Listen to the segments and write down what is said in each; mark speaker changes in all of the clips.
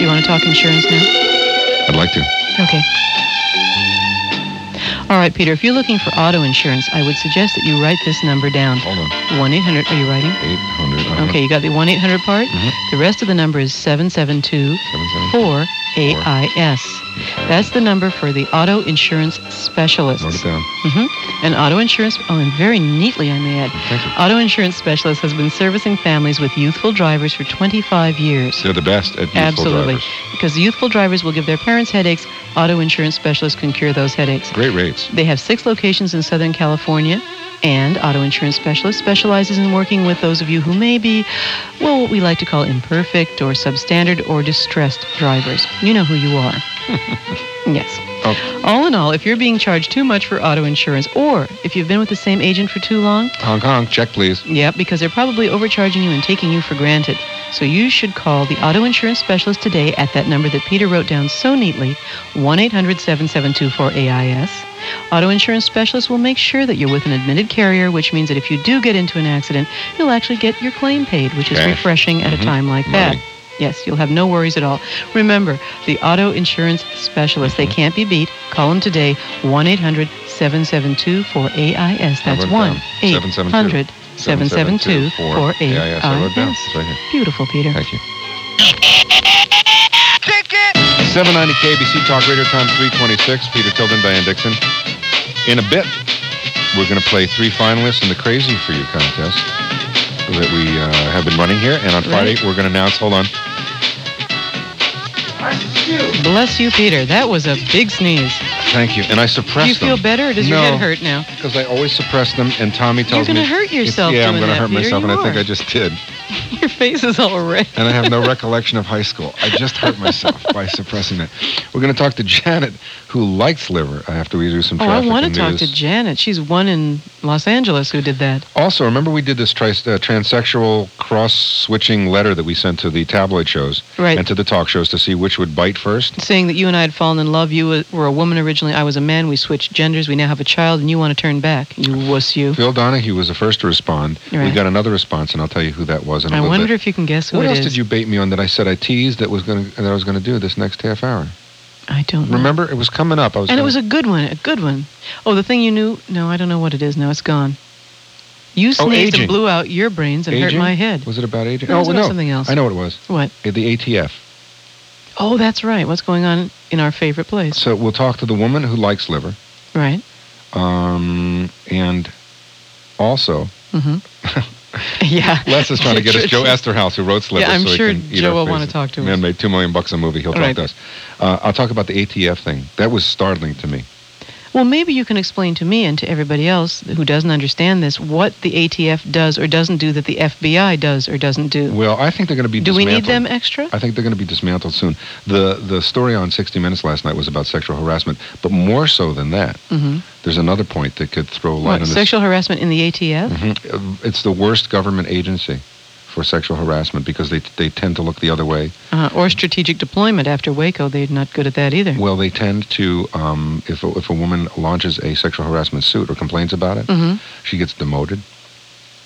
Speaker 1: You want to talk insurance now?
Speaker 2: I'd like to.
Speaker 1: Okay. All right, Peter, if you're looking for auto insurance, I would suggest that you write this number down.
Speaker 2: Hold on.
Speaker 1: 1 800, are you writing?
Speaker 2: 800. uh-huh,
Speaker 1: Okay, you got the 1 800 part?
Speaker 2: Mhm.
Speaker 1: The rest of the number is 772 4
Speaker 2: 772.
Speaker 1: AIS. That's the number for the auto insurance
Speaker 2: Note
Speaker 1: specialists.
Speaker 2: it down.
Speaker 1: Mm-hmm. And auto insurance, oh, and very neatly, I may add.
Speaker 2: Thank you.
Speaker 1: Auto insurance specialist has been servicing families with youthful drivers for 25 years.
Speaker 2: They're the best at youthful
Speaker 1: Absolutely.
Speaker 2: drivers.
Speaker 1: Because youthful drivers will give their parents headaches, auto insurance specialists can cure those headaches.
Speaker 2: Great rates.
Speaker 1: They have six locations in Southern California, and Auto Insurance Specialist specializes in working with those of you who may be, well, what we like to call imperfect or substandard or distressed drivers. You know who you are. yes.
Speaker 2: Oh,
Speaker 1: All in all, if you're being charged too much for auto insurance, or if you've been with the same agent for too long,
Speaker 2: Hong Kong, check please.
Speaker 1: Yep, because they're probably overcharging you and taking you for granted. So you should call the auto insurance specialist today at that number that Peter wrote down so neatly 1 800 772 4AIS. Auto insurance specialist will make sure that you're with an admitted carrier, which means that if you do get into an accident, you'll actually get your claim paid, which is
Speaker 2: Cash.
Speaker 1: refreshing at
Speaker 2: Mhm.
Speaker 1: a time like that.
Speaker 2: Money.
Speaker 1: Yes, you'll have no worries at all. Remember, the auto insurance specialist,
Speaker 2: Mm-hmm.
Speaker 1: they can't be beat. Call them today 1 800 772 4AIS. That's
Speaker 2: wrote it
Speaker 1: 1
Speaker 2: down.
Speaker 1: 800 772
Speaker 2: Yeah, I wrote it down. It's right here.
Speaker 1: Beautiful, Peter.
Speaker 2: Thank you. 790 KBC Talk Radio Time 326. Peter Tilden, Diane Dixon. In a bit, we're going to play three finalists in the Crazy for You contest that we uh, have been running here. And on Friday,
Speaker 1: Right.
Speaker 2: we're going to announce, hold on,
Speaker 1: Bless you, Peter. That was a big sneeze.
Speaker 2: thank you. And I suppressed
Speaker 1: Do you feel
Speaker 2: them.
Speaker 1: better or does
Speaker 2: No.
Speaker 1: your head hurt now?
Speaker 2: Because I always suppress them, and Tommy tells
Speaker 1: gonna
Speaker 2: me
Speaker 1: hurt
Speaker 2: it's-
Speaker 1: yourself
Speaker 2: Yeah, I'm
Speaker 1: doing
Speaker 2: gonna
Speaker 1: that,
Speaker 2: hurt
Speaker 1: Peter,
Speaker 2: myself,
Speaker 1: you
Speaker 2: and I think
Speaker 1: are.
Speaker 2: I just did.
Speaker 1: Your face is all red.
Speaker 2: And I have no recollection of high school. I just hurt myself by suppressing that. We're going to talk to Janet, who likes liver. After we do some
Speaker 1: Oh, I
Speaker 2: traffic
Speaker 1: want to
Speaker 2: and
Speaker 1: talk
Speaker 2: news.
Speaker 1: to Janet. She's one in Los Angeles who did that.
Speaker 2: Also, remember we did this tri- uh, transsexual cross-switching letter that we sent to the tabloid shows
Speaker 1: Right.
Speaker 2: and to the talk shows to see which would bite first.
Speaker 1: Saying that you and I had fallen in love. You were a woman originally. I was a man. We switched genders. We now have a child, and you want to turn back. You wuss, you.
Speaker 2: Phil Donahue was the first to respond. We
Speaker 1: Right.
Speaker 2: got another response, and I'll tell you who that was in a
Speaker 1: I
Speaker 2: little
Speaker 1: wonder
Speaker 2: bit.
Speaker 1: if you can guess who
Speaker 2: what
Speaker 1: it
Speaker 2: else
Speaker 1: is.
Speaker 2: did you bait me on that I said I teased that was going that I was going to do this next half hour?
Speaker 1: I don't know.
Speaker 2: Remember, it was coming up. I was
Speaker 1: And it
Speaker 2: gonna-
Speaker 1: was a good one, a good one. Oh, the thing you knew? No, I don't know what it is now. It's gone. You
Speaker 2: Oh,
Speaker 1: sneezed
Speaker 2: aging.
Speaker 1: and blew out your brains and hurt
Speaker 2: Aging?
Speaker 1: my head.
Speaker 2: Was it about aging?
Speaker 1: No, it was
Speaker 2: oh,
Speaker 1: about
Speaker 2: no.
Speaker 1: something else.
Speaker 2: I know what it was.
Speaker 1: What?
Speaker 2: It- The ATF.
Speaker 1: Oh, that's right. What's going on in our favorite place?
Speaker 2: So we'll talk to the woman who likes liver,
Speaker 1: Right.
Speaker 2: um, and also
Speaker 1: Mm-hmm. yeah.
Speaker 2: Mm-hmm. Les is trying to get us Joe Esterhaus, who wrote Slipper.
Speaker 1: Yeah, I'm
Speaker 2: so he
Speaker 1: sure
Speaker 2: can eat
Speaker 1: Joe
Speaker 2: our
Speaker 1: will
Speaker 2: face.
Speaker 1: wanna talk to
Speaker 2: Man
Speaker 1: us.
Speaker 2: made two million bucks a movie. He'll
Speaker 1: All
Speaker 2: talk
Speaker 1: right.
Speaker 2: to us. Uh, I'll talk about the ATF thing. That was startling to me.
Speaker 1: Well, maybe you can explain to me and to everybody else who doesn't understand this what the ATF does or doesn't do that the FBI does or doesn't do.
Speaker 2: Well, I think they're going to be.
Speaker 1: Do we need them
Speaker 2: dismantled.
Speaker 1: extra?
Speaker 2: I think they're going to be dismantled soon. The the story on 60 Minutes last night was about sexual harassment, but more so than that,
Speaker 1: Mm-hmm.
Speaker 2: there's another point that could throw light
Speaker 1: What,
Speaker 2: on this.
Speaker 1: sexual harassment in the ATF?
Speaker 2: Mhm. It's the worst government agency for sexual harassment because they they tend to look the other way.
Speaker 1: Uh, or strategic deployment after Waco? They're not good at that either.
Speaker 2: Well, they tend to um, if a, if a woman launches a sexual harassment suit or complains about it,
Speaker 1: mm-hmm.
Speaker 2: she gets demoted.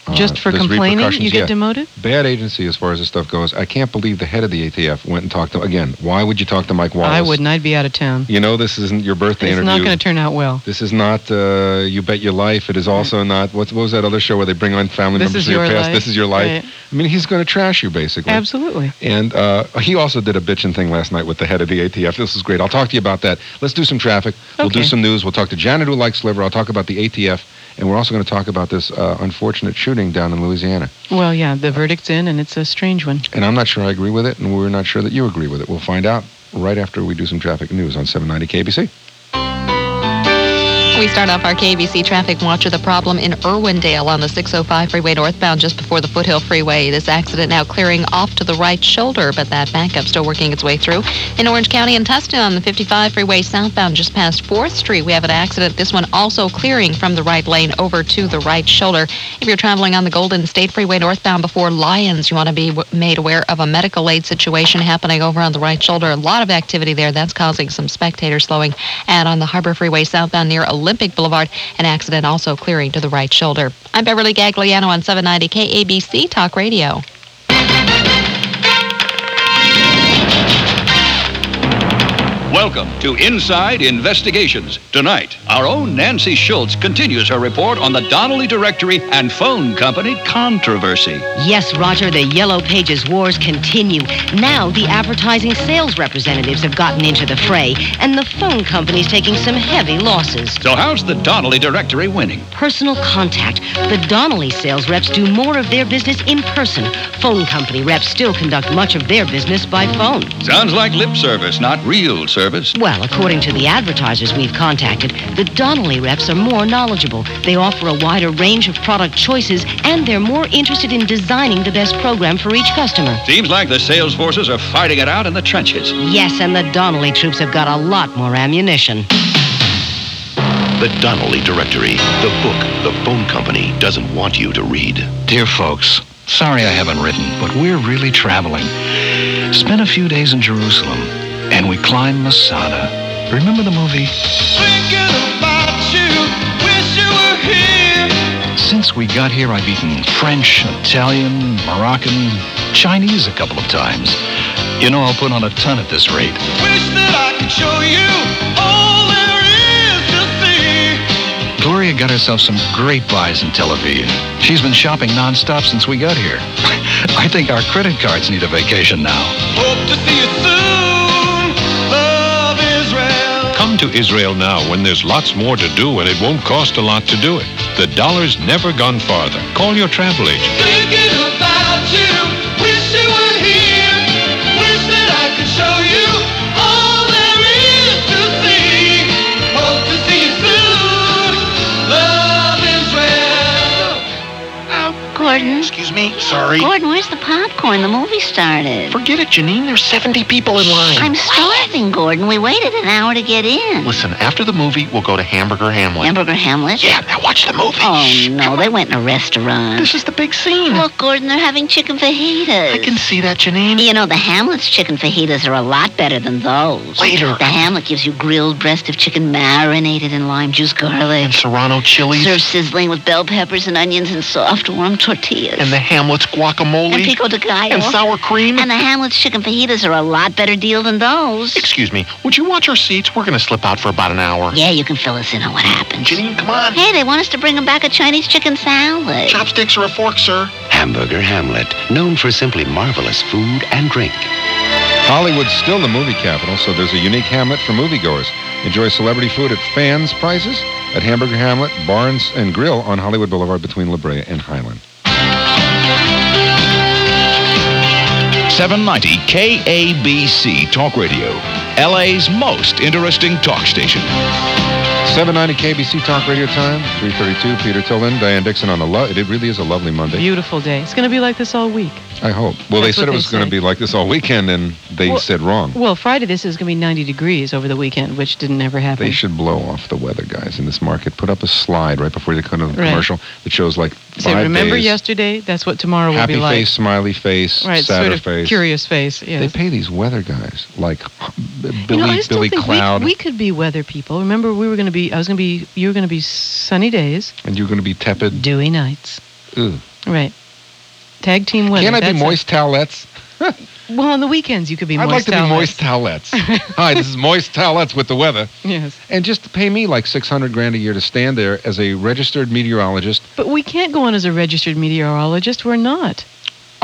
Speaker 2: Uh,
Speaker 1: Just for
Speaker 2: there's
Speaker 1: complaining, you
Speaker 2: repercussions.
Speaker 1: get
Speaker 2: Yeah.
Speaker 1: demoted?
Speaker 2: Bad agency as far as this stuff goes. I can't believe the head of the ATF went and talked to again. Why would you talk to Mike Wallace?
Speaker 1: I wouldn't. I'd be out of town.
Speaker 2: You know this isn't your birthday
Speaker 1: it's
Speaker 2: interview.
Speaker 1: not going to turn out well.
Speaker 2: This is not uh, you bet your life. It is also not what, what was that other show where they bring on family
Speaker 1: This
Speaker 2: members
Speaker 1: is
Speaker 2: of your
Speaker 1: your
Speaker 2: past.
Speaker 1: life.
Speaker 2: This is your life.
Speaker 1: Right.
Speaker 2: I mean, he's going to trash you basically.
Speaker 1: Absolutely.
Speaker 2: And uh, he also did a bitching thing last night with the head of the ATF. This is great. I'll talk to you about that. Let's do some traffic. We'll do
Speaker 1: Okay.
Speaker 2: some news. We'll talk to Janet who likes liver. I'll talk about the ATF, and we're also going to talk about this uh, unfortunate shooting down in Louisiana.
Speaker 1: Well, yeah, the verdict's in, and it's a strange one.
Speaker 2: And I'm not sure I agree with it, and we're not sure that you agree with it. We'll find out right after we do some traffic news on 790 KBC.
Speaker 3: We start off our KBC traffic watch with a problem in Irwindale on the 605 freeway northbound just before the Foothill Freeway. This accident now clearing off to the right shoulder, but that backup still working its way through. In Orange County and Tustin on the 55 freeway southbound just past 4th Street, we have an accident. This one also clearing from the right lane over to the right shoulder. If you're traveling on the Golden State Freeway northbound before Lyons, you want to be w- made aware of a medical aid situation happening over on the right shoulder. A lot of activity there. That's causing some spectator slowing. And on the Harbor Freeway southbound near Olympic Boulevard, an accident also clearing to the right shoulder. I'm Beverly Gagliano on 790 KABC Talk Radio.
Speaker 4: Welcome to Inside Investigations. Tonight, our own Nancy Schultz continues her report on the Donnelly Directory and Phone Company controversy.
Speaker 5: Yes, Roger, the Yellow Pages wars continue. Now the advertising sales representatives have gotten into the fray, and the phone company's taking some heavy losses.
Speaker 4: So, how's the Donnelly Directory winning?
Speaker 5: Personal contact. The Donnelly sales reps do more of their business in person. Phone company reps still conduct much of their business by phone.
Speaker 4: Sounds like lip service, not real service.
Speaker 5: Well, according to the advertisers we've contacted, the Donnelly reps are more knowledgeable. They offer a wider range of product choices, and they're more interested in designing the best program for each customer.
Speaker 4: Seems like the sales forces are fighting it out in the trenches.
Speaker 5: Yes, and the Donnelly troops have got a lot more ammunition.
Speaker 6: The Donnelly Directory, the book the phone company doesn't want you to read.
Speaker 7: Dear folks, sorry I haven't written, but we're really traveling. Spent a few days in Jerusalem, and we climbed Masada. Remember the movie? Since we got here, I've eaten French, Italian, Moroccan, Chinese a couple of times. You know, I'll put on a ton at this rate. Gloria got herself some great buys in Tel Aviv. She's been shopping nonstop since we got here. I think our credit cards need a vacation now.
Speaker 6: Come to Israel now when there's lots more to do and it won't cost a lot to do it. The dollar's never gone farther. Call your travel agent.
Speaker 8: Oh, Gordon.
Speaker 9: Excuse me? Sorry.
Speaker 8: Gordon, where's the popcorn? The movie started.
Speaker 9: Forget it, Janine. There's 70 people in line.
Speaker 8: I'm starving, Gordon. We waited an hour to get in.
Speaker 9: Listen, after the movie, we'll go to Hamburger Hamlet.
Speaker 8: Hamburger Hamlet?
Speaker 9: yeah, now watch the movie.
Speaker 8: Oh,
Speaker 9: Shh,
Speaker 8: no.
Speaker 9: come
Speaker 8: They
Speaker 9: on.
Speaker 8: went in a restaurant.
Speaker 9: This is the big scene.
Speaker 8: Look, Gordon, they're having chicken fajitas.
Speaker 9: I can see that, Janine.
Speaker 8: You know, the Hamlet's chicken fajitas are a lot better than those.
Speaker 9: Later.
Speaker 8: The Hamlet gives you grilled breast of chicken marinated in lime juice garlic.
Speaker 9: And Serrano chilies.
Speaker 8: Served sizzling with bell peppers and onions and soft, warm tortillas.
Speaker 9: And the Hamlet's guacamole.
Speaker 8: And pico de gallo.
Speaker 9: And sour cream.
Speaker 8: And the Hamlet's chicken fajitas are a lot better deal than those.
Speaker 9: Excuse me, would you watch our seats? We're going to slip out for about an hour.
Speaker 8: Yeah, you can fill us in on what happened.
Speaker 9: Janine, come on.
Speaker 8: Hey, they want us to bring them back a Chinese chicken salad.
Speaker 9: Chopsticks or a fork, sir?
Speaker 6: Hamburger Hamlet, known for simply marvelous food and drink.
Speaker 2: Hollywood's still the movie capital, so there's a unique Hamlet for moviegoers. Enjoy celebrity food at fans' prices at Hamburger Hamlet, Barnes and Grill on Hollywood Boulevard between La Brea and Highland.
Speaker 4: 790 KABC Talk Radio, LA's most interesting talk station.
Speaker 2: 790 KBC Talk Radio Time, 332. Peter Tilden, Diane Dixon on a lo- It really is a lovely Monday.
Speaker 1: Beautiful day. It's going to be like this all week.
Speaker 2: I hope. Well, they
Speaker 1: That's
Speaker 2: said
Speaker 1: what
Speaker 2: it
Speaker 1: they
Speaker 2: was going to
Speaker 1: say.
Speaker 2: be like this all weekend, and they
Speaker 1: Well-
Speaker 2: said wrong.
Speaker 1: Well, Friday this is going to be 90 degrees over the weekend, which didn't ever happen.
Speaker 2: They should blow off the weather, guys, in this market. Put up a slide right before the kind of
Speaker 1: Right.
Speaker 2: commercial that shows like five
Speaker 1: so remember
Speaker 2: days.
Speaker 1: yesterday? That's what tomorrow will
Speaker 2: Happy
Speaker 1: be like.
Speaker 2: face, smiley face,
Speaker 1: right,
Speaker 2: sadder
Speaker 1: sort of
Speaker 2: face.
Speaker 1: curious face.
Speaker 2: They
Speaker 1: Yes.
Speaker 2: pay these weather guys like Billy
Speaker 1: You know, I just don't
Speaker 2: Billy
Speaker 1: think we-
Speaker 2: Cloud,
Speaker 1: We, could be weather people. Remember, we were going to be. I was going to be. You were going to be sunny days,
Speaker 2: and you're going to be tepid.
Speaker 1: dewy nights.
Speaker 2: Ugh.
Speaker 1: Right. Tag team weather.
Speaker 2: Can I be
Speaker 1: that's
Speaker 2: moist towelettes?
Speaker 1: it. well, on the weekends you could be
Speaker 2: I'd
Speaker 1: moist.
Speaker 2: like to be moist towelettes. Hi, this is moist towelettes with the weather,
Speaker 1: Yes,
Speaker 2: and just pay me like six hundred grand a year to stand there as a registered meteorologist.
Speaker 1: but we can't go on as a registered meteorologist. We're not.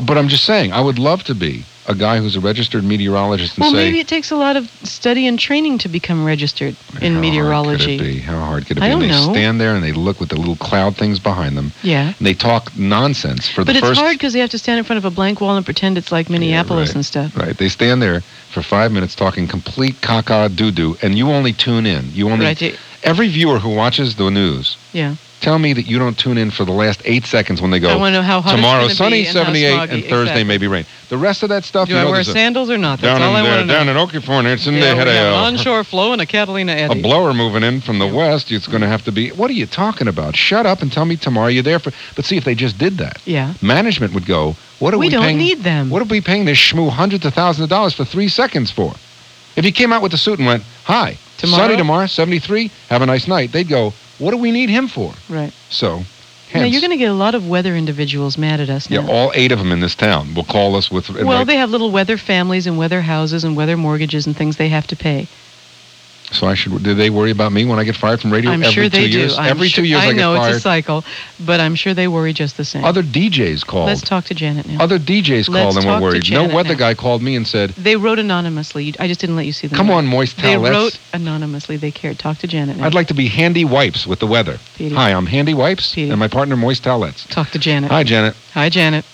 Speaker 2: But I'm just saying, I would love to be a guy who's a registered meteorologist and
Speaker 1: Well,
Speaker 2: say,
Speaker 1: maybe it takes a lot of study and training to become registered in
Speaker 2: How
Speaker 1: meteorology.
Speaker 2: Hard could it be? How hard could it be?
Speaker 1: I don't
Speaker 2: and they
Speaker 1: know.
Speaker 2: stand there and they look with the little cloud things behind them,
Speaker 1: Yeah.
Speaker 2: and they talk nonsense for
Speaker 1: But
Speaker 2: the
Speaker 1: it's
Speaker 2: first
Speaker 1: hard because they have to stand in front of a blank wall and pretend it's like Minneapolis
Speaker 2: right.
Speaker 1: and stuff.
Speaker 2: Right. They stand there for five minutes talking complete caca doo doo, and you only tune in. You only.
Speaker 1: Right. it-
Speaker 2: Every viewer who watches the news,
Speaker 1: Yeah.
Speaker 2: tell me that you don't tune in for the last eight seconds when they
Speaker 1: I
Speaker 2: go.
Speaker 1: want to know how hot
Speaker 2: Tomorrow
Speaker 1: it's gonna
Speaker 2: sunny,
Speaker 1: be and how
Speaker 2: 78, and
Speaker 1: smoggy.
Speaker 2: Thursday
Speaker 1: Exactly.
Speaker 2: maybe rain. The rest of that stuff,
Speaker 1: Do
Speaker 2: you
Speaker 1: I
Speaker 2: know,
Speaker 1: wear
Speaker 2: there's a-
Speaker 1: sandals or not? That's
Speaker 2: down
Speaker 1: all
Speaker 2: in
Speaker 1: I
Speaker 2: there,
Speaker 1: want to know.
Speaker 2: down in Oak, California, it's in
Speaker 1: yeah,
Speaker 2: there. Had
Speaker 1: we have
Speaker 2: a, uh,
Speaker 1: onshore flow and a Catalina
Speaker 2: a
Speaker 1: eddy.
Speaker 2: blower moving in from the west. It's going to have to be. What are you talking about? Shut up and tell me tomorrow you're there for. But see if they just did that,
Speaker 1: yeah.
Speaker 2: management would go. What are
Speaker 1: We
Speaker 2: we,
Speaker 1: don't
Speaker 2: paying?
Speaker 1: need them.
Speaker 2: What are we paying this schmoo hundreds of thousands of dollars for three seconds for? If you came out with a suit and went, "Hi,
Speaker 1: Tomorrow?
Speaker 2: sunny tomorrow, 73. Have a nice night," they'd go, "What do we need him for?"
Speaker 1: Right.
Speaker 2: So,
Speaker 1: Now
Speaker 2: hence,
Speaker 1: you're going to get a lot of weather individuals mad at us now.
Speaker 2: yeah, oh, all eight of them in this town will call us with.
Speaker 1: well, they have little weather families and weather houses and weather mortgages and things they have to pay.
Speaker 2: So I should. Do they worry about me when I get fired from radio
Speaker 1: I'm
Speaker 2: every
Speaker 1: sure
Speaker 2: two
Speaker 1: they
Speaker 2: years?
Speaker 1: do. I'm
Speaker 2: every
Speaker 1: sure-
Speaker 2: two years I,
Speaker 1: I know
Speaker 2: get fired.
Speaker 1: it's a cycle, but I'm sure they worry just the same.
Speaker 2: Other DJs called.
Speaker 1: Let's talk to Janet now.
Speaker 2: Other
Speaker 1: Let's
Speaker 2: DJs called and
Speaker 1: talk
Speaker 2: were
Speaker 1: to
Speaker 2: worried. No
Speaker 1: Janet
Speaker 2: weather
Speaker 1: now.
Speaker 2: guy called me and said,
Speaker 1: they wrote anonymously. You- I just didn't let you see them.
Speaker 2: "Come on, moist
Speaker 1: They
Speaker 2: towelettes.
Speaker 1: wrote anonymously. They cared. Talk to Janet now.
Speaker 2: I'd like to be Handy Wipes with the weather."
Speaker 1: Petey.
Speaker 2: Hi, I'm Handy Wipes
Speaker 1: Petey.
Speaker 2: and my partner Moist Towelettes.
Speaker 1: Talk to Janet.
Speaker 2: Hi, Janet.
Speaker 1: Hi, Janet.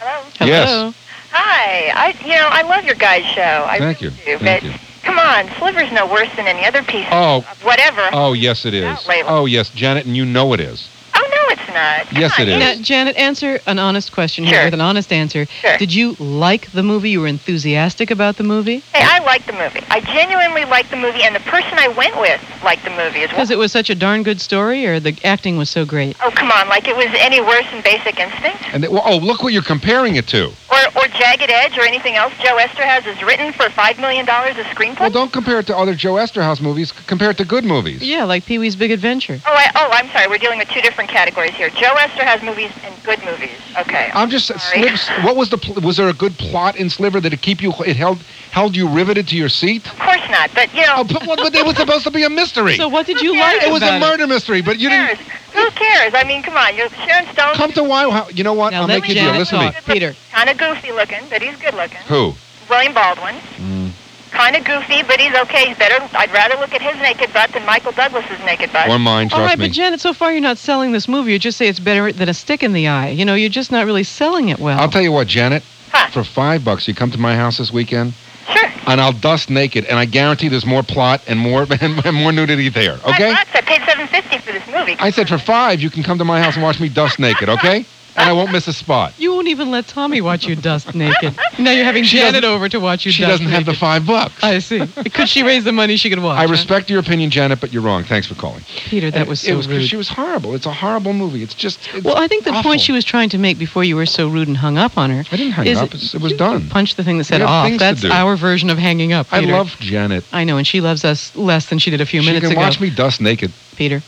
Speaker 10: Hello.
Speaker 1: Hello.
Speaker 10: Hi. I you know I love your guys show. I
Speaker 2: Thank
Speaker 10: really
Speaker 2: you.
Speaker 10: Do,
Speaker 2: Thank
Speaker 10: but
Speaker 2: you.
Speaker 10: come on, Sliver's no worse than any other piece.
Speaker 2: Oh.
Speaker 10: of whatever.
Speaker 2: Oh yes, it is.
Speaker 10: Out lately.
Speaker 2: Oh yes, Janet, and you know it is.
Speaker 10: Oh, no, it's not. Come
Speaker 2: Yes, it
Speaker 10: on,
Speaker 2: is.
Speaker 1: Now, Janet, answer an honest question here
Speaker 10: Sure.
Speaker 1: with an honest answer.
Speaker 10: Sure.
Speaker 1: Did you like the movie? You were enthusiastic about the movie
Speaker 10: Hey, I like the movie. I genuinely like the movie, and the person I went with liked the movie as well.
Speaker 1: because it was such a darn good story, or the acting was so great.
Speaker 10: Oh, come on, like it was any worse than Basic Instinct
Speaker 2: And they, well, oh, look what you're comparing it to.
Speaker 10: or or Jagged Edge or anything else Joe Esterhaz has written for five million dollars a screenplay.
Speaker 2: Well, don't compare it to other Joe Esterhaus movies. C- Compare it to good movies.
Speaker 1: Yeah, like Pee Wee's Big Adventure.
Speaker 10: Oh, I, oh, I'm sorry. We're dealing with two different categories here. Joe Esterhaz movies and good movies. Okay.
Speaker 2: I'm just
Speaker 10: Sorry.
Speaker 2: Slivers, what was the pl- was there a good plot in Sliver that it keep you it held held you riveted to your seat?
Speaker 10: Of course not, but you know.
Speaker 2: Oh, but, what- but it was supposed to be a mystery.
Speaker 1: So what did you
Speaker 10: Who
Speaker 1: like?
Speaker 10: cares?
Speaker 2: it was a
Speaker 1: about
Speaker 2: murder mystery, but you
Speaker 10: Who cares?
Speaker 2: didn't
Speaker 10: Who cares? I mean, come on. You're Sharon Stone.
Speaker 2: come to why. how- You know what?
Speaker 1: Now
Speaker 2: I'll
Speaker 1: let
Speaker 2: make you
Speaker 1: Janet
Speaker 2: deal. Listen to me.
Speaker 1: talk. Peter.
Speaker 10: Kind of goofy looking, but he's good looking.
Speaker 2: Who?
Speaker 10: William Baldwin.
Speaker 2: Hmm.
Speaker 10: Kind of goofy, but he's okay. He's better. I'd rather look at his naked butt than Michael Douglas's naked butt.
Speaker 2: Or mine?
Speaker 1: All
Speaker 2: Trust
Speaker 1: right,
Speaker 2: me.
Speaker 1: but Janet, so far you're not selling this movie. You just say it's better than a stick in the eye. You know, you're just not really selling it well.
Speaker 2: I'll tell you what, Janet.
Speaker 10: Huh.
Speaker 2: For five bucks, you come to my house this weekend,
Speaker 10: Sure.
Speaker 2: and I'll dust naked, and I guarantee there's more plot and more and, more nudity there.
Speaker 10: Five
Speaker 2: Okay?
Speaker 10: bucks. I paid seven fifty for this movie.
Speaker 2: I said for five, you can come to my house and watch me dust naked. Okay? And I won't miss a spot.
Speaker 1: you won't even let Tommy watch you dust naked. Now you're having
Speaker 2: She
Speaker 1: Janet
Speaker 2: doesn't-
Speaker 1: over to watch you
Speaker 2: She
Speaker 1: dust
Speaker 2: doesn't have the
Speaker 1: naked.
Speaker 2: five bucks.
Speaker 1: I see. Could she raise the money she could watch?
Speaker 2: I
Speaker 1: huh?
Speaker 2: respect your opinion, Janet, but you're wrong. Thanks for calling.
Speaker 1: Peter. That was so
Speaker 2: it was 'cause
Speaker 1: rude.
Speaker 2: She was horrible. It's a horrible movie. It's just. It's
Speaker 1: Well, I think the
Speaker 2: awful.
Speaker 1: point she was trying to make before you were so rude and hung up on her.
Speaker 2: I didn't hang
Speaker 1: is
Speaker 2: up. It's- it was
Speaker 1: you
Speaker 2: done.
Speaker 1: Punch the thing that
Speaker 2: We
Speaker 1: said
Speaker 2: have
Speaker 1: off.
Speaker 2: things to
Speaker 1: That's
Speaker 2: do.
Speaker 1: our version of hanging up.
Speaker 2: I
Speaker 1: Peter.
Speaker 2: love Janet.
Speaker 1: I know, and she loves us less than she did a few
Speaker 2: She
Speaker 1: minutes
Speaker 2: can
Speaker 1: ago.
Speaker 2: watch me dust naked.
Speaker 1: Peter.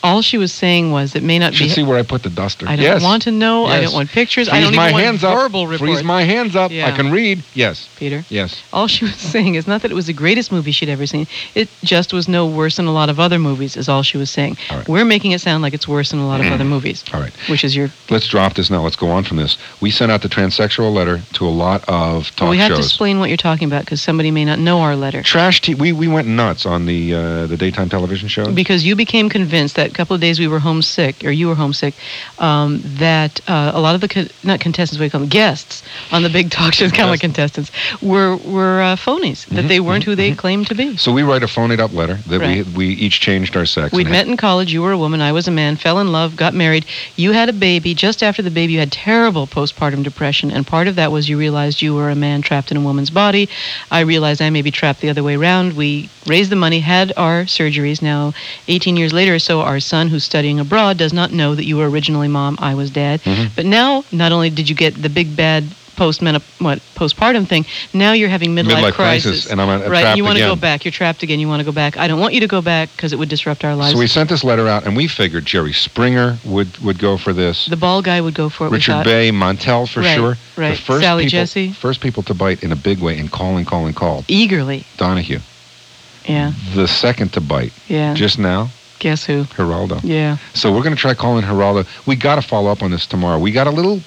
Speaker 1: All she was saying was it may not
Speaker 2: Should
Speaker 1: be.
Speaker 2: see where I put the duster.
Speaker 1: I don't
Speaker 2: yes.
Speaker 1: want to know. I
Speaker 2: Yes.
Speaker 1: don't want pictures. I
Speaker 2: Freeze
Speaker 1: don't
Speaker 2: my
Speaker 1: even want
Speaker 2: hands
Speaker 1: verbal
Speaker 2: up.
Speaker 1: reports.
Speaker 2: Freeze my hands up.
Speaker 1: Yeah.
Speaker 2: I can read. Yes.
Speaker 1: Peter.
Speaker 2: Yes.
Speaker 1: All she was saying is not that it was the greatest movie she'd ever seen. It just was no worse than a lot of other movies. Is all she was saying.
Speaker 2: All right. Mm.
Speaker 1: We're making it sound like it's worse than a lot of other movies.
Speaker 2: All right.
Speaker 1: Which is your?
Speaker 2: Let's drop this now. Let's go on from this. We sent out the transsexual letter to a lot of talk
Speaker 1: we have to
Speaker 2: shows.
Speaker 1: explain what you're talking about because somebody may not know our letter.
Speaker 2: Trash. T- we we went nuts on the uh, the daytime television shows.
Speaker 1: because you became convinced that a couple of days we were homesick, or you were homesick, um, that uh, a lot of the co- not contestants, we call them guests on the big talk shows, kind of like contestants, were were uh, phonies. That they weren't who they claimed to be.
Speaker 2: so we write a phone it up letter that we
Speaker 1: Right.
Speaker 2: we each changed our sex.
Speaker 1: We'd
Speaker 2: and
Speaker 1: met in college. You were a woman. I was a man. Fell in love. Got married. You had a baby. Just after the baby, you had terrible postpartum depression, and part of that was you realized you were a man trapped in a woman's body. I realized I may be trapped the other way around. We raised the money, had our surgeries. Now, 18 years later or so, our son, who's studying abroad, does not know that you were originally mom. I was dad.
Speaker 2: Mm-hmm.
Speaker 1: But now, not only did you get the big bad. Post what postpartum thing. Now you're having midlife,
Speaker 2: Midlife crisis, and I'm, uh,
Speaker 1: right.
Speaker 2: trapped
Speaker 1: you want to
Speaker 2: again.
Speaker 1: go back. You're trapped again. You want to go back. I don't want you to go back because it would disrupt our lives.
Speaker 2: So we sent this letter out, and we figured Jerry Springer would would go for this.
Speaker 1: The ball guy would go for it. we
Speaker 2: Richard
Speaker 1: thought.
Speaker 2: Bay, Montel for
Speaker 1: Right,
Speaker 2: sure.
Speaker 1: right.
Speaker 2: The first
Speaker 1: Sally
Speaker 2: people,
Speaker 1: Jesse.
Speaker 2: First people to bite in a big way and call and call and call.
Speaker 1: Eagerly.
Speaker 2: Donahue.
Speaker 1: Yeah.
Speaker 2: The second to bite
Speaker 1: Yeah.
Speaker 2: just now,
Speaker 1: Guess who?
Speaker 2: Geraldo.
Speaker 1: Yeah.
Speaker 2: So we're going to try calling Geraldo. We got to follow up on this tomorrow. We got a little,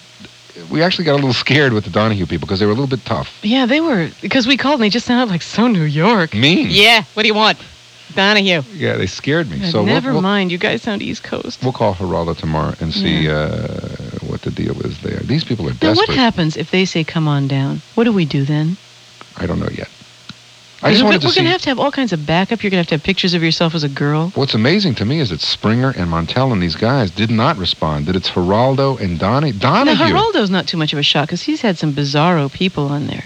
Speaker 2: we actually got a little scared with the Donahue people because they were a little bit tough.
Speaker 1: Yeah, they were because we called and they just sounded like so New York.
Speaker 2: Mean.
Speaker 1: Yeah. What do you want? Donahue.
Speaker 2: Yeah, they scared me. Mm. so we'll-
Speaker 1: Never
Speaker 2: we'll,
Speaker 1: mind. You guys sound East Coast.
Speaker 2: We'll call Geraldo tomorrow and see uh, what the deal is there. These people are
Speaker 1: Now, what
Speaker 2: desperate.
Speaker 1: happens if they say, come on down? What do we do then?
Speaker 2: I don't know yet. I just
Speaker 1: we're
Speaker 2: wanted to
Speaker 1: we're
Speaker 2: see.
Speaker 1: going to have to have all kinds of backup. You're going to have to have pictures of yourself as a girl.
Speaker 2: What's amazing to me is that Springer and Montel and these guys did not respond. That it's Geraldo and Donnie
Speaker 1: Now,
Speaker 2: Donahue.
Speaker 1: Geraldo's not too much of a shock because he's had some bizarro people on there.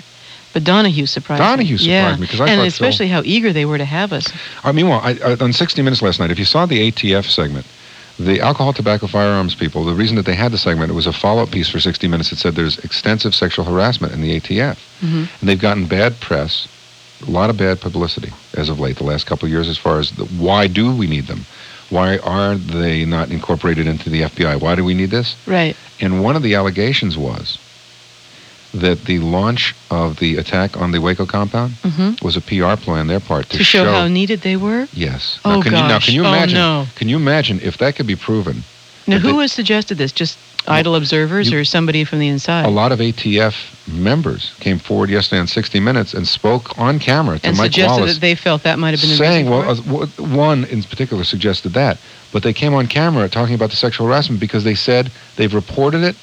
Speaker 1: But Donahue surprised
Speaker 2: Donahue
Speaker 1: me.
Speaker 2: surprised
Speaker 1: yeah.
Speaker 2: me 'cause I
Speaker 1: And
Speaker 2: thought so.
Speaker 1: especially how eager they were to have us.
Speaker 2: Uh, meanwhile, I, I, on 60 Minutes last night, if you saw the ATF segment, the alcohol, tobacco, firearms people, the reason that they had the segment, it was a follow-up piece for 60 Minutes that said there's extensive sexual harassment in the ATF.
Speaker 4: Mm-hmm.
Speaker 1: Mhm.
Speaker 2: And they've gotten bad press, a lot of bad publicity as of late, the last couple of years, as far as the, why do we need them? Why are they not incorporated into the FBI? Why do we need this?
Speaker 1: Right.
Speaker 2: And one of the allegations was that the launch of the attack on the Waco compound
Speaker 1: Mhm.
Speaker 2: was a PR play on their part
Speaker 1: to show, how needed they were.
Speaker 2: Yes.
Speaker 1: Oh,
Speaker 2: now, can You, now,
Speaker 1: gosh.
Speaker 2: can you
Speaker 1: Oh,
Speaker 2: imagine?
Speaker 1: no.
Speaker 2: Can you imagine if that could be proven?
Speaker 1: Now,
Speaker 2: Did
Speaker 1: who
Speaker 2: they-
Speaker 1: has suggested this? Just idle observers or somebody from the inside?
Speaker 2: A lot of ATF members came forward yesterday on 60 Minutes and spoke on camera to
Speaker 1: and
Speaker 2: Mike
Speaker 1: suggested
Speaker 2: Wallace,
Speaker 1: that they felt that might have been the
Speaker 2: saying,
Speaker 1: reason
Speaker 2: well,
Speaker 1: for it?
Speaker 2: uh, w- one in particular suggested that, but they came on camera talking about the sexual harassment because they said they've reported it,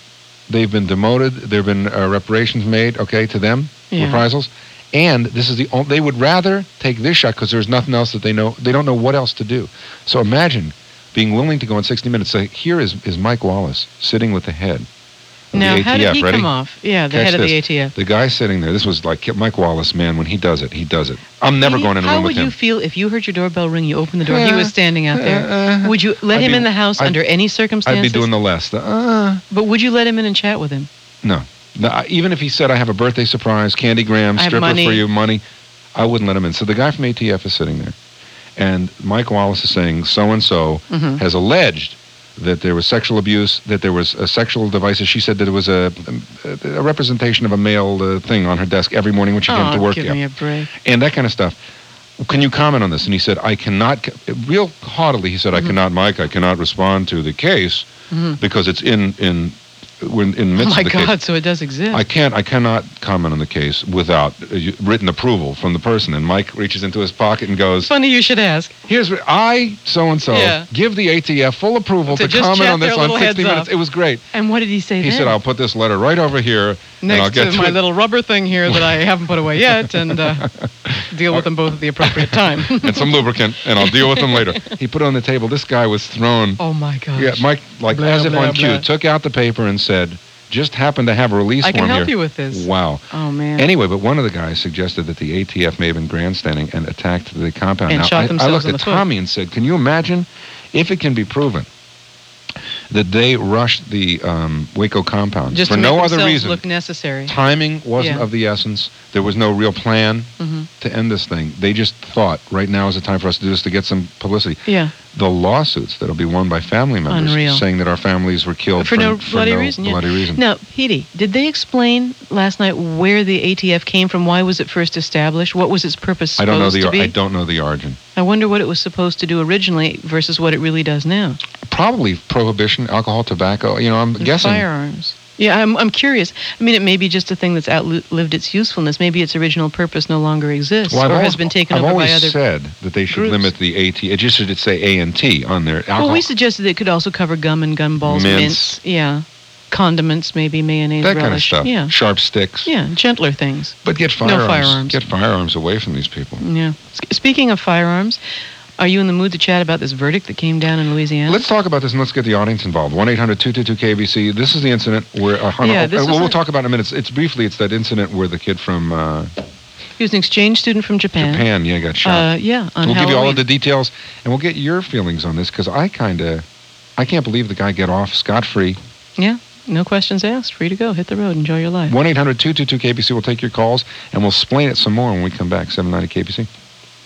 Speaker 2: they've been demoted, there've been uh, reparations made, okay, to them,
Speaker 1: Yeah.
Speaker 2: reprisals, and this is the only. They would rather take this shot because there's nothing else that they know. They don't know what else to do. So imagine being willing to go in 60 Minutes. Say, here is is Mike Wallace sitting with the head. of
Speaker 1: now,
Speaker 2: the
Speaker 1: how did
Speaker 2: ATF.
Speaker 1: he
Speaker 2: Ready?
Speaker 1: come off? Yeah, the
Speaker 2: Catch
Speaker 1: head of
Speaker 2: this.
Speaker 1: the ATF.
Speaker 2: The guy sitting there, this was like Mike Wallace, man. When he does it, he does it. I'm never
Speaker 1: He-
Speaker 2: going in a
Speaker 1: How
Speaker 2: room
Speaker 1: would
Speaker 2: with him. Uh,
Speaker 1: you feel if you heard your doorbell ring? You opened the door. he was standing out there. would you let
Speaker 2: I'd
Speaker 1: him
Speaker 2: be-
Speaker 1: in the house
Speaker 2: I'd-
Speaker 1: under any circumstances?
Speaker 2: I'd be doing the less. The, uh,
Speaker 1: but would you let him in and chat with him?
Speaker 2: no. no. I- Even if he said, I have a birthday surprise, candy gram,
Speaker 1: I have
Speaker 2: stripper for
Speaker 1: money.
Speaker 2: you, money, I wouldn't let him in. So the guy from ATF is sitting there. And Mike Wallace is saying, so and so
Speaker 1: Mhm.
Speaker 2: has alleged that there was sexual abuse, that there was uh, sexual devices. She said that it was a, a representation of a male uh, thing on her desk every morning when she came
Speaker 1: oh,
Speaker 2: to work.
Speaker 1: give
Speaker 2: Yeah.
Speaker 1: me a break.
Speaker 2: and that kind of stuff. Can you comment on this? And he said, I cannot, real haughtily, he
Speaker 1: Mm-hmm.
Speaker 2: said, I cannot, Mike, I cannot respond to the case
Speaker 1: Mhm.
Speaker 2: because it's in, in, we're in, in the
Speaker 1: Oh
Speaker 2: midst
Speaker 1: my
Speaker 2: of the
Speaker 1: God!
Speaker 2: case.
Speaker 1: So it does exist.
Speaker 2: I can't, I cannot comment on the case without uh, you- written approval from the person. And Mike reaches into his pocket and goes,
Speaker 1: Funny you should ask.
Speaker 2: here's, where I, so-and-so,
Speaker 1: Yeah.
Speaker 2: give the ATF full approval
Speaker 1: To
Speaker 2: to,
Speaker 1: just
Speaker 2: comment
Speaker 1: chat
Speaker 2: on this
Speaker 1: their
Speaker 2: on
Speaker 1: little
Speaker 2: 60
Speaker 1: heads
Speaker 2: Minutes.
Speaker 1: up.
Speaker 2: It was great.
Speaker 1: And what did he say
Speaker 2: He
Speaker 1: then?
Speaker 2: said, I'll put this letter right over here and I'll
Speaker 1: Next
Speaker 2: get
Speaker 1: to my
Speaker 2: it."
Speaker 1: little rubber thing here that I haven't put away yet, and uh, deal with them both at the appropriate time.
Speaker 2: and some lubricant and I'll deal with them later. He put it on the table. This guy was thrown.
Speaker 1: oh my gosh!
Speaker 2: Yeah, Mike, like
Speaker 1: Blah,
Speaker 2: as if
Speaker 1: blah,
Speaker 2: on cue,
Speaker 1: blah.
Speaker 2: took out the paper and said, "Just happened to have a release
Speaker 1: I can
Speaker 2: form
Speaker 1: help
Speaker 2: here."
Speaker 1: you with this.
Speaker 2: Wow.
Speaker 1: Oh man.
Speaker 2: Anyway, but one of the guys suggested that the ATF may have been grandstanding and attacked the compound.
Speaker 1: And
Speaker 2: now,
Speaker 1: shot
Speaker 2: I, I
Speaker 1: themselves
Speaker 2: looked
Speaker 1: in
Speaker 2: at
Speaker 1: the foot.
Speaker 2: Tommy and said, "Can you imagine if it can be proven that they rushed the um, Waco compound
Speaker 1: Just
Speaker 2: for
Speaker 1: to make
Speaker 2: no other
Speaker 1: themselves
Speaker 2: reason?
Speaker 1: Look necessary.
Speaker 2: Timing wasn't
Speaker 1: Yeah.
Speaker 2: of the essence. There was no real plan
Speaker 1: Mhm.
Speaker 2: to end this thing. They just thought right now is the time for us to do this to get some publicity."
Speaker 1: Yeah.
Speaker 2: the lawsuits that'll be won by family members
Speaker 1: Unreal.
Speaker 2: saying that our families were killed
Speaker 1: for no bloody
Speaker 2: no
Speaker 1: reason. yeah.
Speaker 2: bloody reason.
Speaker 1: Now, Petey, did they explain last night where the ATF came from? Why was it first established? What was its purpose
Speaker 2: I don't know
Speaker 1: supposed
Speaker 2: the
Speaker 1: to be?
Speaker 2: I don't know the origin.
Speaker 1: I wonder what it was supposed to do originally versus what it really does now.
Speaker 2: Probably prohibition, alcohol, tobacco. You know, I'm
Speaker 1: And
Speaker 2: guessing.
Speaker 1: Firearms. Yeah, I'm, I'm curious. I mean, it may be just a thing that's outlived its usefulness. Maybe its original purpose no longer exists
Speaker 2: Well, I've
Speaker 1: or
Speaker 2: always,
Speaker 1: has been taken
Speaker 2: I've
Speaker 1: over
Speaker 2: always
Speaker 1: by other.
Speaker 2: said that they should
Speaker 1: groups.
Speaker 2: limit the AT. It just should say A and T on their alcohol.
Speaker 1: well, we suggested it could also cover gum and gum balls,
Speaker 2: Mints.
Speaker 1: mints, yeah, condiments, maybe mayonnaise,
Speaker 2: that kind of
Speaker 1: relish,
Speaker 2: stuff.
Speaker 1: yeah,
Speaker 2: Sharp sticks.
Speaker 1: yeah, gentler things.
Speaker 2: But get
Speaker 1: No
Speaker 2: firearms.
Speaker 1: firearms.
Speaker 2: Get firearms away from these people.
Speaker 1: Yeah. S- Speaking of firearms, are you in the mood to chat about this verdict that came down in Louisiana?
Speaker 2: Let's talk about this and let's get the audience involved. 1 800 222 KBC. This is the incident where. Uh, on-
Speaker 1: Yeah, this
Speaker 2: uh,
Speaker 1: was
Speaker 2: well, we'll
Speaker 1: a-
Speaker 2: talk about it in a minute. It's, it's briefly, it's that incident where the kid from uh,
Speaker 1: he was an exchange student from Japan.
Speaker 2: Japan, yeah, got shot.
Speaker 1: Uh, yeah, on
Speaker 2: we'll
Speaker 1: Halloween.
Speaker 2: give you all of the details, and we'll get your feelings on this because I kind of, I can't believe the guy get off scot free.
Speaker 1: yeah, no questions asked. Free to go. Hit the road. Enjoy your life.
Speaker 2: One 222 KBC. We'll take your calls, and we'll explain it some more when we come back. Seven ninety KBC.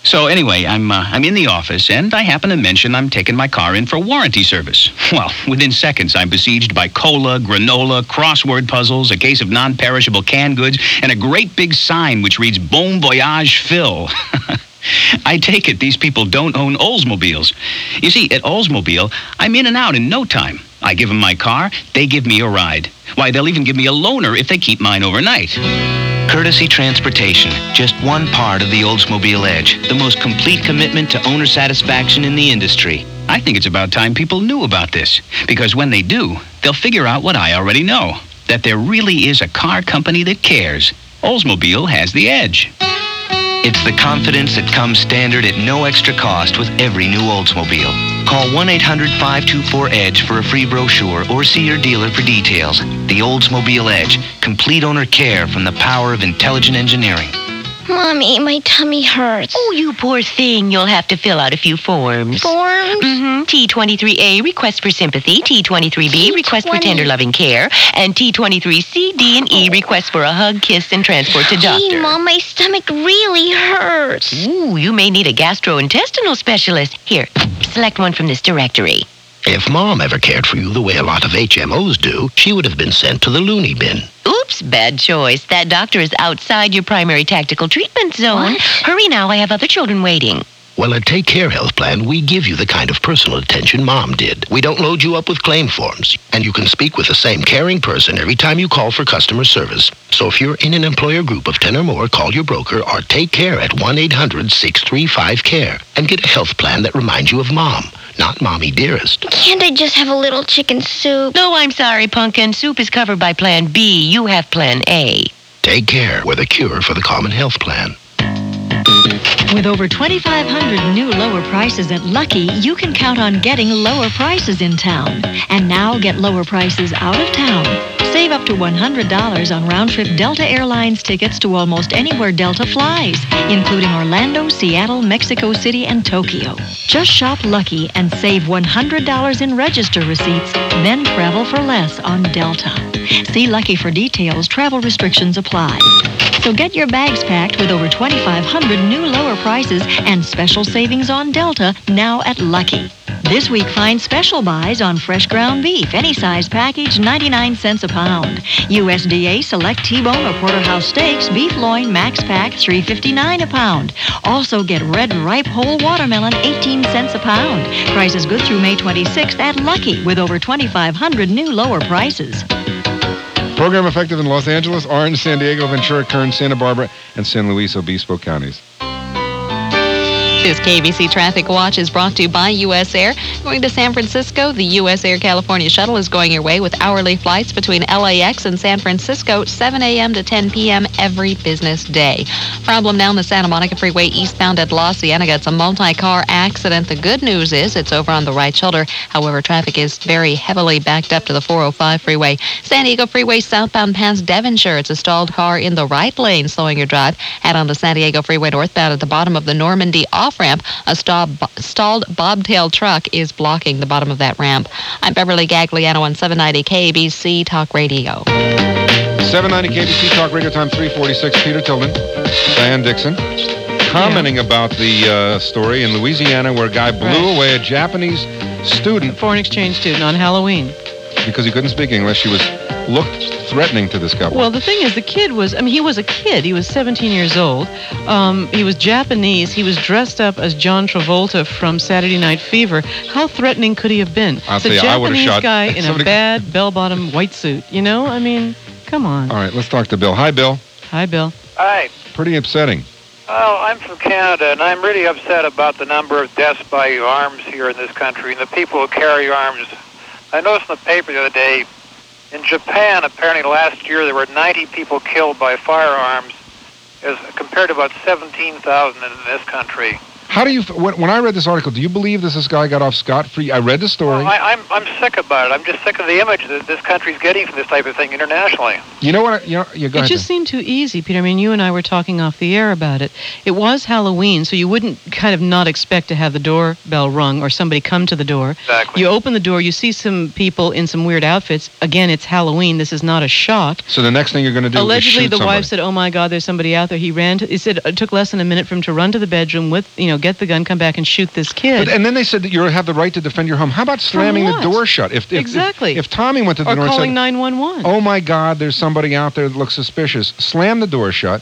Speaker 11: So anyway, I'm uh, I'm in the office and I happen to mention I'm taking my car in for warranty service. Well, within seconds I'm besieged by cola, granola, crossword puzzles, a case of non-perishable canned goods, and a great big sign which reads "Bon Voyage, Phil." I take it these people don't own Oldsmobiles. You see, at Oldsmobile, I'm in and out in no time. I give them my car, they give me a ride. Why, they'll even give me a loaner if they keep mine overnight. Courtesy Transportation, just one part of the Oldsmobile Edge, the most complete commitment to owner satisfaction in the industry. I think it's about time people knew about this, because when they do, they'll figure out what I already know that there really is a car company that cares. Oldsmobile has the edge.
Speaker 12: It's the confidence that comes standard at no extra cost with every new Oldsmobile. Call 1-800-524-EDGE E for a free brochure or see your dealer for details. The Oldsmobile Edge, complete owner care from the power of intelligent engineering.
Speaker 13: Mommy, my tummy hurts.
Speaker 14: Oh, you poor thing. You'll have to fill out a few forms.
Speaker 13: Forms?
Speaker 14: Mm-hmm. T23A, request for sympathy. T23B, request for tender loving care. And T23C, D, and E, request for a hug, kiss, and transport to doctor.
Speaker 13: Oh. Gee, Mom, my stomach really hurts.
Speaker 14: Ooh, you may need a gastrointestinal specialist. Here, select one from this directory.
Speaker 15: If Mom ever cared for you the way a lot of HMOs do, she would have been sent to the loony bin.
Speaker 16: Oops, bad choice. That doctor is outside your primary tactical treatment zone. Hurry now, I have other children waiting.
Speaker 15: Well, at Take Care Health Plan, we give you the kind of personal attention Mom did. We don't load you up with claim forms, and you can speak with the same caring person every time you call for customer service. So if you're in an employer group of 10 or more, call your broker or take care at 1-800-635-CARE and get a health plan that reminds you of Mom, not Mommy Dearest.
Speaker 17: Can't I just have a little chicken soup?
Speaker 16: No, I'm sorry, Pumpkin. Soup is covered by Plan B. You have Plan A.
Speaker 15: Take Care, we're the cure for the common health plan.
Speaker 18: With over 2,500 new lower prices at Lucky, you can count on getting lower prices in town. And now get lower prices out of town. Save up to $100 on round trip Delta Airlines tickets to almost anywhere Delta flies, including Orlando, Seattle, Mexico City, and Tokyo. Just shop Lucky and save $100 in register receipts, then travel for less on Delta. See Lucky for details, travel restrictions apply. So get your bags packed with over 2,500 new lower prices and special savings on Delta now at Lucky. This week, find special buys on fresh ground beef, any size package, 99 cents a pound. USDA select T-bone or porterhouse steaks, beef loin, max pack, 3.59 a pound. Also get red ripe whole watermelon, 18 cents a pound. Prices good through May 26th at Lucky with over 2,500 new lower prices.
Speaker 2: Program effective in Los Angeles, Orange, San Diego, Ventura, Kern, Santa Barbara, and San Luis Obispo counties.
Speaker 3: This KBC Traffic Watch is brought to you by U.S. Air. Going to San Francisco, the U.S. Air California shuttle is going your way with hourly flights between LAX and San Francisco, 7 a.m. to 10 p.m. every business day. Problem down the Santa Monica Freeway eastbound at La Cienega. It's a multi-car accident. The good news is it's over on the right shoulder. However, traffic is very heavily backed up to the 405 freeway. San Diego Freeway southbound past Devonshire. It's a stalled car in the right lane slowing your drive. Head on the San Diego Freeway northbound at the bottom of the Normandy off ramp, a stalled, stalled bobtail truck is blocking the bottom of that ramp. I'm Beverly Gagliano on 790 KBC Talk Radio.
Speaker 2: 790 KBC Talk Radio Time 346. Peter Tilden, Diane Dixon. Commenting about the uh, story in Louisiana where a guy blew away a Japanese student.
Speaker 1: Foreign exchange student on Halloween.
Speaker 2: Because he couldn't speak English. She was looked threatening to this couple.
Speaker 1: Well, the thing is, the kid was, I mean, he was a kid. He was 17 years old. Um, he was Japanese. He was dressed up as John Travolta from Saturday Night Fever. How threatening could he have been?
Speaker 2: I'll
Speaker 1: It's a
Speaker 2: tell you, I would've
Speaker 1: Japanese
Speaker 2: shot
Speaker 1: guy in a
Speaker 2: somebody-
Speaker 1: bad bell bottom white suit, you know? I mean, come on.
Speaker 2: All right, let's talk to Bill. Hi, Bill.
Speaker 1: Hi, Bill.
Speaker 19: Hi.
Speaker 2: Pretty upsetting.
Speaker 19: Oh, I'm from Canada, and I'm really upset about the number of deaths by arms here in this country and the people who carry arms. I noticed in the paper the other day, in Japan, apparently last year there were 90 people killed by firearms, as compared to about 17,000 in this country.
Speaker 2: How do you, f- when, when I read this article, do you believe this, this guy got off scot free? I read the story.
Speaker 19: I, I'm I'm sick about it. I'm just sick of the image that this country's getting from this type of thing internationally.
Speaker 2: you know what? I, you know, you go
Speaker 1: it
Speaker 2: ahead.
Speaker 1: just seemed too easy, Peter. I mean, you and I were talking off the air about it. It was Halloween, so you wouldn't kind of not expect to have the doorbell rung or somebody come to the door. Exactly. You open the door, you see some people in some weird outfits. Again, it's Halloween. This is not a shock.
Speaker 2: so the next thing you're going to do
Speaker 1: Allegedly,
Speaker 2: is shoot
Speaker 1: the
Speaker 2: somebody.
Speaker 1: wife said, "Oh my God, there's somebody out there." He ran. To, he said it took less than a minute for him to run to the bedroom with, you know, get the gun, come back, and shoot this kid.
Speaker 2: But, and then they said that you have the right to defend your home. How about slamming the
Speaker 1: what?
Speaker 2: door shut? If, if
Speaker 1: Exactly.
Speaker 2: If, if Tommy went to the
Speaker 1: or
Speaker 2: door and
Speaker 1: calling
Speaker 2: said,
Speaker 1: 911.
Speaker 2: "Oh my God, there's somebody out there that looks suspicious," slam the door shut.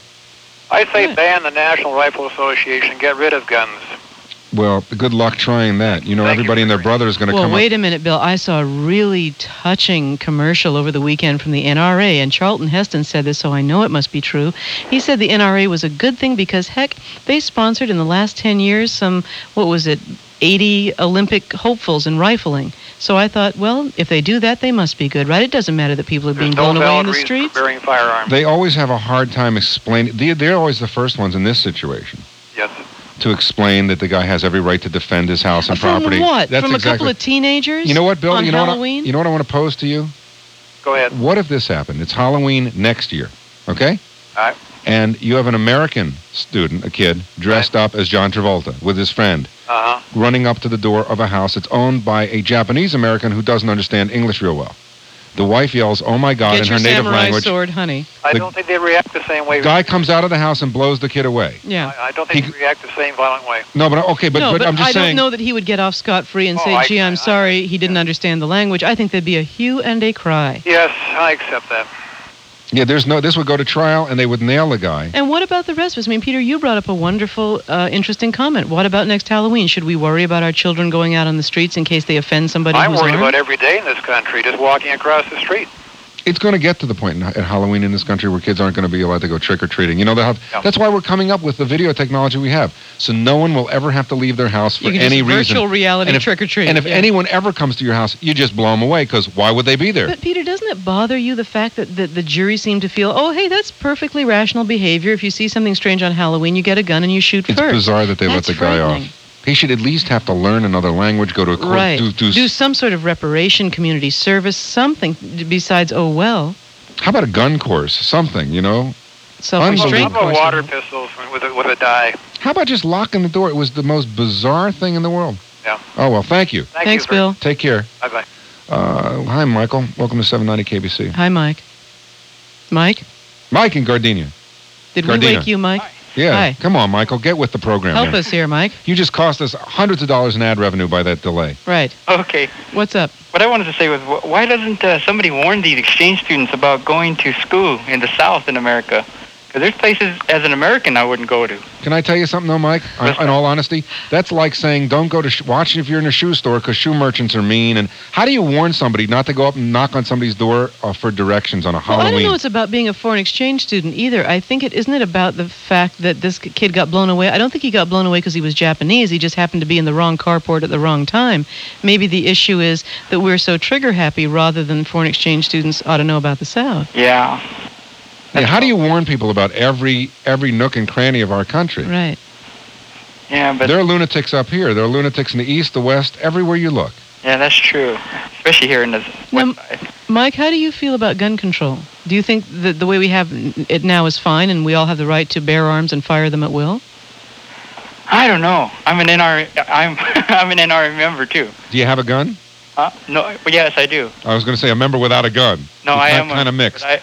Speaker 19: I say ban the National Rifle Association. Get rid of guns.
Speaker 2: Well, good luck trying that. You know, everybody and their brother is going to
Speaker 1: Well,
Speaker 2: come
Speaker 1: wait
Speaker 2: up.
Speaker 1: a minute, Bill. I saw a really touching commercial over the weekend from the NRA, and Charlton Heston said this, so I know it must be true. He said the NRA was a good thing because, heck, they sponsored in the last 10 years some, what was it, 80 Olympic hopefuls in rifling. So I thought, well, if they do that, they must be good, right? It doesn't matter that people are being blown away in the streets.
Speaker 19: Bearing firearms.
Speaker 2: They always have a hard time explaining. They, they're always the first ones in this situation.
Speaker 19: Yes.
Speaker 2: To explain that the guy has every right to defend his house and
Speaker 1: From
Speaker 2: property.
Speaker 1: what?
Speaker 2: That's
Speaker 1: From a
Speaker 2: exactly.
Speaker 1: couple of teenagers?
Speaker 2: you know what, Oh Bill?
Speaker 1: On
Speaker 2: you know
Speaker 1: Halloween?
Speaker 2: what? I, you know what I want to pose to you.
Speaker 19: Go ahead.
Speaker 2: What if this happened? It's Halloween next year, okay?
Speaker 19: All right.
Speaker 2: And you have an American student, a kid, dressed up as John Travolta with his friend,
Speaker 19: Uh huh.
Speaker 2: running up to the door of a house that's owned by a Japanese American who doesn't understand English real well. The wife yells, "Oh my God!"
Speaker 1: Get
Speaker 2: in
Speaker 1: your
Speaker 2: her native
Speaker 1: samurai
Speaker 2: language.
Speaker 1: sword, honey.
Speaker 19: I
Speaker 2: The-
Speaker 19: don't think they react the same way.
Speaker 2: Guy comes out of the house and blows the kid away.
Speaker 1: Yeah.
Speaker 19: I, I don't think they react the same violent way.
Speaker 2: No, but okay, but,
Speaker 1: no, but,
Speaker 2: I'm just
Speaker 1: I
Speaker 2: saying.
Speaker 1: don't know that he would get off scot free and
Speaker 19: Oh,
Speaker 1: say,
Speaker 19: I-
Speaker 1: "Gee, I'm sorry, he didn't understand the language." I think there'd be a hue and a cry.
Speaker 19: Yes, I accept that.
Speaker 2: Yeah, there's no. This would go to trial, and they would nail the guy.
Speaker 1: And what about the rest of us? I mean, Peter, you brought up a wonderful, uh, interesting comment. What about next Halloween? Should we worry about our children going out on the streets in case they offend somebody
Speaker 19: I'm
Speaker 1: who's
Speaker 19: worried
Speaker 1: armed?
Speaker 19: about every day in this country, just walking across the street.
Speaker 2: It's going to get to the point in, at Halloween in this country where kids aren't going to be allowed to go trick or treating. You know, they'll have, that's why we're coming up with the video technology we have, so no one will ever have to leave their house for
Speaker 1: You can
Speaker 2: any
Speaker 1: just
Speaker 2: reason.
Speaker 1: virtual reality
Speaker 2: and if,
Speaker 1: trick or treat,
Speaker 2: And if
Speaker 1: yeah.
Speaker 2: anyone ever comes to your house, you just blow them away because why would they be there?
Speaker 1: But Peter, doesn't it bother you the fact that the, the jury seemed to feel, oh, hey, that's perfectly rational behavior. If you see something strange on Halloween, you get a gun and you shoot
Speaker 2: it's
Speaker 1: first.
Speaker 2: bizarre that they
Speaker 1: That's
Speaker 2: let the guy
Speaker 1: frightening.
Speaker 2: off. He should at least have to learn another language, go to a course,
Speaker 1: Right.
Speaker 2: do, do,
Speaker 1: some sort of reparation, community service, something besides, oh, well,
Speaker 2: how about a gun course, something, you know?
Speaker 1: self-restraint.
Speaker 19: How about water pistols with a, with a die?
Speaker 2: How about just locking the door? It was the most bizarre thing in the world.
Speaker 19: Yeah.
Speaker 2: Oh, well, thank you.
Speaker 19: Thank Thanks, you for- Bill.
Speaker 2: Take care.
Speaker 19: Bye bye.
Speaker 2: Uh, hi, Michael. Welcome to 790 KBC.
Speaker 1: Hi, Mike. Mike,
Speaker 2: Mike in Gardenia.
Speaker 1: did we
Speaker 2: Gardena.
Speaker 1: wake you, Mike?
Speaker 2: Yeah.
Speaker 1: Hi.
Speaker 2: Come on, Michael. Get with the program.
Speaker 1: Help
Speaker 2: here.
Speaker 1: us here, Mike.
Speaker 2: You just cost us hundreds of dollars in ad revenue by that delay.
Speaker 1: Right.
Speaker 20: Okay.
Speaker 1: What's up?
Speaker 20: What I wanted to say was, wh- why doesn't uh, somebody warn these exchange students about going to school in the South in America? Because there's places as an American I wouldn't go to.
Speaker 2: Can I tell you something, though, Mike? I- in all honesty, that's like saying don't go to sh- watch if you're in a shoe store because shoe merchants are mean. And how do you warn somebody not to go up and knock on somebody's door uh, for directions on a
Speaker 1: Well, I
Speaker 2: Halloween?
Speaker 1: don't know it's about being a foreign exchange student either. I think it isn't it about the fact that this k- kid got blown away. I don't think he got blown away because he was Japanese. He just happened to be in the wrong carport at the wrong time. Maybe the issue is that we're so trigger happy rather than foreign exchange students ought to know about the South.
Speaker 20: Yeah.
Speaker 2: Yeah, how do you warn people about every every nook and cranny of our country?
Speaker 1: Right.
Speaker 20: Yeah, but
Speaker 2: there are lunatics up here. There are lunatics in the east, the west, everywhere you look.
Speaker 20: Yeah, that's true. Especially here in the.
Speaker 1: Now, Mike, how do you feel about gun control? Do you think that the way we have n- it now is fine and we all have the right to bear arms and fire them at will?
Speaker 20: I don't know. I'm an NR. I'm I'm an NR member too.
Speaker 2: Do you have a gun?
Speaker 20: Huh? No. Yes, I do.
Speaker 2: I was going to say a member without a gun.
Speaker 20: No, I am.
Speaker 2: Kind
Speaker 20: a-
Speaker 2: of mixed.
Speaker 20: but I,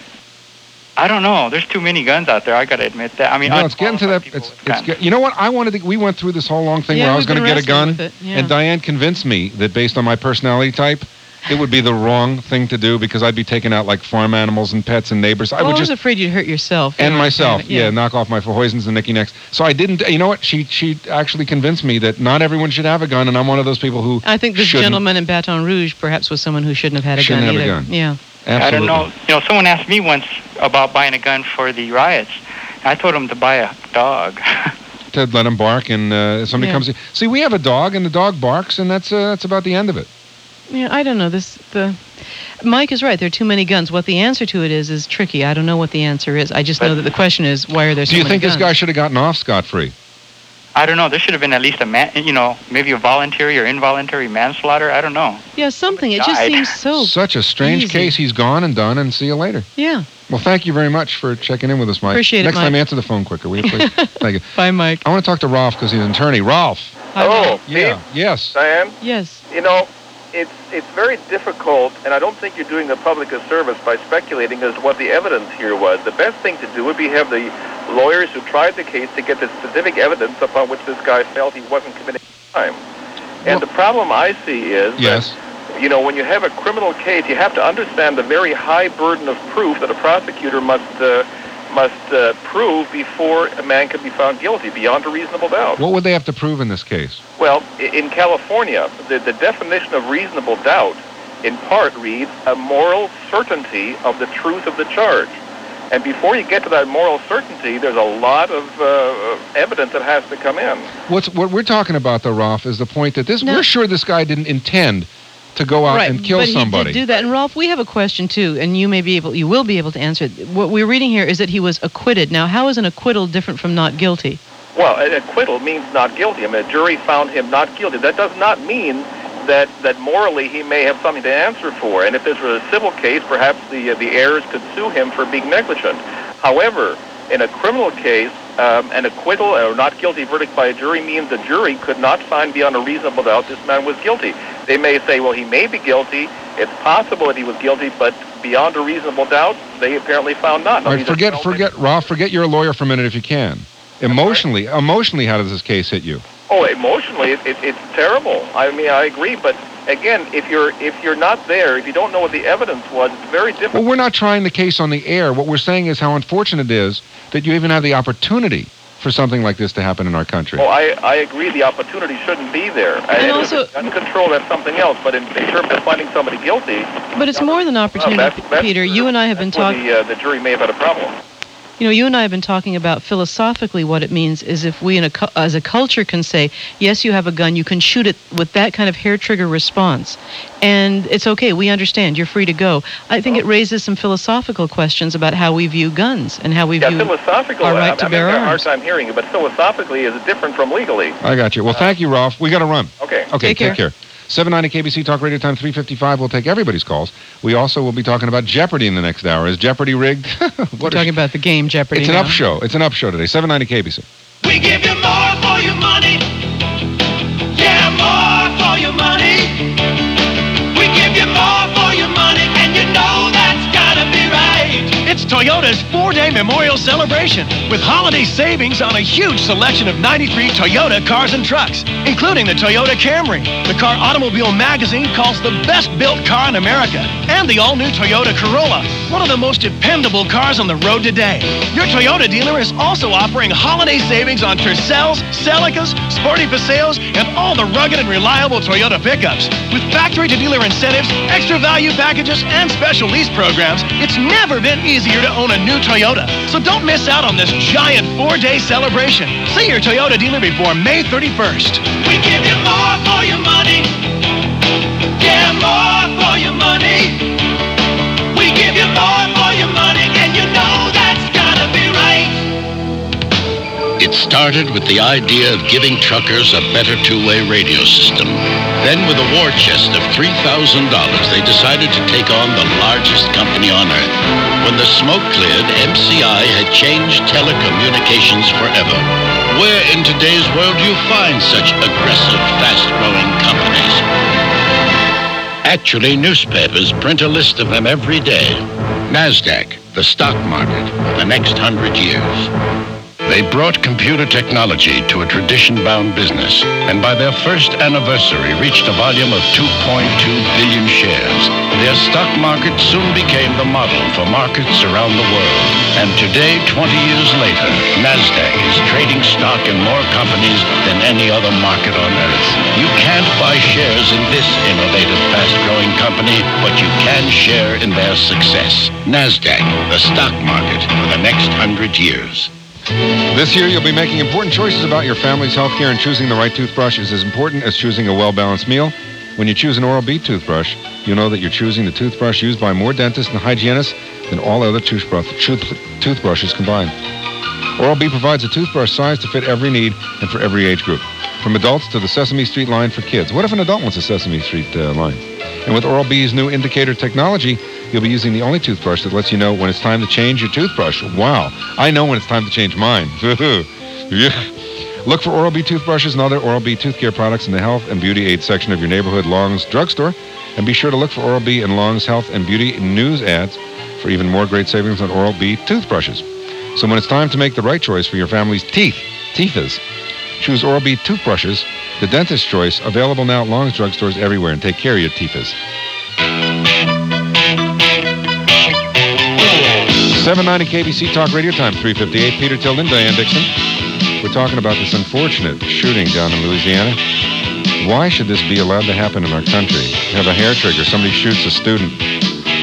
Speaker 20: I don't know. There's too many guns out there. I gotta admit that. I mean,
Speaker 2: no, it's getting to that. It's, it's get, you know what? I wanted. To, we went through this whole long thing
Speaker 20: Yeah,
Speaker 2: where I was
Speaker 20: we've
Speaker 2: going to
Speaker 20: been
Speaker 2: get a gun,
Speaker 20: wrestling with it, yeah.
Speaker 2: and Diane convinced me that based on my personality type, it would be the wrong thing to do because I'd be taking out like farm animals and pets and neighbors. I
Speaker 1: well,
Speaker 2: would
Speaker 20: Oh,
Speaker 1: I was
Speaker 2: just
Speaker 1: afraid you'd hurt yourself.
Speaker 2: and
Speaker 1: Yeah,
Speaker 2: myself.
Speaker 1: yeah.
Speaker 2: Yeah. knock off my Verhoizens and Nicky Necks. So I didn't. You know what? She she actually convinced me that not everyone should have a gun, and I'm one of those people who
Speaker 1: I think this
Speaker 2: shouldn't.
Speaker 1: gentleman in Baton Rouge perhaps was someone who shouldn't have had a
Speaker 2: Shouldn't
Speaker 1: gun
Speaker 2: have a
Speaker 1: either.
Speaker 2: gun.
Speaker 1: Yeah.
Speaker 20: I don't know. You know, someone asked me once about buying a gun for the riots. I told him to buy a dog.
Speaker 2: to let him bark, and uh, if somebody
Speaker 1: Yeah.
Speaker 2: comes. In. See, we have a dog, and the dog barks, and that's uh, that's about the end of it.
Speaker 1: Yeah, I don't know. This the Mike is right. There are too many guns. What the answer to it is is tricky. I don't know what the answer is. I just know that the question is why are there so
Speaker 2: Do you
Speaker 1: many
Speaker 2: think
Speaker 1: guns?
Speaker 2: this guy should have gotten off scot free?
Speaker 20: I don't know. There should have been at least a man. You know, maybe a voluntary or involuntary manslaughter. I don't know.
Speaker 1: yeah, something. It just
Speaker 20: Somebody died.
Speaker 1: seems so.
Speaker 2: Such a strange
Speaker 1: easy.
Speaker 2: case. He's gone and done, and see you later.
Speaker 1: Yeah.
Speaker 2: Well, thank you very much for checking in with us, Mike.
Speaker 1: Appreciate it,
Speaker 2: Next time,
Speaker 1: Mike.
Speaker 2: answer the phone quicker, will you please? thank you.
Speaker 1: Bye, Mike.
Speaker 2: I want to talk to Rolf because he's an attorney. Rolf.
Speaker 21: Hello.
Speaker 2: Yeah. Yes.
Speaker 21: Diane.
Speaker 1: Yes.
Speaker 21: You know, it's it's very difficult, and I don't think you're doing the public a service by speculating as to what the evidence here was. The best thing to do would be have the lawyers who tried the case to get the specific evidence upon which this guy felt he wasn't committing crime. And the problem I see is
Speaker 2: Yes.
Speaker 21: you know, when you have a criminal case, you have to understand the very high burden of proof that a prosecutor must uh, must uh, prove before a man can be found guilty beyond a reasonable doubt.
Speaker 2: What would they have to prove in this case?
Speaker 21: Well, i- in California, the, the definition of reasonable doubt in part reads a moral certainty of the truth of the charge. And before you get to that moral certainty, there's a lot of uh, evidence that has to come in.
Speaker 2: What's what we're talking about, though, Rolf, is the point that this
Speaker 1: No.
Speaker 2: we're sure this guy didn't intend to go out
Speaker 1: right,
Speaker 2: and kill
Speaker 1: but
Speaker 2: somebody.
Speaker 1: He did do that. And Rolf, we have a question too, and you may be able, you will be able to answer it. What we're reading here is that he was acquitted. Now, how is an acquittal different from not guilty?
Speaker 21: Well, an acquittal means not guilty. I mean, a jury found him not guilty. That does not mean that, that morally he may have something to answer for. And if this were a civil case, perhaps the, uh, the heirs could sue him for being negligent. However, in a criminal case, um, an acquittal or not guilty verdict by a jury means the jury could not find beyond a reasonable doubt this man was guilty. They may say, well, he may be guilty. It's possible that he was guilty, but beyond a reasonable doubt, they apparently found not.
Speaker 2: All right, forget, forget, Ralph, forget you're a lawyer for a minute if you can. Emotionally, emotionally, how does this case hit you?
Speaker 21: Oh, emotionally, it, it, it's terrible. I mean, I agree, but again, if you're if you're not there, if you don't know what the evidence was, it's very difficult.
Speaker 2: Well, we're not trying the case on the air. What we're saying is how unfortunate it is that you even have the opportunity for something like this to happen in our country.
Speaker 21: Well, Oh, I, I agree the opportunity shouldn't be there. And, also, if it's gun control, that's something else. But in, in terms of finding somebody guilty,
Speaker 1: But it's more than opportunity,
Speaker 21: that's- that's
Speaker 1: Peter. You and I have been
Speaker 21: well,
Speaker 1: talking.
Speaker 21: the, uh, the jury may have had a problem.
Speaker 1: You know, you and I have been talking about philosophically what it means is if we in a cu- as a culture can say, yes, you have a gun, you can shoot it with that kind of hair trigger response, and it's okay, we understand, you're free to go. I think it raises some philosophical questions about how we view guns and how we
Speaker 21: Yeah,
Speaker 1: view
Speaker 21: philosophical.
Speaker 1: our right
Speaker 21: I'm,
Speaker 1: to
Speaker 21: I'm
Speaker 1: bear
Speaker 21: having a hard
Speaker 1: arms.
Speaker 21: time hearing you, but philosophically is different from legally.
Speaker 2: I got you. Well, thank you, Ralph. We got to run.
Speaker 21: Okay.
Speaker 2: Okay,
Speaker 21: Take
Speaker 2: take,
Speaker 21: care.
Speaker 2: care. 790 KBC Talk Radio Time 355. We'll take everybody's calls. We also will be talking about Jeopardy in the next hour. Is Jeopardy rigged?
Speaker 1: We're
Speaker 2: what a-
Speaker 1: talking about the game Jeopardy.
Speaker 2: It's an
Speaker 1: now.
Speaker 2: up show. It's an up show today. 790 KBC.
Speaker 22: We give you more for your money. Yeah, more for your money. We give you more for your money, and you know that's gotta be right.
Speaker 23: It's Toyota's four-day memorial celebration with holiday savings on a huge selection of 93 Toyota cars and trucks, including the Toyota Camry. The Car Automobile magazine calls the best-built car in America, and the all-new Toyota Corolla, one of the most dependable cars on the road today. Your Toyota dealer is also offering holiday savings on Tercels, Celicas, Sporty Paseos, and all the rugged and reliable Toyota pickups. With factory-to-dealer incentives, extra value packages, and special lease programs, it's never been easier to own a new Toyota. So don't miss out on this giant four-day celebration. See your Toyota dealer before May 31st.
Speaker 22: We give you more for your money. Yeah, more for your money. We give you more for your money, and you know that's gotta be right.
Speaker 24: It started with the idea of giving truckers a better two-way radio system. Then with a war chest of $3,000, they decided to take on the largest company on earth. When the smoke cleared, MCI had changed telecommunications forever. Where in today's world do you find such aggressive, fast-growing companies? Actually, newspapers print a list of them every day. NASDAQ, the stock market, the next hundred years. They brought computer technology to a tradition bound business, and by their first anniversary reached a volume of 2.2 billion shares. Their stock market soon became the model for markets around the world. And today, 20 years later, NASDAQ is trading stock in more companies than any other market on earth. You can't buy shares in this innovative, fast growing company, but you can share in their success. NASDAQ, the stock market for the next hundred years.
Speaker 2: This year, you'll be making important choices about your family's health care, and choosing the right toothbrush is as important as choosing a well balanced meal. When you choose an Oral B toothbrush, you know that you're choosing the toothbrush used by more dentists and hygienists than all other toothbrush, tooth- toothbrushes combined. Oral B provides a toothbrush size to fit every need and for every age group, from adults to the Sesame Street line for kids. What if an adult wants a Sesame Street uh, line? And with Oral B's new indicator technology, you'll be using the only toothbrush that lets you know when it's time to change your toothbrush. Wow, I know when it's time to change mine. Yeah. Look for Oral B toothbrushes and other Oral B tooth care products in the health and beauty aid section of your neighborhood Long's drugstore. And be sure to look for Oral B and Long's health and beauty news ads for even more great savings on Oral B toothbrushes. So when it's time to make the right choice for your family's teeth, teethers, choose Oral B toothbrushes, the dentist's choice, available now at Long's drugstores everywhere. And take care of your teethers. 790 KBC Talk Radio Time, 358. Peter Tilden, Diane Dixon. We're talking about this unfortunate shooting down in Louisiana. Why should this be allowed to happen in our country? You have a hair trigger. Somebody shoots a student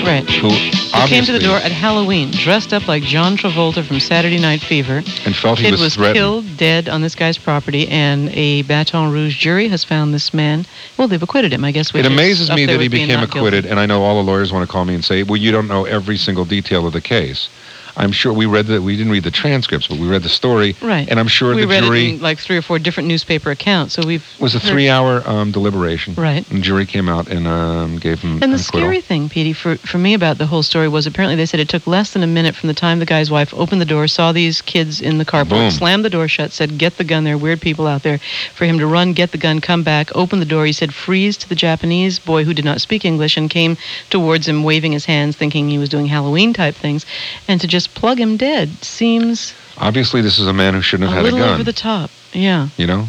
Speaker 1: Right.
Speaker 2: who
Speaker 1: He came to the
Speaker 2: obviously
Speaker 1: door at Halloween, dressed up like John Travolta from Saturday Night Fever.
Speaker 2: and felt he
Speaker 1: Kid
Speaker 2: was,
Speaker 1: was
Speaker 2: threatened.
Speaker 1: killed dead on this guy's property, and a Baton Rouge jury has found this man. Well, they've acquitted him, I guess. which
Speaker 2: It
Speaker 1: is
Speaker 2: amazes
Speaker 1: up
Speaker 2: me
Speaker 1: there
Speaker 2: that he
Speaker 1: with being
Speaker 2: became
Speaker 1: not guilty.
Speaker 2: acquitted, and I know all the lawyers want to call me and say, well, you don't know every single detail of the case. I'm sure we read the we didn't read the transcripts, but we read the story.
Speaker 1: Right.
Speaker 2: And I'm sure
Speaker 1: we
Speaker 2: the
Speaker 1: read
Speaker 2: jury
Speaker 1: it in like three or four different newspaper accounts. So we've
Speaker 2: was a
Speaker 1: heard-
Speaker 2: three-hour um, deliberation.
Speaker 1: Right.
Speaker 2: And jury came out and um, gave
Speaker 1: And
Speaker 2: him.
Speaker 1: the
Speaker 2: an acquittal.
Speaker 1: scary thing, Petey, for, for me about the whole story was apparently they said it took less than a minute from the time the guy's wife opened the door, saw these kids in the carport,
Speaker 2: Boom.
Speaker 1: slammed the door shut, said, Get the gun, there are weird people out there, for him to run, get the gun, come back, open the door. He said, Freeze to the Japanese boy who did not speak English and came towards him, waving his hands, thinking he was doing Halloween type things. And to just plug him dead seems
Speaker 2: Obviously, this is a man who shouldn't
Speaker 1: a
Speaker 2: have had a
Speaker 1: little
Speaker 2: gun.
Speaker 1: over the top. Yeah.
Speaker 2: you know.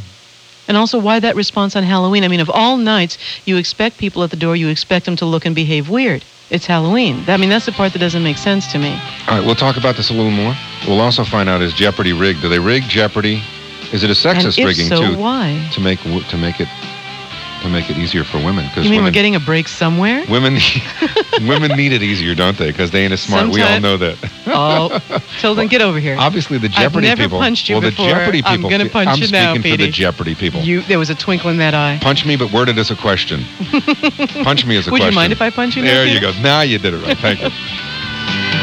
Speaker 1: And also, why that response on Halloween? I mean, of all nights, you expect people at the door, you expect them to look and behave weird. It's Halloween. I mean, that's the part that doesn't make sense to me.
Speaker 2: All right, we'll talk about this a little more. We'll also find out is Jeopardy rigged? Do they rig Jeopardy? Is it a sexist
Speaker 1: and if
Speaker 2: rigging
Speaker 1: so,
Speaker 2: too?
Speaker 1: why?
Speaker 2: To make wo- to make it to make it easier for women because
Speaker 1: You mean
Speaker 2: women
Speaker 1: we're getting a break somewhere?
Speaker 2: women women need it easier, don't they? Because they ain't as smart. We all
Speaker 1: Sometime-
Speaker 2: know that.
Speaker 1: oh, till then, get over here.
Speaker 2: Obviously, the
Speaker 1: I've
Speaker 2: Jeopardy
Speaker 1: never
Speaker 2: people.
Speaker 1: punched you
Speaker 2: well,
Speaker 1: before.
Speaker 2: the Jeopardy people.
Speaker 1: I'm gonna
Speaker 2: fe-
Speaker 1: punch
Speaker 2: I'm
Speaker 1: you
Speaker 2: speaking
Speaker 1: now,
Speaker 2: for the
Speaker 1: Petey.
Speaker 2: Jeopardy people.
Speaker 1: You, there was a twinkle in that eye.
Speaker 2: punch me, but word it as a question. Punch me as a
Speaker 1: Would
Speaker 2: question.
Speaker 1: you mind if I punch you? now,
Speaker 2: There
Speaker 1: Peter?
Speaker 2: you go. Now you did it right. Thank you.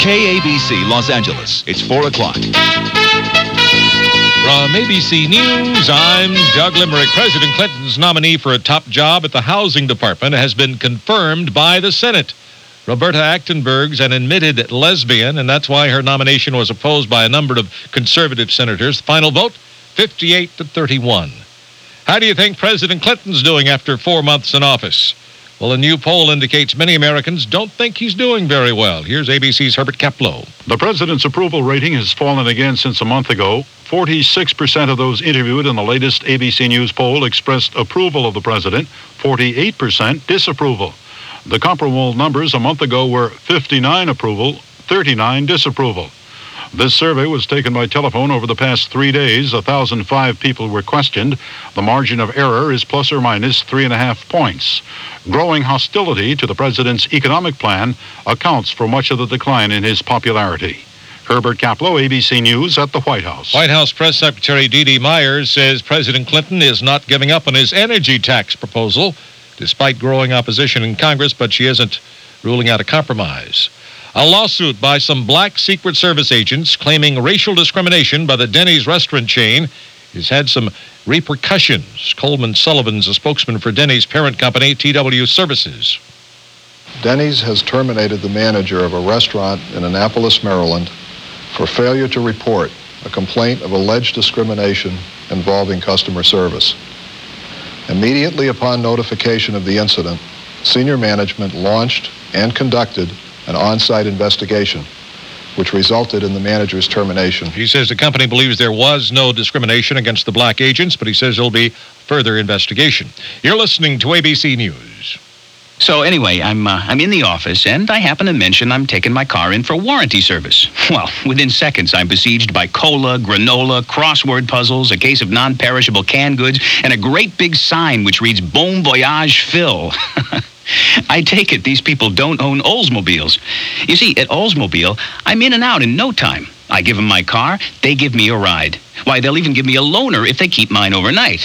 Speaker 4: KABC Los Angeles. It's 4 o'clock.
Speaker 25: From ABC News, I'm Doug Limerick. President Clinton's nominee for a top job at the Housing Department has been confirmed by the Senate. Roberta Actenberg's an admitted lesbian, and that's why her nomination was opposed by a number of conservative senators. The final vote, 58 to 31. How do you think President Clinton's doing after four months in office? Well, a new poll indicates many Americans don't think he's doing very well. Here's ABC's Herbert Kaplow.
Speaker 26: The president's approval rating has fallen again since a month ago. 46% of those interviewed in the latest ABC News poll expressed approval of the president, 48% disapproval. The comparable numbers a month ago were 59 approval, 39 disapproval. This survey was taken by telephone over the past three days. 1,005 people were questioned. The margin of error is plus or minus three and a half points. Growing hostility to the president's economic plan accounts for much of the decline in his popularity. Herbert Kaplow, ABC News at the White House.
Speaker 25: White House Press Secretary Dee Dee Myers says President Clinton is not giving up on his energy tax proposal, despite growing opposition in Congress, but she isn't ruling out a compromise. A lawsuit by some black Secret Service agents claiming racial discrimination by the Denny's restaurant chain has had some repercussions. Coleman Sullivan's a spokesman for Denny's parent company, TW Services.
Speaker 9: Denny's has terminated the manager of a restaurant in Annapolis, Maryland for failure to report a complaint of alleged discrimination involving customer service. Immediately upon notification of the incident, senior management launched and conducted an on-site investigation, which resulted in the manager's termination.
Speaker 25: He says the company believes there was no discrimination against the black agents, but he says there'll be further investigation. You're listening to ABC News.
Speaker 11: So anyway, I'm uh, I'm in the office, and I happen to mention I'm taking my car in for warranty service. Well, within seconds, I'm besieged by cola, granola, crossword puzzles, a case of non-perishable canned goods, and a great big sign which reads "Bon Voyage, Phil." I take it these people don't own Oldsmobiles. You see, at Oldsmobile, I'm in and out in no time. I give them my car, they give me a ride. Why, they'll even give me a loaner if they keep mine overnight.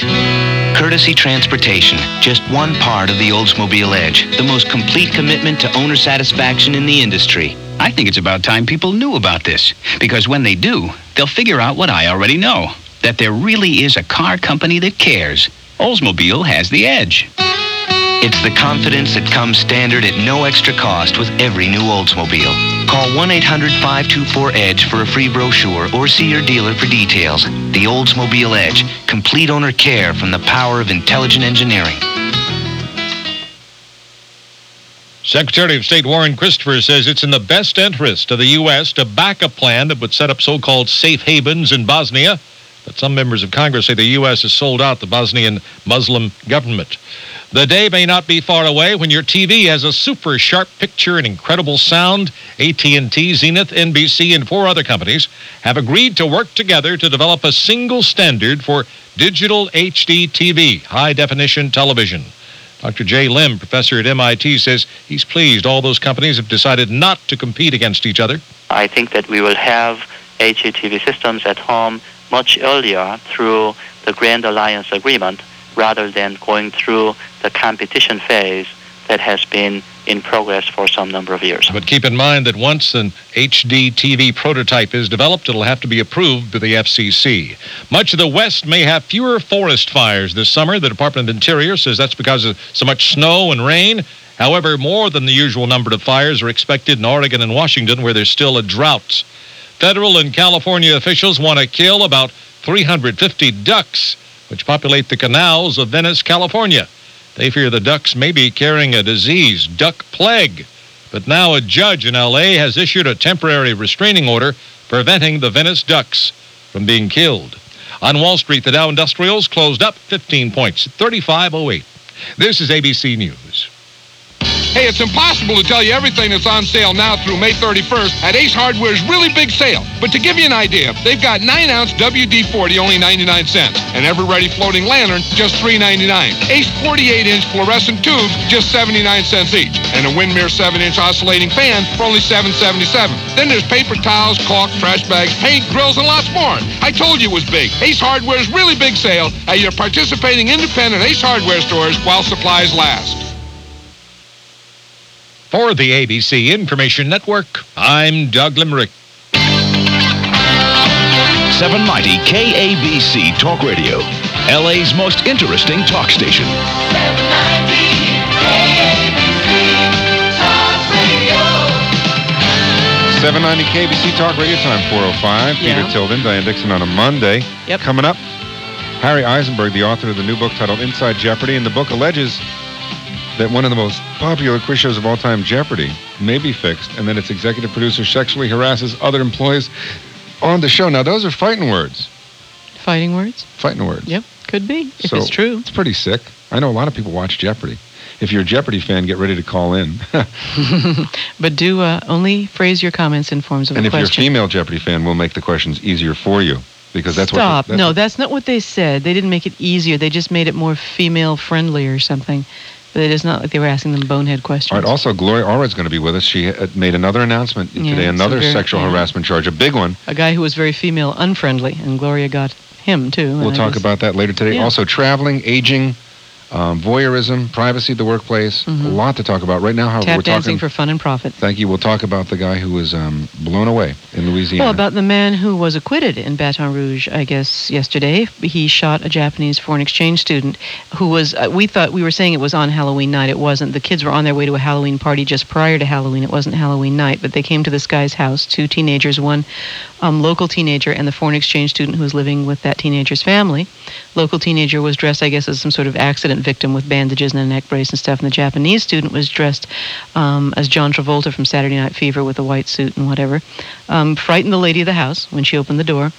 Speaker 12: Courtesy Transportation, just one part of the Oldsmobile Edge, the most complete commitment to owner satisfaction in the industry.
Speaker 11: I think it's about time people knew about this, because when they do, they'll figure out what I already know that there really is a car company that cares. Oldsmobile has the edge.
Speaker 12: It's the confidence that comes standard at no extra cost with every new Oldsmobile. Call 1-800-524-EDGE E for a free brochure or see your dealer for details. The Oldsmobile Edge, complete owner care from the power of intelligent engineering.
Speaker 25: Secretary of State Warren Christopher says it's in the best interest of the U.S. to back a plan that would set up so called safe havens in Bosnia. But some members of Congress say the U.S. has sold out the Bosnian Muslim government. The day may not be far away when your TV has a super sharp picture and incredible sound. AT&T, Zenith, NBC, and four other companies have agreed to work together to develop a single standard for digital HD TV, high definition television. Dr. Jay Lim, professor at MIT, says he's pleased all those companies have decided not to compete against each other.
Speaker 27: I think that we will have HATV systems at home much earlier through the Grand Alliance Agreement rather than going through the competition phase that has been in progress for some number of years.
Speaker 25: But keep in mind that once an HD TV prototype is developed, it'll have to be approved by the FCC. Much of the West may have fewer forest fires this summer. The Department of Interior says that's because of so much snow and rain. However, more than the usual number of fires are expected in Oregon and Washington, where there's still a drought. Federal and California officials want to kill about 350 ducks, which populate the canals of Venice, California. They fear the ducks may be carrying a disease, duck plague. But now a judge in LA has issued a temporary restraining order preventing the Venice ducks from being killed. On Wall Street, the Dow Industrials closed up 15 points, 3508. This is ABC News.
Speaker 28: Hey, it's impossible to tell you everything that's on sale now through May 31st at Ace Hardware's really big sale. But to give you an idea, they've got 9-ounce WD-40 only 99 cents and Everready floating lantern just $3.99. Ace 48-inch fluorescent tubes just 79 cents each and a Windmere 7-inch oscillating fan for only $7.77. Then there's paper towels, caulk, trash bags, paint, grills, and lots more. I told you it was big. Ace Hardware's really big sale at your participating independent Ace Hardware stores while supplies last.
Speaker 25: For the ABC Information Network, I'm Doug Limerick.
Speaker 29: 790 KABC Talk Radio, LA's most interesting talk station.
Speaker 22: Talk radio.
Speaker 2: 790 KBC Talk Radio Time 405.
Speaker 22: Yeah.
Speaker 2: Peter Tilden, Diane Dixon on a Monday. Yep. Coming up, Harry Eisenberg, the author of the new book titled Inside Jeopardy, and the book alleges that one of the most popular quiz shows of all time, Jeopardy, may be fixed, and that its executive producer sexually harasses other employees on the show. Now, those are fighting words.
Speaker 1: Fighting words?
Speaker 2: Fighting words.
Speaker 1: Yep, could be, if it's true.
Speaker 2: It's pretty sick. I know a lot of people watch Jeopardy. If you're a Jeopardy fan, get ready to call in.
Speaker 1: but do uh, only phrase your comments in forms of
Speaker 2: and
Speaker 1: a
Speaker 2: if you're a
Speaker 1: question.
Speaker 2: female Jeopardy fan, we'll make the questions easier for you because that's
Speaker 1: Stop.
Speaker 2: what. the-
Speaker 1: no, that's not what they said. They didn't make it easier. They just made it more female friendly or something. But it is not like they were asking them bonehead questions.
Speaker 2: All right. Also, Gloria Allred's going to be with us. She uh, made another announcement
Speaker 1: Yeah,
Speaker 2: today,
Speaker 1: it's a
Speaker 2: another
Speaker 1: very-
Speaker 2: sexual
Speaker 1: yeah.
Speaker 2: harassment charge, a big one.
Speaker 1: A guy who was very female unfriendly, and Gloria got him too. and
Speaker 2: We'll
Speaker 1: I
Speaker 2: talk
Speaker 1: guess-
Speaker 2: about that later today.
Speaker 1: Yeah.
Speaker 2: Also, traveling, aging, um, voyeurism, privacy at the workplace. A lot to talk about right now. However,
Speaker 1: Mm-hmm. tap
Speaker 2: we're
Speaker 1: dancing
Speaker 2: talking.
Speaker 1: for fun and profit.
Speaker 2: thank you. We'll talk about the guy who was um, blown away in Louisiana.
Speaker 1: Well, about the man who was acquitted in Baton Rouge, I guess yesterday, he shot a Japanese foreign exchange student who was. Uh, we thought we were saying it was on Halloween night. It wasn't. The kids were on their way to a Halloween party just prior to Halloween. It wasn't Halloween night, but they came to this guy's house. Two teenagers, one um, local teenager and the foreign exchange student who was living with that teenager's family. Local teenager was dressed, I guess, as some sort of accident victim with bandages and a neck brace and stuff, and the Japanese student was dressed um, as John Travolta from Saturday Night Fever with a white suit and whatever. Um, frightened the lady of the house when she opened the door.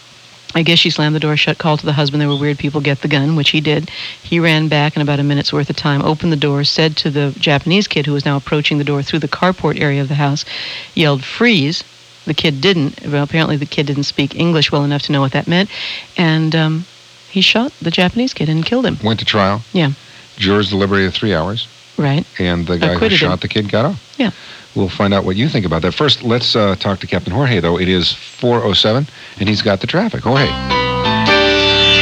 Speaker 1: I guess she slammed the door shut, called to the husband. There were weird people. Get the gun, which he did. He ran back in about a minute's worth of time, opened the door, said to the Japanese kid who was now approaching the door through the carport area of the house, yelled "freeze." The kid didn't. Well, apparently, the kid didn't speak English well enough to know what that meant, and um, he shot the Japanese kid and killed him.
Speaker 2: Went to trial.
Speaker 1: Yeah,
Speaker 2: Jurors deliberated three hours,
Speaker 1: right.
Speaker 2: and the guy
Speaker 1: Acquitted
Speaker 2: who
Speaker 1: him.
Speaker 2: shot the kid got off.
Speaker 1: Yeah.
Speaker 2: We'll find out what you think about that. First, let's uh, talk to Captain Jorge, though. It is 4.07, and he's got the traffic. Jorge.
Speaker 10: Hey,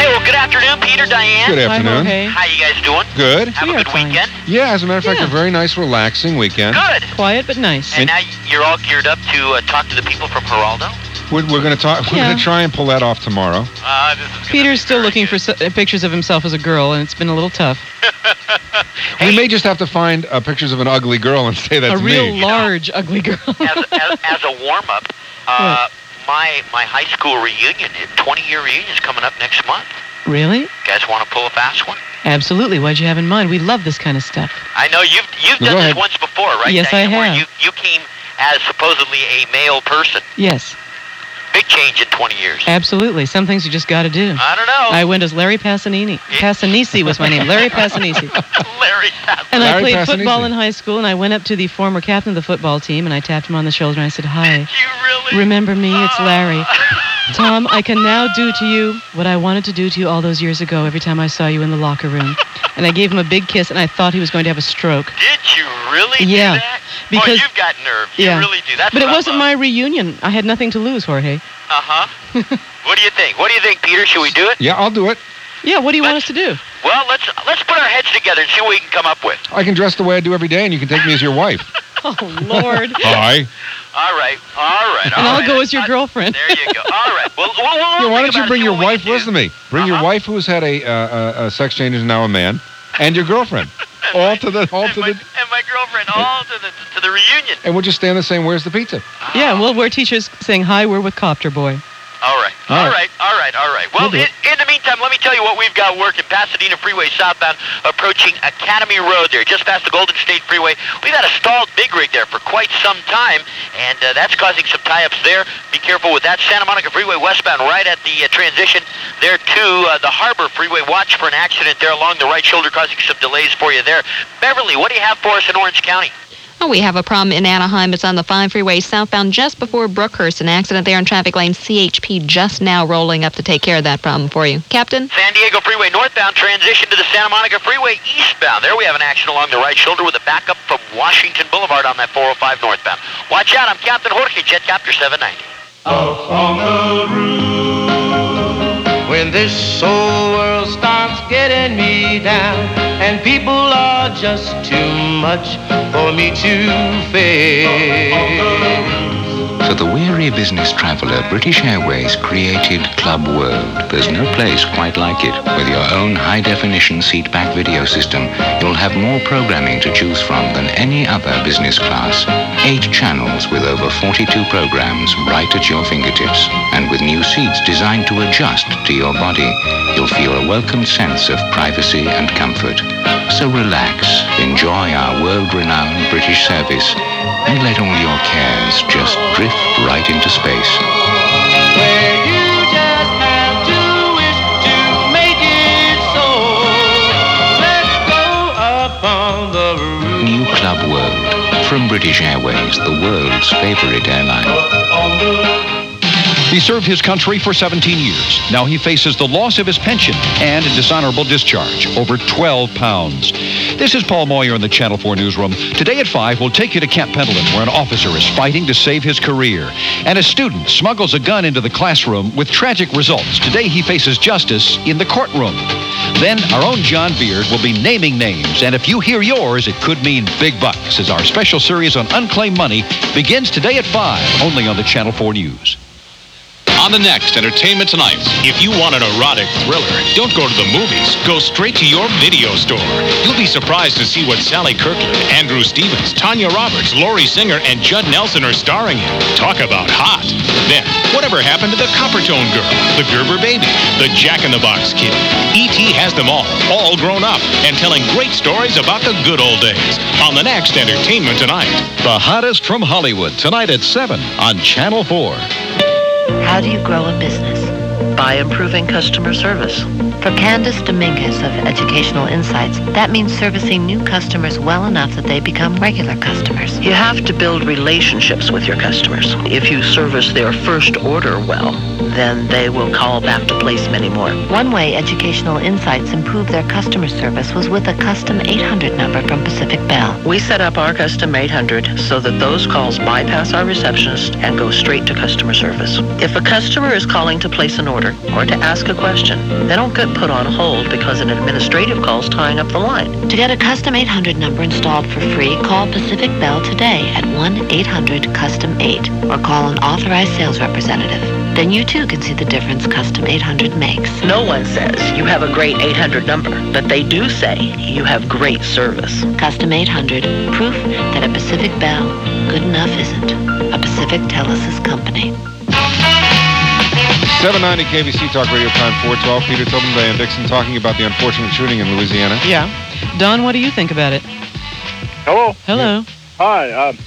Speaker 10: well, good afternoon, Peter, Diane.
Speaker 2: Good afternoon.
Speaker 10: How you guys doing?
Speaker 2: Good.
Speaker 10: Have a good weekend.
Speaker 2: Yeah, as a matter of fact,
Speaker 10: Yeah.
Speaker 2: a very nice, relaxing weekend.
Speaker 10: Good.
Speaker 1: Quiet but nice.
Speaker 10: And now you're all geared up to uh, talk to the people from Geraldo.
Speaker 2: We're, we're going to talk. We're
Speaker 1: Yeah.
Speaker 2: going to try and pull that off tomorrow.
Speaker 10: Uh, this is
Speaker 1: Peter's still looking for s- uh, pictures of himself as a girl, and it's been a little tough.
Speaker 2: We may just have to find uh, pictures of an ugly girl and say that's
Speaker 1: a real
Speaker 2: me.
Speaker 1: large, ugly girl.
Speaker 10: as, as, as a warm up. Uh, my my high school reunion, 20 year reunion, is coming up next month.
Speaker 1: really?
Speaker 10: You guys want to pull a fast one?
Speaker 1: Absolutely. What'd you have in mind? We love this kind of stuff.
Speaker 10: I know you've you've
Speaker 1: Go
Speaker 10: done
Speaker 1: ahead.
Speaker 10: this once before, right?
Speaker 1: Yes,
Speaker 10: Diane,
Speaker 1: I
Speaker 10: where
Speaker 1: have.
Speaker 10: You you came as supposedly a male person.
Speaker 1: Yes,
Speaker 10: Big change in 20 years.
Speaker 1: absolutely. Some things you just got to do.
Speaker 10: I don't know.
Speaker 1: I went as Larry Pasanini. Pasanisi was my name. Larry Pasanisi.
Speaker 10: Larry
Speaker 1: And I
Speaker 10: Larry
Speaker 1: played
Speaker 10: Pasanisi.
Speaker 1: football in high school, and I went up to the former captain of the football team, and I tapped him on the shoulder, and I said, "Hi, remember me? It's
Speaker 10: Ah."
Speaker 1: Larry." Tom, I can now do to you what I wanted to do to you all those years ago every time I saw you in the locker room. And I gave him a big kiss, and I thought he was going to have a stroke.
Speaker 10: Did you really
Speaker 1: Yeah,
Speaker 10: do that?
Speaker 1: because-
Speaker 10: oh, you've got nerve. You
Speaker 1: yeah.
Speaker 10: really do. That's
Speaker 1: but it
Speaker 10: what I
Speaker 1: wasn't
Speaker 10: love.
Speaker 1: my reunion. I had nothing to lose, Jorge.
Speaker 10: Uh-huh. Uh huh. what do you think? What do you think, Peter? Should we do it?
Speaker 2: Yeah, I'll do it.
Speaker 1: Yeah, what do you want us to do?
Speaker 10: Well, let's let's put our heads together and see what we can come up with.
Speaker 2: I can dress the way I do every day, and you can take me as your wife.
Speaker 1: Oh Lord.
Speaker 2: Hi.
Speaker 10: All right, all right, all
Speaker 1: And I'll
Speaker 10: right. Uh,
Speaker 1: go as your girlfriend.
Speaker 10: There you go. All right. Well, we'll, we'll Uh-huh.
Speaker 2: Yeah, why don't
Speaker 10: think
Speaker 2: you
Speaker 10: about
Speaker 2: bring
Speaker 10: it.
Speaker 2: your wife? Listen to me. Bring your wife, who's had a, uh, a, a sex change and now a man, and your girlfriend, all to the all to the,
Speaker 10: and my girlfriend all to the to the reunion.
Speaker 2: and we'll just stand the same. Where's the pizza?
Speaker 1: Yeah, and we'll wear teachers saying hi. We're with Copter Boy.
Speaker 10: All right.
Speaker 2: All
Speaker 10: All
Speaker 2: right.
Speaker 10: right. All right. All right. Well,
Speaker 1: We'll do
Speaker 10: in, in the meantime, let me tell you what we've got working. Pasadena Freeway southbound, approaching Academy Road there, just past the Golden State Freeway. We've had a stalled big rig there for quite some time, and uh, that's causing some tie-ups there. Be careful with that. Santa Monica Freeway westbound, right at the uh, transition there to uh, the Harbor Freeway. Watch for an accident there along the right shoulder, causing some delays for you there. Beverly, what do you have for us in Orange County?
Speaker 3: Oh, we have a problem in Anaheim. It's on the 5 freeway southbound just before Brookhurst. An accident there in traffic lane CHP just now rolling up to take care of that problem for you. Captain?
Speaker 10: San Diego Freeway northbound transition to the Santa Monica Freeway eastbound. There we have an action along the right shoulder with a backup from Washington Boulevard on that 405 northbound. Watch out, I'm Captain Jorge, Jet Captor 790.
Speaker 30: Up on the roof. When this whole world starts getting me down, and people are just too much for me to face.
Speaker 31: For the weary business traveler, British Airways created Club World. There's no place quite like it. With your own high-definition seatback video system, you'll have more programming to choose from than any other business class. Eight channels with over 42 programs right at your fingertips. And with new seats designed to adjust to your body, you'll feel a welcome sense of privacy and comfort. So relax, enjoy our world-renowned British service, and let all your cares just drift right into space. New Club World from British Airways, the world's favorite airline.
Speaker 13: He served his country for 17 years. Now he faces the loss of his pension and a dishonorable discharge, over 12 pounds. This is Paul Moyer in the Channel 4 newsroom. Today at 5, we'll take you to Camp Pendleton, where an officer is fighting to save his career. And a student smuggles a gun into the classroom with tragic results. Today he faces justice in the courtroom. Then our own John Beard will be naming names, and if you hear yours, it could mean big bucks as our special series on unclaimed money begins today at 5, only on the Channel 4 News.
Speaker 32: On the next Entertainment Tonight, if you want an erotic thriller, don't go to the movies. Go straight to your video store. You'll be surprised to see what Sally Kirkland, Andrew Stevens, Tanya Roberts, Laurie Singer, and Judd Nelson are starring in. Talk about hot. Then, whatever happened to the Coppertone Girl, the Gerber Baby, the Jack in the Box Kid? E.T. has them all, all grown up, and telling great stories about the good old days. On the next Entertainment Tonight.
Speaker 13: The hottest from Hollywood, tonight at 7 on Channel 4.
Speaker 33: How do you grow a business? By improving customer service. For Candace Dominguez of Educational Insights, that means servicing new customers well enough that they become regular customers. You have to build relationships with your customers. If you service their first order well, then they will call back to place many more. One way Educational Insights improved their customer service was with a custom 800 number from Pacific Bell. We set up our custom 800 so that those calls bypass our receptionist and go straight to customer service. If a customer is calling to place an order or to ask a question, they don't get put on hold because an administrative call is tying up the line. To get a custom 800 number installed for free, call Pacific Bell today at 1-800-CUSTOM-8 or call an authorized sales representative. Then you too can see the difference Custom 800 makes. No one says you have a great 800 number, but they do say you have great service. Custom 800, proof that a Pacific Bell, good enough isn't. A Pacific Telesis company.
Speaker 2: 790 KBC Talk Radio Time 412. Peter Tilden, Diane Dixon, talking about the unfortunate shooting in Louisiana.
Speaker 1: Yeah. Don, what do you think about it?
Speaker 34: Hello.
Speaker 1: Hello.
Speaker 34: Hi. Um,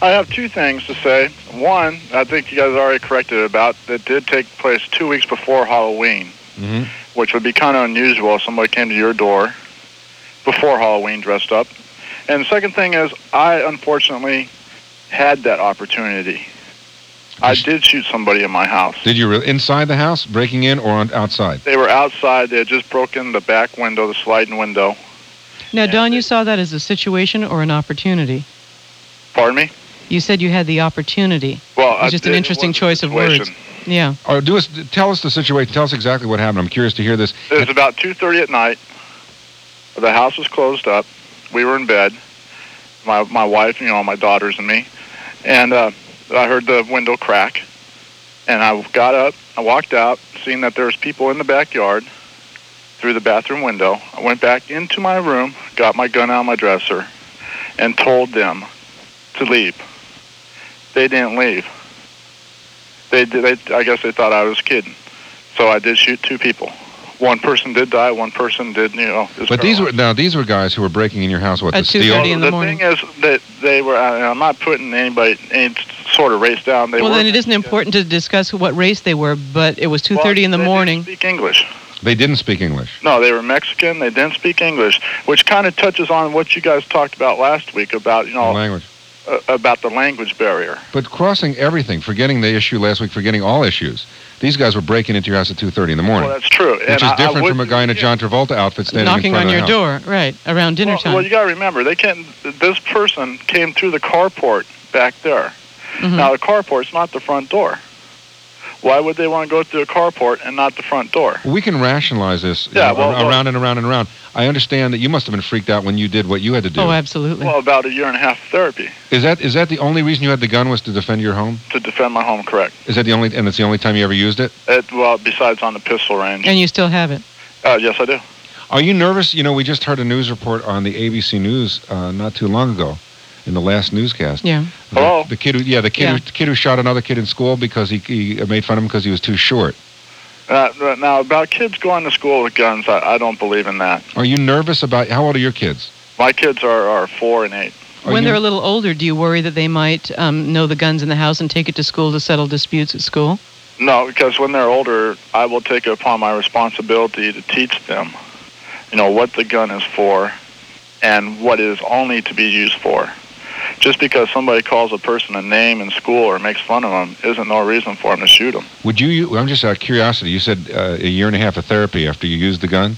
Speaker 34: I have two things to say. One, I think you guys already corrected about that did take place two weeks before Halloween,
Speaker 2: Mm-hmm.
Speaker 34: which would be kind of unusual if somebody came to your door before Halloween dressed up. And the second thing is, I unfortunately had that opportunity. I did shoot somebody in my house.
Speaker 2: Did you re- inside the house, breaking in, or on outside?
Speaker 34: They were outside. They had just broken the back window, the sliding window.
Speaker 1: Now, Don, you saw that as a situation or an opportunity?
Speaker 34: Pardon me?
Speaker 1: You said you had the opportunity.
Speaker 34: Well,
Speaker 1: it's just an interesting choice of words. Yeah.
Speaker 2: Or Oh, do us tell us the situation. Tell us exactly what happened. I'm curious to hear this.
Speaker 34: It was about two thirty at night. The house was closed up. We were in bed. My my wife, you know, my daughters and me. And uh, I heard the window crack. And I got up. I walked out, seeing that there was people in the backyard through the bathroom window. I went back into my room, got my gun out of my dresser, and told them to leave. They didn't leave. They, did- they I guess they thought I was kidding. So I did shoot two people. One person did die. One person did, you know. is
Speaker 2: But these were now these were guys who were breaking in your house. What
Speaker 34: At
Speaker 2: to steal?
Speaker 34: the thing is that they were. And I'm not putting anybody any sort of race down. They
Speaker 1: well,
Speaker 34: were
Speaker 1: then it isn't important to discuss what race they were, but it was 2:30 in the
Speaker 34: they didn't
Speaker 1: morning.
Speaker 34: speak English.
Speaker 2: They didn't speak English.
Speaker 34: No, they were Mexican. They didn't speak English, which kind of touches on what you guys talked about last week about you know
Speaker 2: language.
Speaker 34: Uh, about the language barrier.
Speaker 2: But crossing everything, forgetting the issue last week, forgetting all issues. These guys were breaking into your house at 2:30 in the morning,
Speaker 34: Well, that's true.
Speaker 2: which
Speaker 34: and
Speaker 2: is
Speaker 34: I- I
Speaker 2: different from a
Speaker 34: wouldn't-
Speaker 2: guy in a John Travolta outfit standing in
Speaker 1: Knocking
Speaker 2: front
Speaker 1: on
Speaker 2: of the
Speaker 1: your
Speaker 2: house.
Speaker 1: door, right, around dinner
Speaker 34: well,
Speaker 1: time.
Speaker 34: well, you got to remember, they can't. This person came through the carport back there.
Speaker 1: Mm-hmm.
Speaker 34: Now the carport's not the front door. Why would they want to go through a carport and not the front door?
Speaker 2: We can rationalize this you
Speaker 34: Yeah,
Speaker 2: know,
Speaker 34: well,
Speaker 2: ar-
Speaker 34: well-
Speaker 2: around and around and around. I understand that you must have been freaked out when you did what you had to do.
Speaker 1: Oh, absolutely.
Speaker 34: Well, about a year and a half of therapy
Speaker 2: Is that is that the only reason you had the gun was to defend your home?
Speaker 34: to defend my home. Correct.
Speaker 2: Is that the only and it's the only time you ever used it?
Speaker 34: It, well, besides on the pistol range.
Speaker 1: And you still have it.
Speaker 34: Uh, yes, I do.
Speaker 2: Are you nervous? You know, we just heard a news report on the ABC News uh, not too long ago, in the last newscast.
Speaker 1: Yeah.
Speaker 2: The, the kid who, yeah, the kid, Who,
Speaker 34: Yeah.
Speaker 2: the kid who shot another kid in school because he, he made fun of him because he was too short.
Speaker 34: Uh, right now, about kids going to school with guns, I, I don't believe in that.
Speaker 2: Are you nervous about how old are your kids?
Speaker 34: My kids are, are four and eight.
Speaker 1: when they're a little older, do you worry that they might um, know the guns in the house and take it to school to settle disputes at school?
Speaker 34: No, because when they're older, I will take it upon my responsibility to teach them, you know, what the gun is for and what it is only to be used for. Just because somebody calls a person a name in school or makes fun of them isn't no reason for them to shoot them.
Speaker 2: Would you? u- I'm just out of curiosity. You said uh, a year and a half of therapy after you used the gun.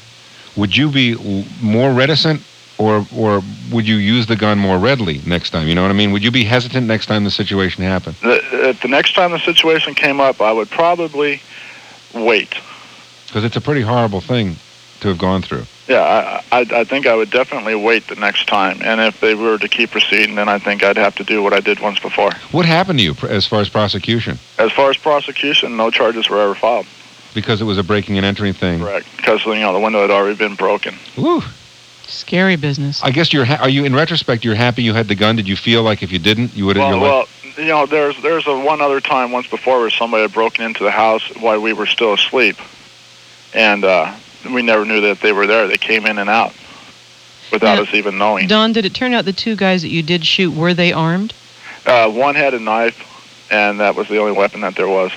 Speaker 2: Would you be w- more reticent, or or would you use the gun more readily next time? You know what I mean? Would you be hesitant next time the situation happened?
Speaker 34: The, if the next time the situation came up, I would probably wait.
Speaker 2: Because it's a pretty horrible thing to have gone through.
Speaker 34: Yeah, I, I, I think I would definitely wait the next time. And if they were to keep proceeding, then I think I'd have to do what I did once before.
Speaker 2: What happened to you pr- as far as prosecution?
Speaker 34: As far as prosecution, no charges were ever filed.
Speaker 2: Because it was a breaking and entering thing.
Speaker 34: Correct. Because, you know, the window had already been broken.
Speaker 2: Woo.
Speaker 1: Scary business.
Speaker 2: I guess you're. Ha- are you in retrospect? You're happy you had the gun. Did you feel like if you didn't, you would have?
Speaker 34: Well,
Speaker 2: your
Speaker 34: well, you know, there's there's a one other time once before where somebody had broken into the house while we were still asleep, and uh, we never knew that they were there. They came in and out without
Speaker 1: Now-
Speaker 34: us even knowing.
Speaker 1: Don, did it turn out the two guys that you did shoot were they armed?
Speaker 34: Uh, one had a knife, and that was the only weapon that there was.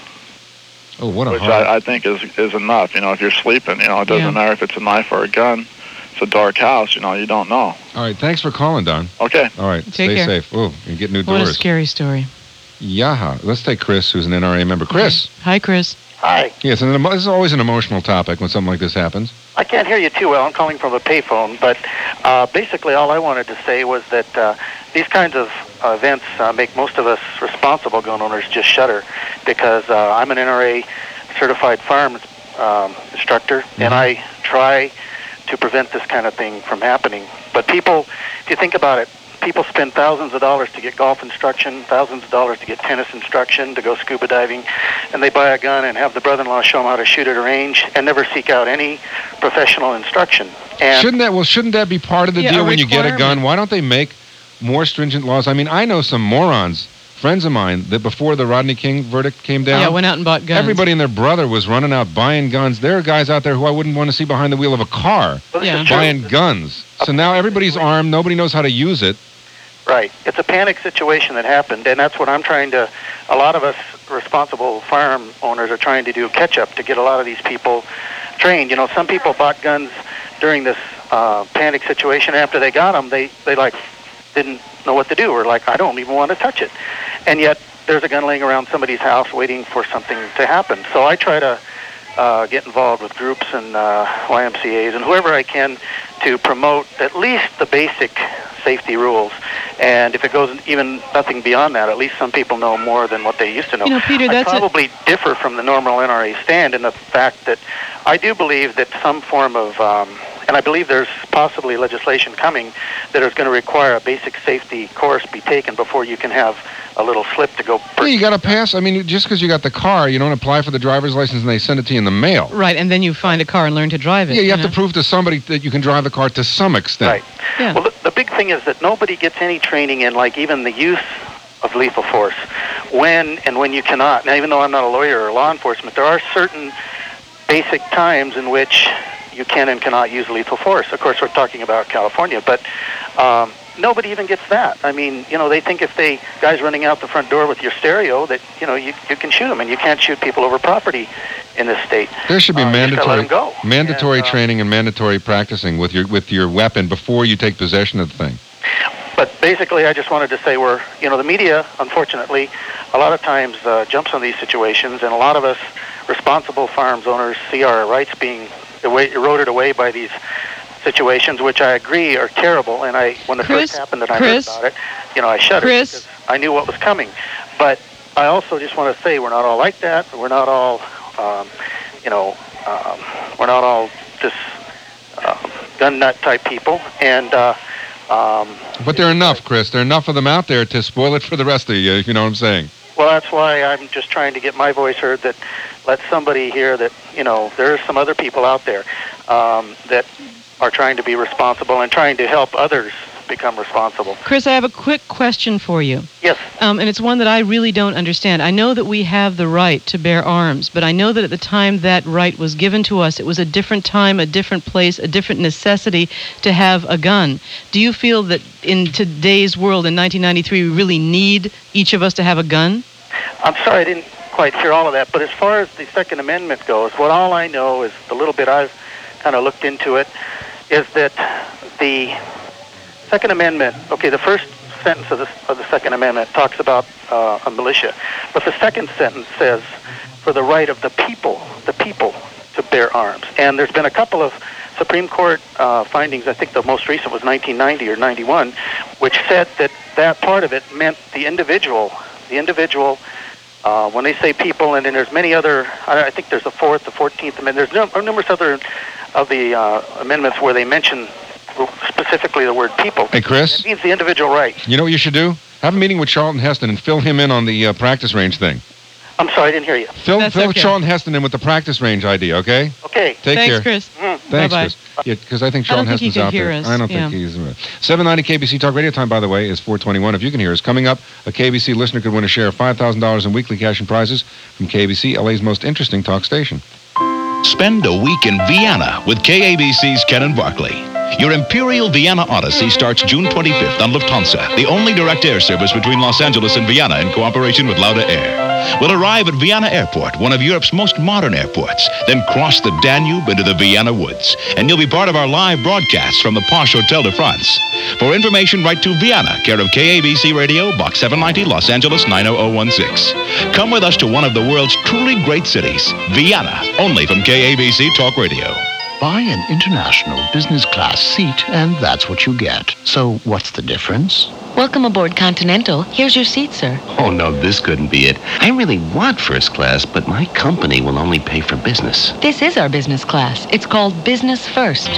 Speaker 2: Oh, what a
Speaker 34: which
Speaker 2: horror.
Speaker 34: I, I think is is enough. You know, if you're sleeping, you know, it doesn't
Speaker 2: Yeah.
Speaker 34: matter if it's a knife or a gun. It's a dark house. You know, you don't know.
Speaker 2: All right. Thanks for calling, Don.
Speaker 34: Okay.
Speaker 2: All right. stay
Speaker 1: care.
Speaker 2: safe. Oh, and get new
Speaker 1: What a
Speaker 2: doors.
Speaker 1: scary story.
Speaker 2: Yaha. Let's take Chris, who's an NRA member. Chris.
Speaker 1: Hi, Chris.
Speaker 2: Hi. Yes, and emo- this is always an emotional topic when something like this happens.
Speaker 35: I can't hear you too well. I'm calling from a payphone, but uh, basically, all I wanted to say was that uh, these kinds of uh, events uh, make most of us responsible gun owners just shudder, because uh, I'm an NRA certified firearms um, instructor, and I try to prevent this kind of thing from happening. But people, if you think about it, people spend thousands of dollars to get golf instruction, thousands of dollars to get tennis instruction, to go scuba diving, and they buy a gun and have the brother-in-law show them how to shoot at a range, and never seek out any professional instruction. And
Speaker 2: shouldn't that well? Shouldn't that be part of the
Speaker 35: Yeah,
Speaker 2: deal
Speaker 35: a
Speaker 2: when you get a gun?
Speaker 35: requirement.
Speaker 2: Why don't they make more stringent laws? I mean, I know some morons, friends of mine, that before the Rodney King verdict came down,
Speaker 1: Yeah, went out and bought Uh, guns.
Speaker 2: Everybody and their brother was running out buying guns. There are guys out there who I wouldn't want to see behind the wheel of a car
Speaker 35: Yeah. true.
Speaker 2: buying guns. So now everybody's armed. Nobody knows how to use it.
Speaker 35: Right. It's a panic situation that happened, and that's what I'm trying to. A lot of us responsible firearm owners are trying to do catch up to get a lot of these people trained. You know, some people bought guns during this uh, panic situation. After they got them, they they like didn't know what to do, or like I don't even want to touch it, and yet there's a gun laying around somebody's house waiting for something to happen. So I try to. Uh, get involved with groups and uh, YMCA's and whoever I can to promote at least the basic safety rules. And if it goes even nothing beyond that, at least some people know more than what they used to know.
Speaker 1: You know, Peter,
Speaker 35: I
Speaker 1: that's a-
Speaker 35: probably differ from the normal NRA stand in the fact that I do believe that some form of, um, and I believe there's possibly legislation coming that is going to require a basic safety course be taken before you can have a little slip to go
Speaker 2: Yeah, you got to pass. I mean, just because you got the car, you don't apply for the driver's license and they send it to you in the mail.
Speaker 1: Right, and then you find a car and learn to drive it.
Speaker 2: Yeah, you have
Speaker 1: know?
Speaker 2: to prove to somebody that you can drive the car to some extent. Right.
Speaker 35: Well, the, the big thing is that nobody gets any training in, like, even the use of lethal force. When and when you cannot. Now, even though I'm not a lawyer or law enforcement, there are certain basic times in which you can and cannot use lethal force. Of course, we're talking about California, but um, nobody even gets that. I mean, you know, they think if they guys running out the front door with your stereo that you know you you can shoot them, and you can't shoot people over property in this state.
Speaker 2: There should be
Speaker 35: Uh, you just gotta let
Speaker 2: mandatory
Speaker 35: 'em go. uh,
Speaker 2: mandatory training and mandatory practicing with your with your weapon before you take possession of the thing.
Speaker 35: But basically, I just wanted to say we're, you know, the media, unfortunately, a lot of times uh, jumps on these situations, and a lot of us responsible farms owners see our rights being away, eroded away by these situations, which I agree are terrible. And I, when the
Speaker 1: Chris,
Speaker 35: first happened and I
Speaker 1: Chris.
Speaker 35: heard about it, you know, I shuddered
Speaker 1: Chris.
Speaker 35: because I knew what was coming. But I also just want to say we're not all like that. We're not all, um, you know, um, we're not all just uh, gun nut type people, and. Uh, um,
Speaker 2: But there are enough, Chris. There are enough of them out there to spoil it for the rest of you. If you know what I'm saying.
Speaker 35: Well, that's why I'm just trying to get my voice heard. That let somebody hear that you know there are some other people out there um, that are trying to be responsible and trying to help others become responsible.
Speaker 1: Chris, I have a quick question for you.
Speaker 35: Yes.
Speaker 1: Um, and it's one that I really don't understand. I know that we have the right to bear arms, but I know that at the time that right was given to us, it was a different time, a different place, a different necessity to have a gun. Do you feel that in today's world, in 1993, we really need each of us to have a gun?
Speaker 35: I'm sorry I didn't quite hear all of that, but as far as the Second Amendment goes, what all I know is the little bit I've kind of looked into it is that the Second Amendment. Okay, the first sentence of the, of the Second Amendment talks about uh, a militia, but the second sentence says for the right of the people, the people to bear arms. And there's been a couple of Supreme Court uh, findings. I think the most recent was 1990 or 91, which said that that part of it meant the individual, the individual. Uh, when they say people, and then there's many other, I I think there's the Fourth, the Fourteenth Amendment. There's num- uh, numerous other of the uh, amendments where they mention specifically the word people.
Speaker 2: Hey, Chris.
Speaker 35: It means the individual right.
Speaker 2: You know what you should do? Have a meeting with Charlton Heston and fill him in on the uh, practice range thing.
Speaker 35: I'm sorry, I didn't hear you.
Speaker 2: Fill, fill Charlton Heston in with the practice range idea, okay?
Speaker 35: Okay.
Speaker 2: Take
Speaker 35: Thanks,
Speaker 2: care.
Speaker 35: Chris. Mhm.
Speaker 2: Thanks,
Speaker 35: Bye-bye.
Speaker 2: Chris. Yeah, because I think
Speaker 1: I don't
Speaker 2: Charlton
Speaker 1: think he
Speaker 2: Heston's
Speaker 1: can
Speaker 2: out there.
Speaker 1: hear us.
Speaker 2: I don't think
Speaker 1: Yeah.
Speaker 2: he's. 790 KBC Talk Radio Time, by the way, is 421. If you can hear us, coming up, a KBC listener could win a share of $5,000 in weekly cash and prizes from KBC, LA's most interesting talk station.
Speaker 29: Spend a week in Vienna with KABC's Ken and Barkley. Your Imperial Vienna Odyssey starts June 25th on Lufthansa, the only direct air service between Los Angeles and Vienna in cooperation with Lauda Air. We'll arrive at Vienna Airport, one of Europe's most modern airports, then cross the Danube into the Vienna woods, and you'll be part of our live broadcasts from the posh Hotel de France. For information, write to Vienna, care of KABC Radio, Box 790, Los Angeles 90016. Come with us to one of the world's truly great cities, Vienna, only from KABC Talk Radio.
Speaker 36: Buy an international business class seat, and that's what you get. So, what's the difference?
Speaker 37: Welcome aboard Continental. Here's your seat, sir.
Speaker 36: Oh, no, this couldn't be it. I really want first class, but my company will only pay for business.
Speaker 37: This is our business class. It's called Business First.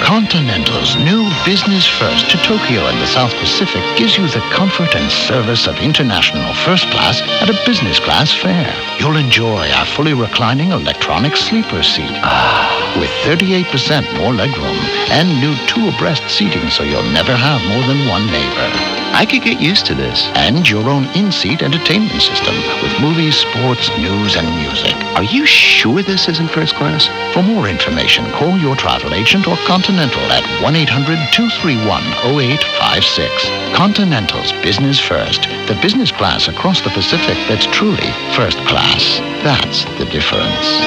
Speaker 36: Continental's new Business First to Tokyo and the South Pacific gives you the comfort and service of international first class at a business class fare. You'll enjoy our fully reclining electronic sleeper seat Ah, with 38% more legroom and new two abreast seating so you'll never have more than one neighbor. I could get used to this. And your own in-seat entertainment system with movies, sports, news, and music. Are you sure this isn't first class? For more information, call your travel agent or Continental at 1-800-231-0856. Continental's Business First, the business class across the Pacific that's truly first class. That's the difference.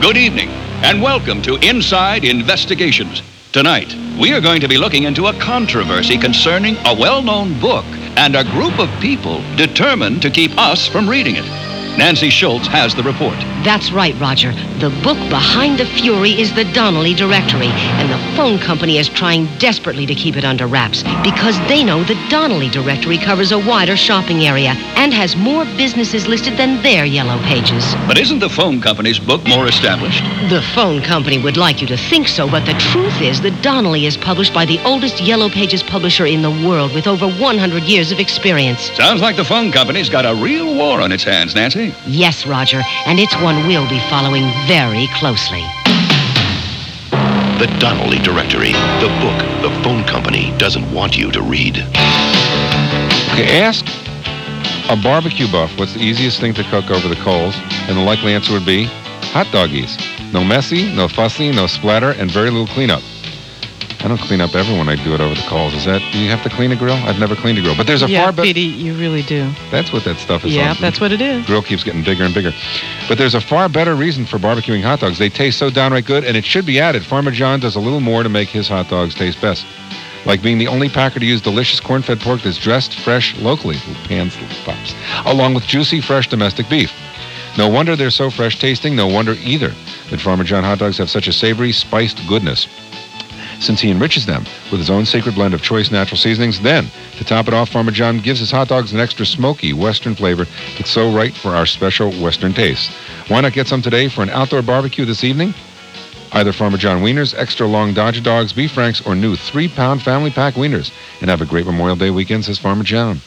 Speaker 4: Good evening, and welcome to Inside Investigations. Tonight, we are going to be looking into a controversy concerning a well known book and a group of people determined to keep us from reading it. Nancy Schultz has the report.
Speaker 26: That's right, Roger. The book behind the fury is the Donnelly Directory, and the phone company is trying desperately to keep it under wraps because they know the Donnelly Directory covers a wider shopping area and has more businesses listed than their yellow pages.
Speaker 4: But isn't the phone company's book more established?
Speaker 26: The phone company would like you to think so, but the truth is the Donnelly is published by the oldest yellow pages publisher in the world with over 100 years of experience.
Speaker 4: Sounds like the phone company's got a real war on its hands, Nancy.
Speaker 26: Yes, Roger, and it's one we'll be following very closely.
Speaker 20: The Donnelly Directory, the book the phone company doesn't want you to read.
Speaker 2: Okay, ask a barbecue buff what's the easiest thing to cook over the coals, and the likely answer would be hot doggies. No messy, no fussy, no splatter, and very little cleanup. I don't clean up ever when I do it over the coals. Is that do you have to clean a grill? I've never cleaned a grill, but there's a
Speaker 1: yeah,
Speaker 2: far better.
Speaker 1: Petey, you really do.
Speaker 2: That's what that stuff is.
Speaker 1: Yeah,
Speaker 2: on.
Speaker 1: that's what it is.
Speaker 2: Grill keeps getting bigger and bigger. But there's a far better reason for barbecuing hot dogs. They taste so downright good, and it should be added. Farmer John does a little more to make his hot dogs taste best. Like being the only packer to use delicious corn fed pork that's dressed fresh locally, pans pops, along with juicy, fresh domestic beef. No wonder they're so fresh tasting, no wonder either that Farmer John hot dogs have such a savory, spiced goodness since he enriches them with his own sacred blend of choice natural seasonings. Then, to top it off, Farmer John gives his hot dogs an extra smoky Western flavor that's so right for our special Western taste. Why not get some today for an outdoor barbecue this evening? Either Farmer John Wieners, extra long Dodger dogs, beef franks, or new three pound family pack wieners. And have a great Memorial Day weekend, says Farmer John.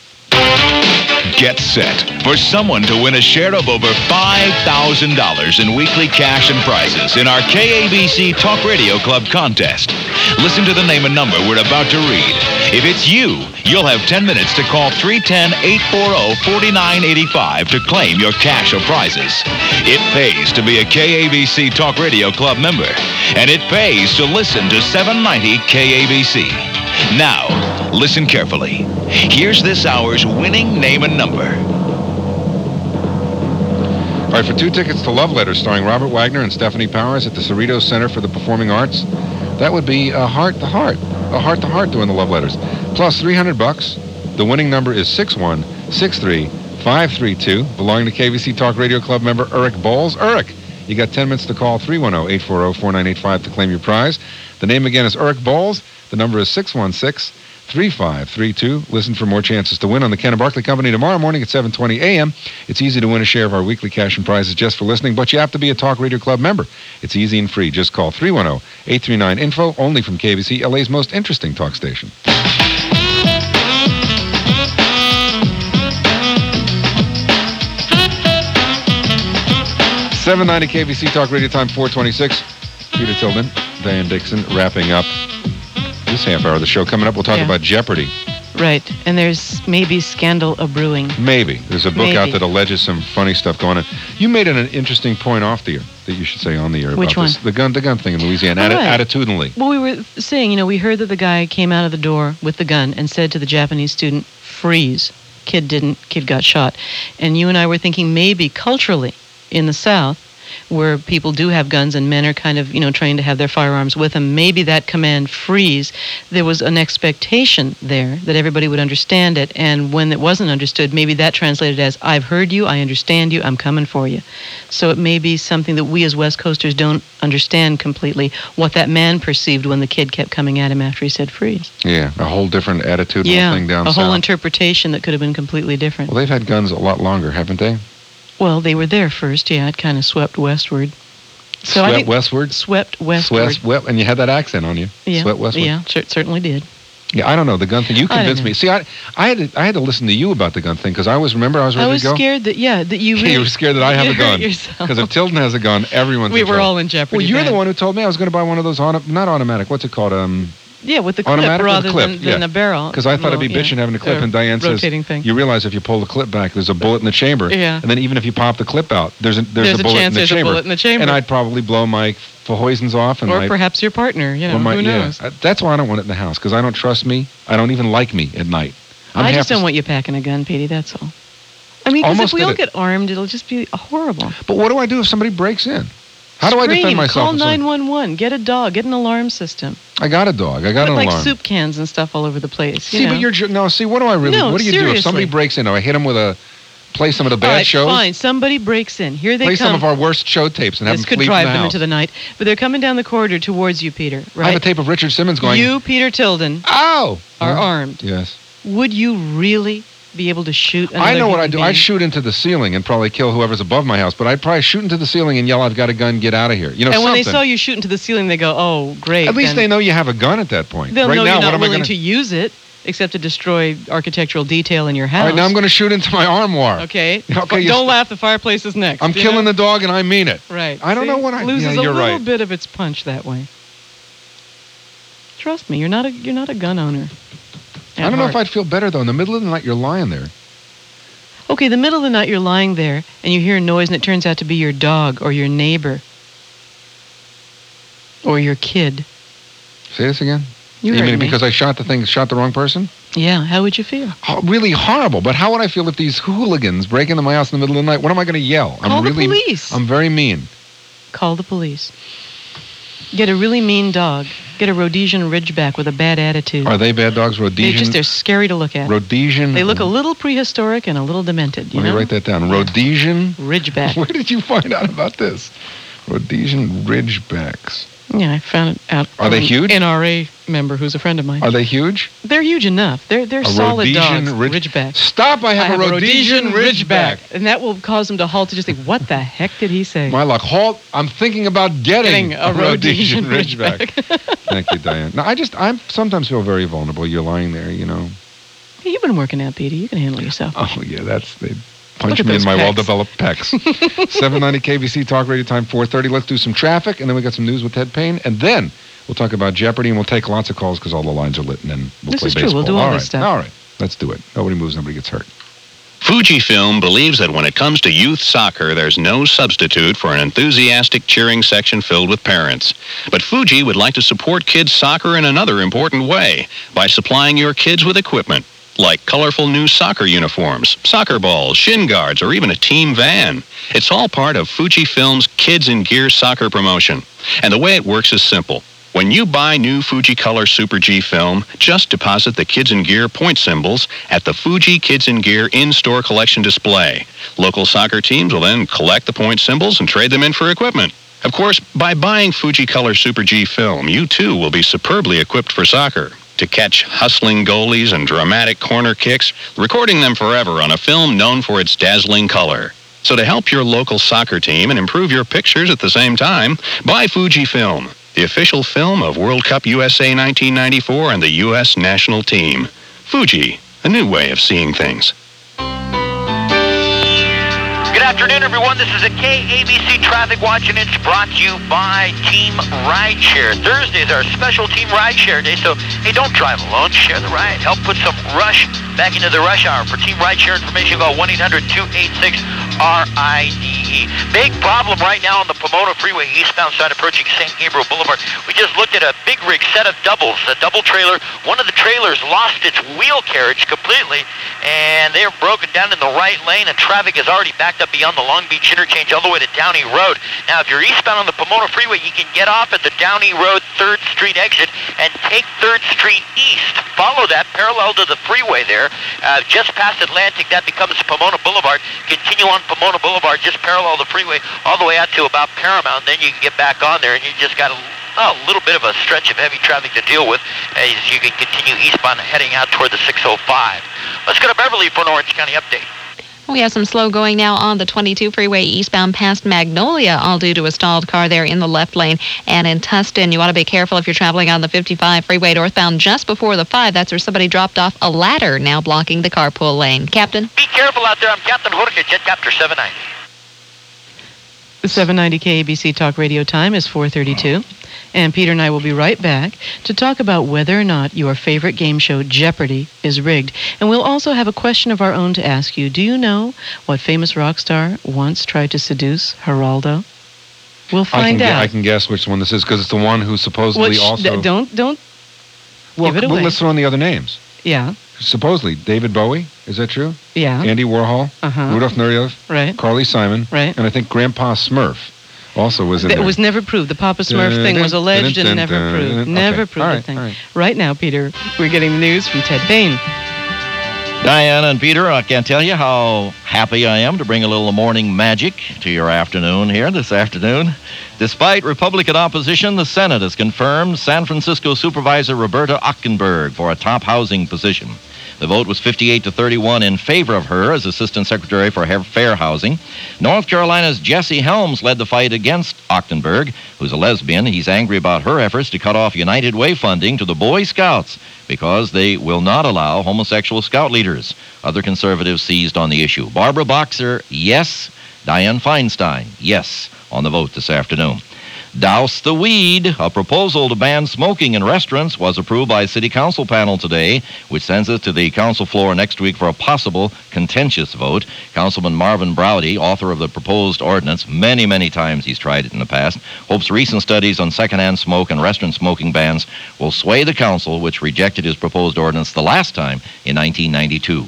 Speaker 29: Get set for someone to win a share of over $5,000 in weekly cash and prizes in our KABC Talk Radio Club contest. Listen to the name and number we're about to read. If it's you, you'll have 10 minutes to call 310-840-4985 to claim your cash or prizes. It pays to be a KABC Talk Radio Club member, and it pays to listen to 790 KABC. Now, listen carefully. Here's this hour's winning name and number.
Speaker 2: All right, for two tickets to Love Letters starring Robert Wagner and Stephanie Powers at the Cerritos Center for the Performing Arts, that would be a heart to heart, a heart to heart doing the Love Letters. Plus 300 bucks. The winning number is 6163532, belonging to KVC Talk Radio Club member Eric Bowles. Eric, you got 10 minutes to call 310-840-4985 to claim your prize. The name again is Eric Bowles. The number is 616 3532. Listen for more chances to win on the Ken and Barkley Company tomorrow morning at 7:20 a.m. It's easy to win a share of our weekly cash and prizes just for listening, but you have to be a Talk Radio Club member. It's easy and free. Just call 310-839-INFO only from KBC LA's most interesting talk station. Seven ninety KBC Talk Radio Time four twenty six. Peter Tilden, Diane Dixon, wrapping up this half hour of the show. Coming up, we'll talk
Speaker 1: Yeah.
Speaker 2: about Jeopardy.
Speaker 1: Right. And there's maybe scandal a brewing.
Speaker 2: Maybe. There's a book
Speaker 1: Maybe.
Speaker 2: out that alleges some funny stuff going on. You made an, an interesting point off the air that you should say on the air
Speaker 1: Which Oh,
Speaker 2: about this. The gun the gun thing in Louisiana,
Speaker 1: All
Speaker 2: atti-
Speaker 1: right.
Speaker 2: attitudinally.
Speaker 1: Well, we were saying, you know, we heard that the guy came out of the door with the gun and said to the Japanese student, freeze. Kid didn't, kid got shot. And you and I were thinking maybe culturally in the South, where people do have guns and men are kind of, you know, trained to have their firearms with them, maybe that command freeze, there was an expectation there that everybody would understand it. And when it wasn't understood, maybe that translated as, I've heard you, I understand you, I'm coming for you. So it may be something that we as West Coasters don't understand completely what that man perceived when the kid kept coming at him after he said freeze.
Speaker 2: Yeah. A whole different attitudinal
Speaker 1: yeah,
Speaker 2: thing down
Speaker 1: a
Speaker 2: south.
Speaker 1: whole interpretation that could have been completely different.
Speaker 2: well, they've had guns a lot longer, haven't they?
Speaker 1: Well, they were there first, yeah. It kind of swept westward. So I
Speaker 2: Swept
Speaker 1: think
Speaker 2: westward?
Speaker 1: Swept westward.
Speaker 2: Sweat, sweat, and you had that accent on you.
Speaker 1: yeah,
Speaker 2: Sweat westward.
Speaker 1: Yeah, cer- certainly did.
Speaker 2: Yeah, I don't know the gun thing. You
Speaker 1: I don't
Speaker 2: convinced
Speaker 1: know.
Speaker 2: me. See, I, I had, to, I had to listen to you about the gun thing because I was remember I was ready
Speaker 1: I was
Speaker 2: to go.
Speaker 1: scared that yeah that you. Really,
Speaker 2: you were scared that I have
Speaker 1: you
Speaker 2: a
Speaker 1: hurt
Speaker 2: gun
Speaker 1: yourself.
Speaker 2: because if Tilden has a gun, everyone's.
Speaker 1: We
Speaker 2: in
Speaker 1: were
Speaker 2: trouble.
Speaker 1: all in jeopardy
Speaker 2: Well, you're
Speaker 1: then.
Speaker 2: the one who told me I was going to buy one of those auto, not automatic. What's it called? Um,
Speaker 1: Yeah, with the clip
Speaker 2: automatic or
Speaker 1: rather
Speaker 2: the clip?
Speaker 1: than, than
Speaker 2: yeah.
Speaker 1: a barrel.
Speaker 2: Because I thought it'd be
Speaker 1: Well, yeah.
Speaker 2: bitching having a clip,
Speaker 1: Or
Speaker 2: and Diane says
Speaker 1: rotating thing.
Speaker 2: you realize if you pull the clip back, there's a bullet in the chamber.
Speaker 1: Yeah.
Speaker 2: And then even if you pop the clip out, there's a, there's,
Speaker 1: There's
Speaker 2: a
Speaker 1: a
Speaker 2: bullet in
Speaker 1: chance
Speaker 2: the
Speaker 1: there's a
Speaker 2: chamber.
Speaker 1: bullet in the chamber.
Speaker 2: And I'd probably blow my hoisins off, and
Speaker 1: or
Speaker 2: my,
Speaker 1: perhaps your partner. You know,
Speaker 2: or my-
Speaker 1: who
Speaker 2: yeah.
Speaker 1: knows?
Speaker 2: Uh, That's why I don't want it in the house because I don't trust me. I don't even like me at night. I'm
Speaker 1: I just
Speaker 2: half
Speaker 1: don't want you packing a gun, Petey. That's all. I mean, 'cause if
Speaker 2: Almost
Speaker 1: we
Speaker 2: did
Speaker 1: all
Speaker 2: it.
Speaker 1: get armed, it'll just be horrible.
Speaker 2: But what do I do if somebody breaks in? How do I defend
Speaker 1: Scream,
Speaker 2: myself
Speaker 1: Call
Speaker 2: if somebody-
Speaker 1: 911. Get a dog. Get an alarm system.
Speaker 2: I got a dog. I got
Speaker 1: Put,
Speaker 2: an
Speaker 1: like
Speaker 2: alarm.
Speaker 1: soup cans and stuff all over the place. you
Speaker 2: see,
Speaker 1: know?
Speaker 2: but you're ju- no. See, what do I really?
Speaker 1: No,
Speaker 2: what do you do if somebody
Speaker 1: seriously.
Speaker 2: breaks in? Do I hit him with a play some of the
Speaker 1: All
Speaker 2: bad
Speaker 1: right,
Speaker 2: shows.
Speaker 1: Fine. Somebody breaks in. Here they
Speaker 2: play
Speaker 1: come.
Speaker 2: some of our worst show tapes and have
Speaker 1: this
Speaker 2: them
Speaker 1: could
Speaker 2: flee
Speaker 1: drive
Speaker 2: now.
Speaker 1: them into the night. But they're coming down the corridor towards you, Peter.
Speaker 2: I have
Speaker 1: Right?
Speaker 2: a tape of Richard Simmons going.
Speaker 1: you, Peter Tilden.
Speaker 2: Ow!
Speaker 1: Are
Speaker 2: Huh?
Speaker 1: armed.
Speaker 2: Yes.
Speaker 1: Would you really be able to shoot? Another
Speaker 2: I know what
Speaker 1: human
Speaker 2: I do.
Speaker 1: Being?
Speaker 2: I shoot into the ceiling and probably kill whoever's above my house, but I'd probably shoot into the ceiling and yell, "I've got a gun! Get out of here!" You know
Speaker 1: and when
Speaker 2: something.
Speaker 1: they saw you shoot into the ceiling, they go, "Oh, great."
Speaker 2: At least
Speaker 1: then
Speaker 2: they know you have a gun at that point.
Speaker 1: They'll
Speaker 2: right
Speaker 1: know
Speaker 2: now,
Speaker 1: you're
Speaker 2: what
Speaker 1: not
Speaker 2: am I
Speaker 1: willing
Speaker 2: going
Speaker 1: to use it, except to destroy architectural detail in your house.
Speaker 2: All right, now I'm going to shoot into my armoire.
Speaker 1: Okay.
Speaker 2: Okay, you
Speaker 1: don't
Speaker 2: st-
Speaker 1: laugh. The fireplace is next.
Speaker 2: I'm
Speaker 1: you
Speaker 2: killing
Speaker 1: know?
Speaker 2: the dog, and I mean it.
Speaker 1: Right.
Speaker 2: I don't
Speaker 1: See?
Speaker 2: know what I.
Speaker 1: loses
Speaker 2: yeah,
Speaker 1: a
Speaker 2: you're
Speaker 1: little
Speaker 2: right.
Speaker 1: bit of its punch that way. Trust me, you're not a you're not a gun owner.
Speaker 2: I don't know if
Speaker 1: heart.
Speaker 2: I'd feel better though. In the middle of the night, you're lying there.
Speaker 1: Okay, the middle of the night you're lying there and you hear a noise and it turns out to be your dog or your neighbor or your kid.
Speaker 2: Say this again.
Speaker 1: You heard
Speaker 2: mean
Speaker 1: me.
Speaker 2: because I shot the thing, shot the wrong person?
Speaker 1: Yeah, how would you feel?
Speaker 2: Oh, really horrible. But how would I feel if these hooligans break into my house in the middle of the night? What am I going to yell?
Speaker 1: Call
Speaker 2: I'm
Speaker 1: the
Speaker 2: really,
Speaker 1: police.
Speaker 2: I'm very mean.
Speaker 1: Call the police. Get a really mean dog. Get a Rhodesian Ridgeback with a bad attitude.
Speaker 2: Are they bad dogs?
Speaker 1: They
Speaker 2: Rhodesian.
Speaker 1: just they're scary to look at.
Speaker 2: Rhodesian.
Speaker 1: They look a little prehistoric and a little demented. You
Speaker 2: Let me
Speaker 1: know?
Speaker 2: write that down. Rhodesian.
Speaker 1: Ridgeback.
Speaker 2: Where did you find out about this? Rhodesian Ridgebacks.
Speaker 1: Yeah, I found it out.
Speaker 2: Are they huge?
Speaker 1: NRA member who's a friend of mine.
Speaker 2: Are they huge?
Speaker 1: They're huge enough. They're they're
Speaker 2: A
Speaker 1: solid
Speaker 2: Rhodesian
Speaker 1: dogs.
Speaker 2: Ridge-
Speaker 1: Ridgeback.
Speaker 2: Stop! I have,
Speaker 1: I have
Speaker 2: a Rhodesian, Ridgeback.
Speaker 1: and that will cause them to halt to just think, "What the heck did he say?"
Speaker 2: My luck. Halt! I'm thinking about getting,
Speaker 1: Getting a Rhodesian
Speaker 2: Thank you, Diane. Now, I just, I sometimes feel very vulnerable. You're lying there, you know.
Speaker 1: Hey, you've been working out, Peter. You can handle yourself.
Speaker 2: Oh yeah, that's they
Speaker 1: Look
Speaker 2: punch
Speaker 1: at
Speaker 2: me in
Speaker 1: those
Speaker 2: my
Speaker 1: pecs.
Speaker 2: well-developed pecs. 790 KBC Talk Radio Time 4:30. Let's do some traffic, and then we got some news with Ted Payne, and then we'll talk about Jeopardy, and we'll take lots of calls because all the lines are lit, and then we'll
Speaker 1: This
Speaker 2: play
Speaker 1: is true.
Speaker 2: baseball.
Speaker 1: We'll do all
Speaker 2: all
Speaker 1: this
Speaker 2: right.
Speaker 1: stuff.
Speaker 2: All right, let's do it. Nobody moves, nobody gets hurt.
Speaker 38: Fujifilm believes that when it comes to youth soccer, there's no substitute for an enthusiastic cheering section filled with parents. But Fuji would like to support kids' soccer in another important way by supplying your kids with equipment like colorful new soccer uniforms, soccer balls, shin guards, or even a team van. It's all part of Fujifilm's Kids in Gear soccer promotion. And the way it works is simple. When you buy new Fuji Color Super G film, just deposit the Kids in Gear point symbols at the Fuji Kids in Gear in-store collection display. Local soccer teams will then collect the point symbols and trade them in for equipment. Of course, by buying Fuji Color Super G film, you too will be superbly equipped for soccer. To catch hustling goalies and dramatic corner kicks, recording them forever on a film known for its dazzling color. So to help your local soccer team and improve your pictures at the same time, buy Fujifilm, the official film of World Cup USA 1994 and the U.S. national team. Fuji, a new way of seeing things.
Speaker 10: Good afternoon, everyone. This is a KABC Traffic Watch, and it's brought to you by Team Rideshare. Thursdays are special Team Rideshare Day, so hey, don't drive alone. Share the ride. Help put some rush back into the rush hour. For Team Rideshare information, go 1-800-286-RIDE. E. Big problem right now on the Pomona Freeway, eastbound side approaching St. Gabriel Boulevard. We just looked at a big rig set of doubles, a double trailer. One of the trailers lost its wheel carriage completely, and they're broken down in the right lane, and traffic is already backed up beyond the Long Beach interchange all the way to Downey Road. Now, if you're eastbound on the Pomona Freeway, you can get off at the Downey Road 3rd Street exit and take 3rd Street east. Follow that parallel to the freeway there. Uh, just past Atlantic, that becomes Pomona Boulevard. Continue on Pomona Boulevard, just parallel the freeway all the way out to about Paramount. Then you can get back on there, and you just got to a little bit of a stretch of heavy traffic to deal with as you can continue eastbound heading out toward the 605. Let's go to Beverly for an Orange County update.
Speaker 3: We have some slow going now on the 22 freeway eastbound past Magnolia, all due to a stalled car there in the left lane. And in Tustin, you want to be careful if you're traveling on the 55 freeway northbound just before the 5. That's where somebody dropped off a ladder, now blocking the carpool lane. Captain?
Speaker 10: Be careful out there. I'm Captain Jorge, Jet Captor 79.
Speaker 1: The 790 KABC Talk Radio time is 4:32, and Peter and I will be right back to talk about whether or not your favorite game show Jeopardy is rigged. And we'll also have a question of our own to ask you. Do you know what famous rock star once tried to seduce Geraldo? We'll
Speaker 2: I can,
Speaker 1: find
Speaker 2: gue- I
Speaker 1: out.
Speaker 2: can guess which one this is because it's the one who supposedly
Speaker 1: Which-
Speaker 2: also.
Speaker 1: don't don't
Speaker 2: well,
Speaker 1: give it
Speaker 2: well,
Speaker 1: away.
Speaker 2: let's throw in the other names.
Speaker 1: Yeah,
Speaker 2: Supposedly, David Bowie. Is that true?
Speaker 1: yeah.
Speaker 2: Andy Warhol,
Speaker 1: Uh-huh.
Speaker 2: Rudolf Nureyev,
Speaker 1: Right.
Speaker 2: Carly Simon,
Speaker 1: Right.
Speaker 2: and I think Grandpa Smurf also was in
Speaker 1: That
Speaker 2: there.
Speaker 1: was never proved. The Papa Smurf
Speaker 2: Dun,
Speaker 1: thing
Speaker 2: dun,
Speaker 1: was alleged
Speaker 2: dun,
Speaker 1: and
Speaker 2: dun,
Speaker 1: never
Speaker 2: dun,
Speaker 1: proved.
Speaker 2: dun.
Speaker 1: Never
Speaker 2: Okay.
Speaker 1: proved
Speaker 2: All
Speaker 1: a
Speaker 2: right,
Speaker 1: thing.
Speaker 2: all right.
Speaker 1: Right now, Peter, we're getting the news from Ted Bain.
Speaker 12: Diana and Peter, I can't tell you how happy I am to bring a little morning magic to your afternoon here this afternoon. Despite Republican opposition, the Senate has confirmed San Francisco Supervisor Roberta Ochkenberg for a top housing position. The vote was 58 to 31 in favor of her as Assistant Secretary for Ha- Fair Housing. North Carolina's Jesse Helms led the fight against Ochtenberg, who's a lesbian. He's angry about her efforts to cut off United Way funding to the Boy Scouts because they will not allow homosexual scout leaders. Other conservatives seized on the issue. Barbara Boxer, yes. Dianne Feinstein, yes, on the vote this afternoon. Douse the Weed, a proposal to ban smoking in restaurants, was approved by a city council panel today, which sends it to the council floor next week for a possible contentious vote. Councilman Marvin Browdy, author of the proposed ordinance, many, many times he's tried it in the past, hopes recent studies on secondhand smoke and restaurant smoking bans will sway the council, which rejected his proposed ordinance the last time in 1992.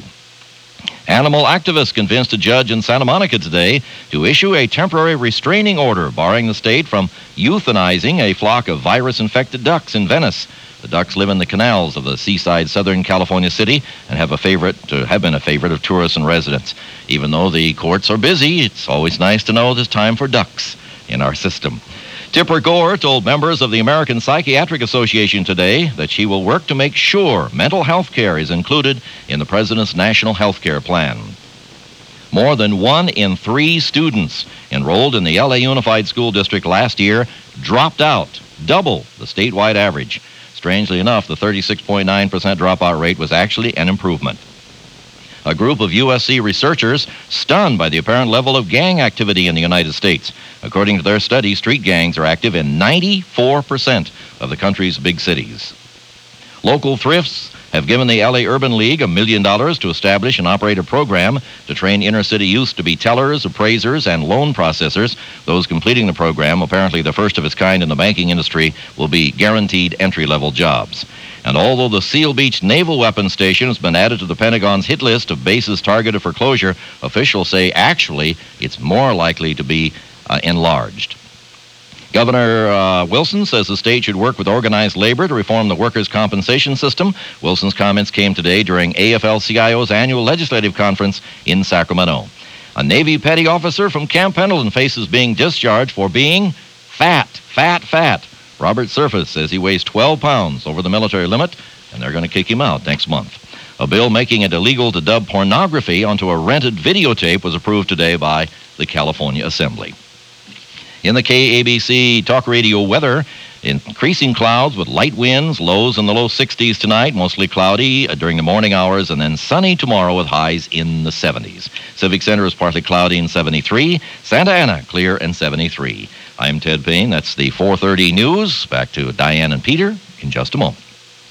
Speaker 12: Animal activists convinced a judge in Santa Monica today to issue a temporary restraining order barring the state from euthanizing a flock of virus infected ducks in Venice. The ducks live in the canals of the seaside Southern California city and have a favorite uh, have been a favorite of tourists and residents. Even though the courts are busy, it's always nice to know there's time for ducks in our system. Tipper Gore told members of the American Psychiatric Association today that she will work to make sure mental health care is included in the president's national health care plan. More than one in three students enrolled in the LA Unified School District last year dropped out, double the statewide average. Strangely enough, the 36.9% dropout rate was actually an improvement. A group of USC researchers stunned by the apparent level of gang activity in the United States. According to their study, street gangs are active in 94% of the country's big cities. Local thrifts have given the LA Urban League a million dollars to establish and operate a program to train inner city youth to be tellers, appraisers, and loan processors. Those completing the program, apparently the first of its kind in the banking industry, will be guaranteed entry level jobs. And although the Seal Beach Naval Weapons Station has been added to the Pentagon's hit list of bases targeted for closure, officials say actually it's more likely to be uh, enlarged. Governor uh, Wilson says the state should work with organized labor to reform the workers' compensation system. Wilson's comments came today during AFL CIO's annual legislative conference in Sacramento. A Navy petty officer from Camp Pendleton faces being discharged for being fat, fat, fat. Robert Surface says he weighs 12 pounds over the military limit, and they're going to kick him out next month. A bill making it illegal to dub pornography onto a rented videotape was approved today by the California Assembly. In the KABC Talk Radio weather, increasing clouds with light winds, lows in the low 60s tonight, mostly cloudy uh, during the morning hours, and then sunny tomorrow with highs in the 70s. Civic Center is partly cloudy in 73. Santa Ana, clear and 73. I'm Ted Payne. That's the 430 news. Back to Diane and Peter in just a moment.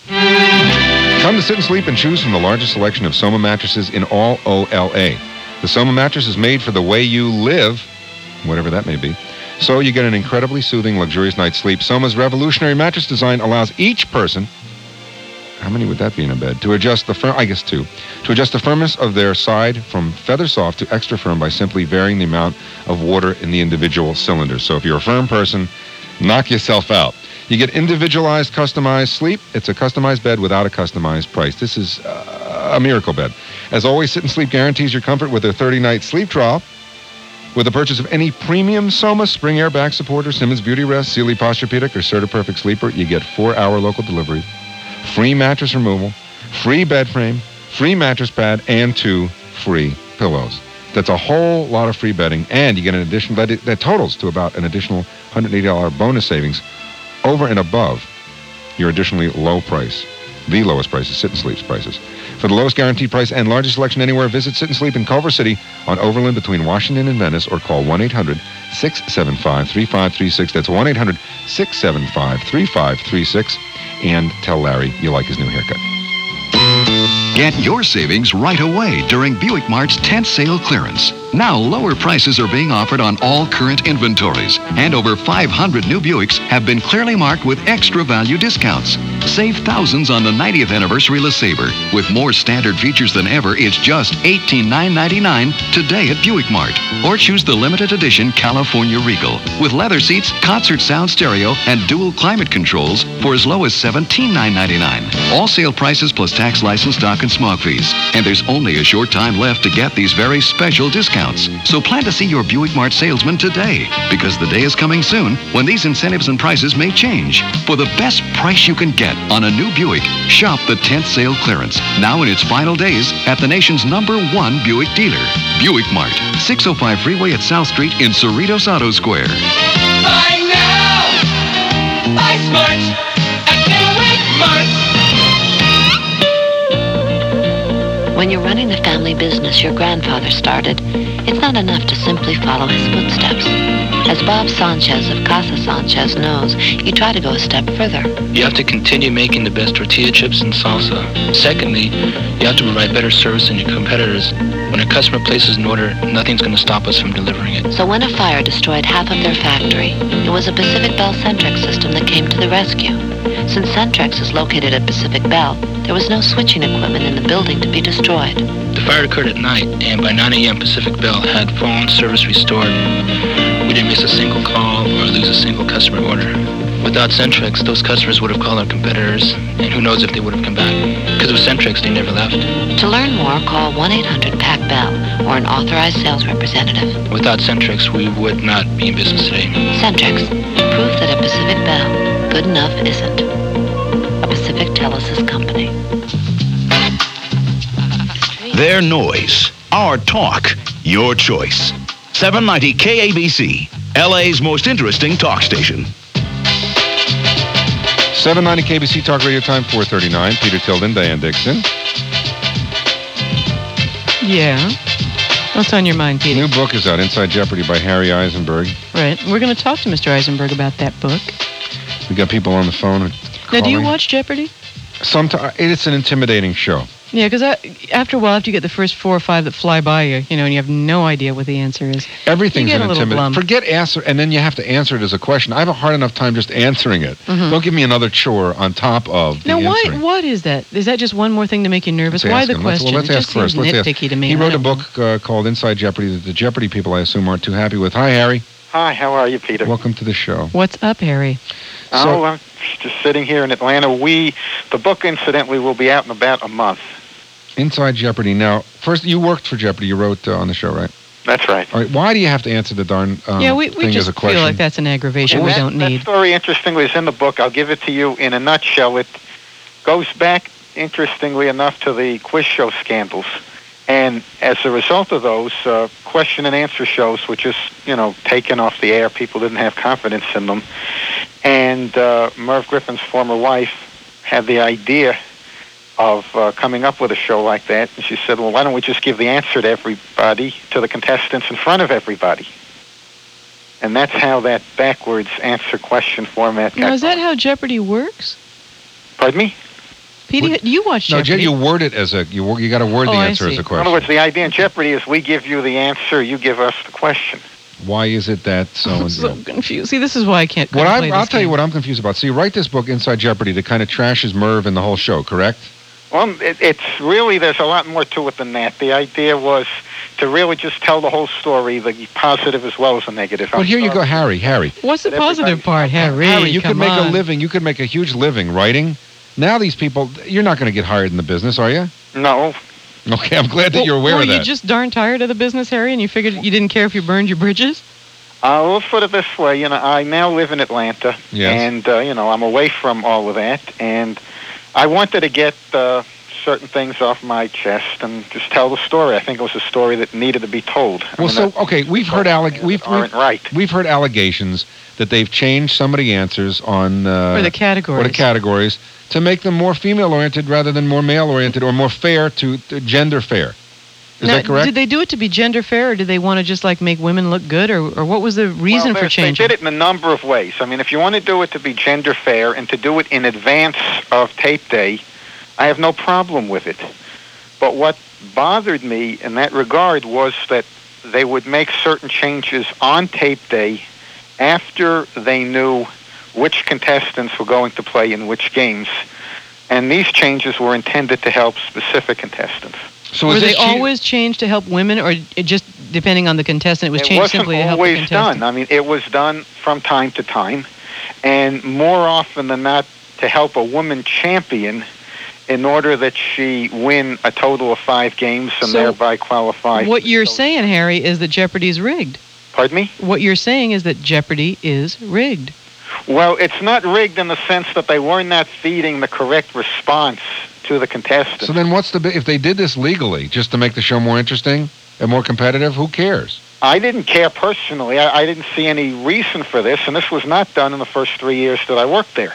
Speaker 2: Come to Sit and Sleep and choose from the largest selection of Soma mattresses in all OLA. The Soma mattress is made for the way you live, whatever that may be. So you get an incredibly soothing, luxurious night's sleep. Soma's revolutionary mattress design allows each person how many would that be in a bed? To adjust the firm, I guess two, to adjust the firmness of their side from feather soft to extra firm by simply varying the amount of water in the individual cylinders. So if you're a firm person, knock yourself out. You get individualized, customized sleep. It's a customized bed without a customized price. This is uh, a miracle bed. As always, Sit and Sleep guarantees your comfort with their 30-night sleep trial. With the purchase of any premium Soma, Spring Air Back Supporter, Simmons Beauty Rest, Sealy Posturepedic, or Certa Perfect Sleeper, you get four-hour local delivery, free mattress removal, free bed frame, free mattress pad, and two free pillows. That's a whole lot of free bedding, and you get an additional that, that totals to about an additional $180 bonus savings over and above your additionally low price. The lowest prices, Sit and Sleep's prices. For the lowest guaranteed price and largest selection anywhere, visit Sit and Sleep in Culver City on Overland between Washington and Venice or call 1 800 675 3536. That's 1 800 675 3536. And tell Larry you like his new haircut.
Speaker 39: Get your savings right away during Buick Mart's 10th sale clearance.
Speaker 40: Now, lower prices are being offered on all current inventories, and over 500 new Buicks have been clearly marked with extra value discounts. Save thousands on the 90th anniversary LeSabre. With more standard features than ever, it's just $18,999 today at Buick Mart. Or choose the limited edition California Regal with leather seats, concert sound stereo, and dual climate controls for as low as $17,999. All sale prices plus tax license stock and smog fees. And there's only a short time left to get these very special discounts. So plan to see your Buick Mart salesman today because the day is coming soon when these incentives and prices may change. For the best price you can get on a new Buick, shop the 10th sale clearance now in its final days at the nation's number one Buick dealer, Buick Mart, 605 Freeway at South Street in Cerritos Auto Square.
Speaker 41: Buy now! Buy smart at Buick Mart!
Speaker 33: When you're running the family business your grandfather started, it's not enough to simply follow his footsteps. As Bob Sanchez of Casa Sanchez knows, you try to go a step further.
Speaker 42: You have to continue making the best tortilla chips and salsa. Secondly, you have to provide better service than your competitors. When a customer places an order, nothing's going to stop us from delivering it.
Speaker 33: So when a fire destroyed half of their factory, it was a Pacific Bell Centrex system that came to the rescue. Since Centrex is located at Pacific Bell, there was no switching equipment in the building to be destroyed.
Speaker 42: The fire occurred at night, and by 9 a.m., Pacific Bell had phone service restored. We didn't miss a single call or lose a single customer order. Without Centrex, those customers would have called our competitors, and who knows if they would have come back. Because with Centrex, they never left.
Speaker 33: To learn more, call 1-800-PAC-BELL or an authorized sales representative.
Speaker 42: Without Centrex, we would not be in business today.
Speaker 33: Centrex, proof that a Pacific Bell, good enough isn't. A Pacific Telesis company.
Speaker 29: Their noise, our talk, your choice. 790 KABC, LA's most interesting talk station.
Speaker 2: 790 KBC Talk Radio Time 439. Peter Tilden, Diane Dixon.
Speaker 1: Yeah. What's on your mind, Peter?
Speaker 2: New book is out, Inside Jeopardy by Harry Eisenberg.
Speaker 1: Right. We're going to talk to Mr. Eisenberg about that book.
Speaker 2: We got people on the phone.
Speaker 1: Now, do you
Speaker 2: Calling.
Speaker 1: watch Jeopardy?
Speaker 2: Sometimes it's an intimidating show.
Speaker 1: Yeah, because after a while, after you get the first four or five that fly by you, you know, and you have no idea what the answer is, you
Speaker 2: Everything's
Speaker 1: get
Speaker 2: an
Speaker 1: a little
Speaker 2: intimidating.
Speaker 1: glum.
Speaker 2: Forget answer, and then you have to answer it as a question. I have a hard enough time just answering it.
Speaker 1: Mhm.
Speaker 2: Don't give me another chore on top of the
Speaker 1: Now, why?
Speaker 2: answering.
Speaker 1: What is that? Is that just one more thing to make you nervous?
Speaker 2: Let's
Speaker 1: Why
Speaker 2: ask
Speaker 1: the
Speaker 2: him. Let's-
Speaker 1: question?
Speaker 2: well, let's
Speaker 1: it
Speaker 2: ask
Speaker 1: just
Speaker 2: first.
Speaker 1: seems
Speaker 2: Let's ask.
Speaker 1: nitpicky to me.
Speaker 2: He
Speaker 1: I
Speaker 2: wrote a
Speaker 1: don't-
Speaker 2: book uh, called Inside Jeopardy that the Jeopardy people, I assume, aren't too happy with. Hi, Harry.
Speaker 9: Hi, how are you, Peter?
Speaker 2: Welcome to the show.
Speaker 1: What's up, Harry?
Speaker 2: So-
Speaker 9: oh, I'm just sitting here in Atlanta. We, the book, incidentally, will be out in about a month.
Speaker 2: Inside Jeopardy. Now, first, you worked for Jeopardy. You wrote uh, on the show, right?
Speaker 9: That's right.
Speaker 2: All right. Why do you have to answer the darn uh,
Speaker 1: yeah, we,
Speaker 2: thing
Speaker 1: we just
Speaker 2: as a question?
Speaker 1: feel like that's an aggravation we
Speaker 9: that,
Speaker 1: don't
Speaker 9: that
Speaker 1: need.
Speaker 9: story, interestingly, is in the book. I'll give it to you in a nutshell. It goes back, interestingly enough, to the quiz show scandals. And as a result of those, uh, question and answer shows were just, you know, taken off the air. People didn't have confidence in them. And uh, Merv Griffin's former wife had the idea of uh, coming up with a show like that. And she said, well, why don't we just give the answer to everybody, to the contestants in front of everybody? And that's how that backwards answer question format got.
Speaker 1: Now, is that how Jeopardy works?
Speaker 9: Pardon me?
Speaker 1: Petey, you watch
Speaker 2: no, Je-
Speaker 1: Jeopardy.
Speaker 2: you word it as a you wor- you got to word
Speaker 1: Oh,
Speaker 2: the
Speaker 1: I
Speaker 2: answer as
Speaker 1: see.
Speaker 2: a
Speaker 9: In other
Speaker 2: question.
Speaker 9: words, the idea in Jeopardy is we give you the answer, you give us the question.
Speaker 2: Why is it that so? and
Speaker 1: so confused. See, this is why I can't.
Speaker 2: What
Speaker 1: couldn't
Speaker 2: I'm,
Speaker 1: play
Speaker 2: I'll
Speaker 1: this
Speaker 2: tell you
Speaker 1: game.
Speaker 2: what I'm confused about. So you write this book, Inside Jeopardy, that kind of trashes Merv and the whole show, correct?
Speaker 9: Well, it, it's really, there's a lot more to it than that. The idea was to really just tell the whole story, the positive as well as the negative.
Speaker 2: But here you go, Harry. Harry.
Speaker 1: What's the
Speaker 9: But
Speaker 1: positive part, Harry?
Speaker 2: Harry, you could
Speaker 1: come
Speaker 2: make a
Speaker 1: on.
Speaker 2: living. You could make a huge living writing. Now these people, you're not going to get hired in the business, are you?
Speaker 9: No.
Speaker 2: Okay, I'm glad that you're aware
Speaker 1: Were
Speaker 2: of
Speaker 1: you
Speaker 2: that.
Speaker 1: just darn tired of the business, Harry, and you figured you didn't care if you burned your bridges?
Speaker 9: Uh, we'll put it this way. You know, I now live in Atlanta,
Speaker 2: Yes.
Speaker 9: and uh, you know, I'm away from all of that, and I wanted to get uh, certain things off my chest and just tell the story. I think it was a story that needed to be told. I
Speaker 2: well,
Speaker 9: mean,
Speaker 2: so okay, we've heard alleg- we've, we've
Speaker 9: aren't right.
Speaker 2: we've heard allegations that they've changed some of the answers on uh,
Speaker 1: Or the
Speaker 2: or the
Speaker 1: categories.
Speaker 2: categories to make them more female oriented rather than more male oriented or more fair to, to gender fair. Is
Speaker 1: Now,
Speaker 2: that correct?
Speaker 1: Did they do it to be gender fair, or did they want to just like make women look good, or, or what was the
Speaker 9: Well,
Speaker 1: reason for
Speaker 9: there's-
Speaker 1: changing?
Speaker 9: They did it in a number of ways. I mean, if you want to do it to be gender fair and to do it in advance of tape day, I have no problem with it. But what bothered me in that regard was that they would make certain changes on tape day after they knew which contestants were going to play in which games. And these changes were intended to help specific contestants. So
Speaker 1: Were they always changed to help women, or it just depending on the contestant, it was changed
Speaker 9: wasn't
Speaker 1: simply to help the
Speaker 9: always
Speaker 1: contestant?
Speaker 9: done. I mean, it was done from time to time, and more often than not, to help a woman champion in order that she win a total of five games and
Speaker 1: So-
Speaker 9: thereby qualify.
Speaker 1: What you're saying, Harry, is that Jeopardy's rigged.
Speaker 9: Pardon me?
Speaker 1: What you're saying is that Jeopardy is rigged.
Speaker 9: Well, it's not rigged in the sense that they were not feeding the correct response to the contestant.
Speaker 2: So then, what's the bi- if they did this legally just to make the show more interesting and more competitive? Who cares?
Speaker 9: I didn't care personally. I, I didn't see any reason for this, and this was not done in the first three years that I worked there.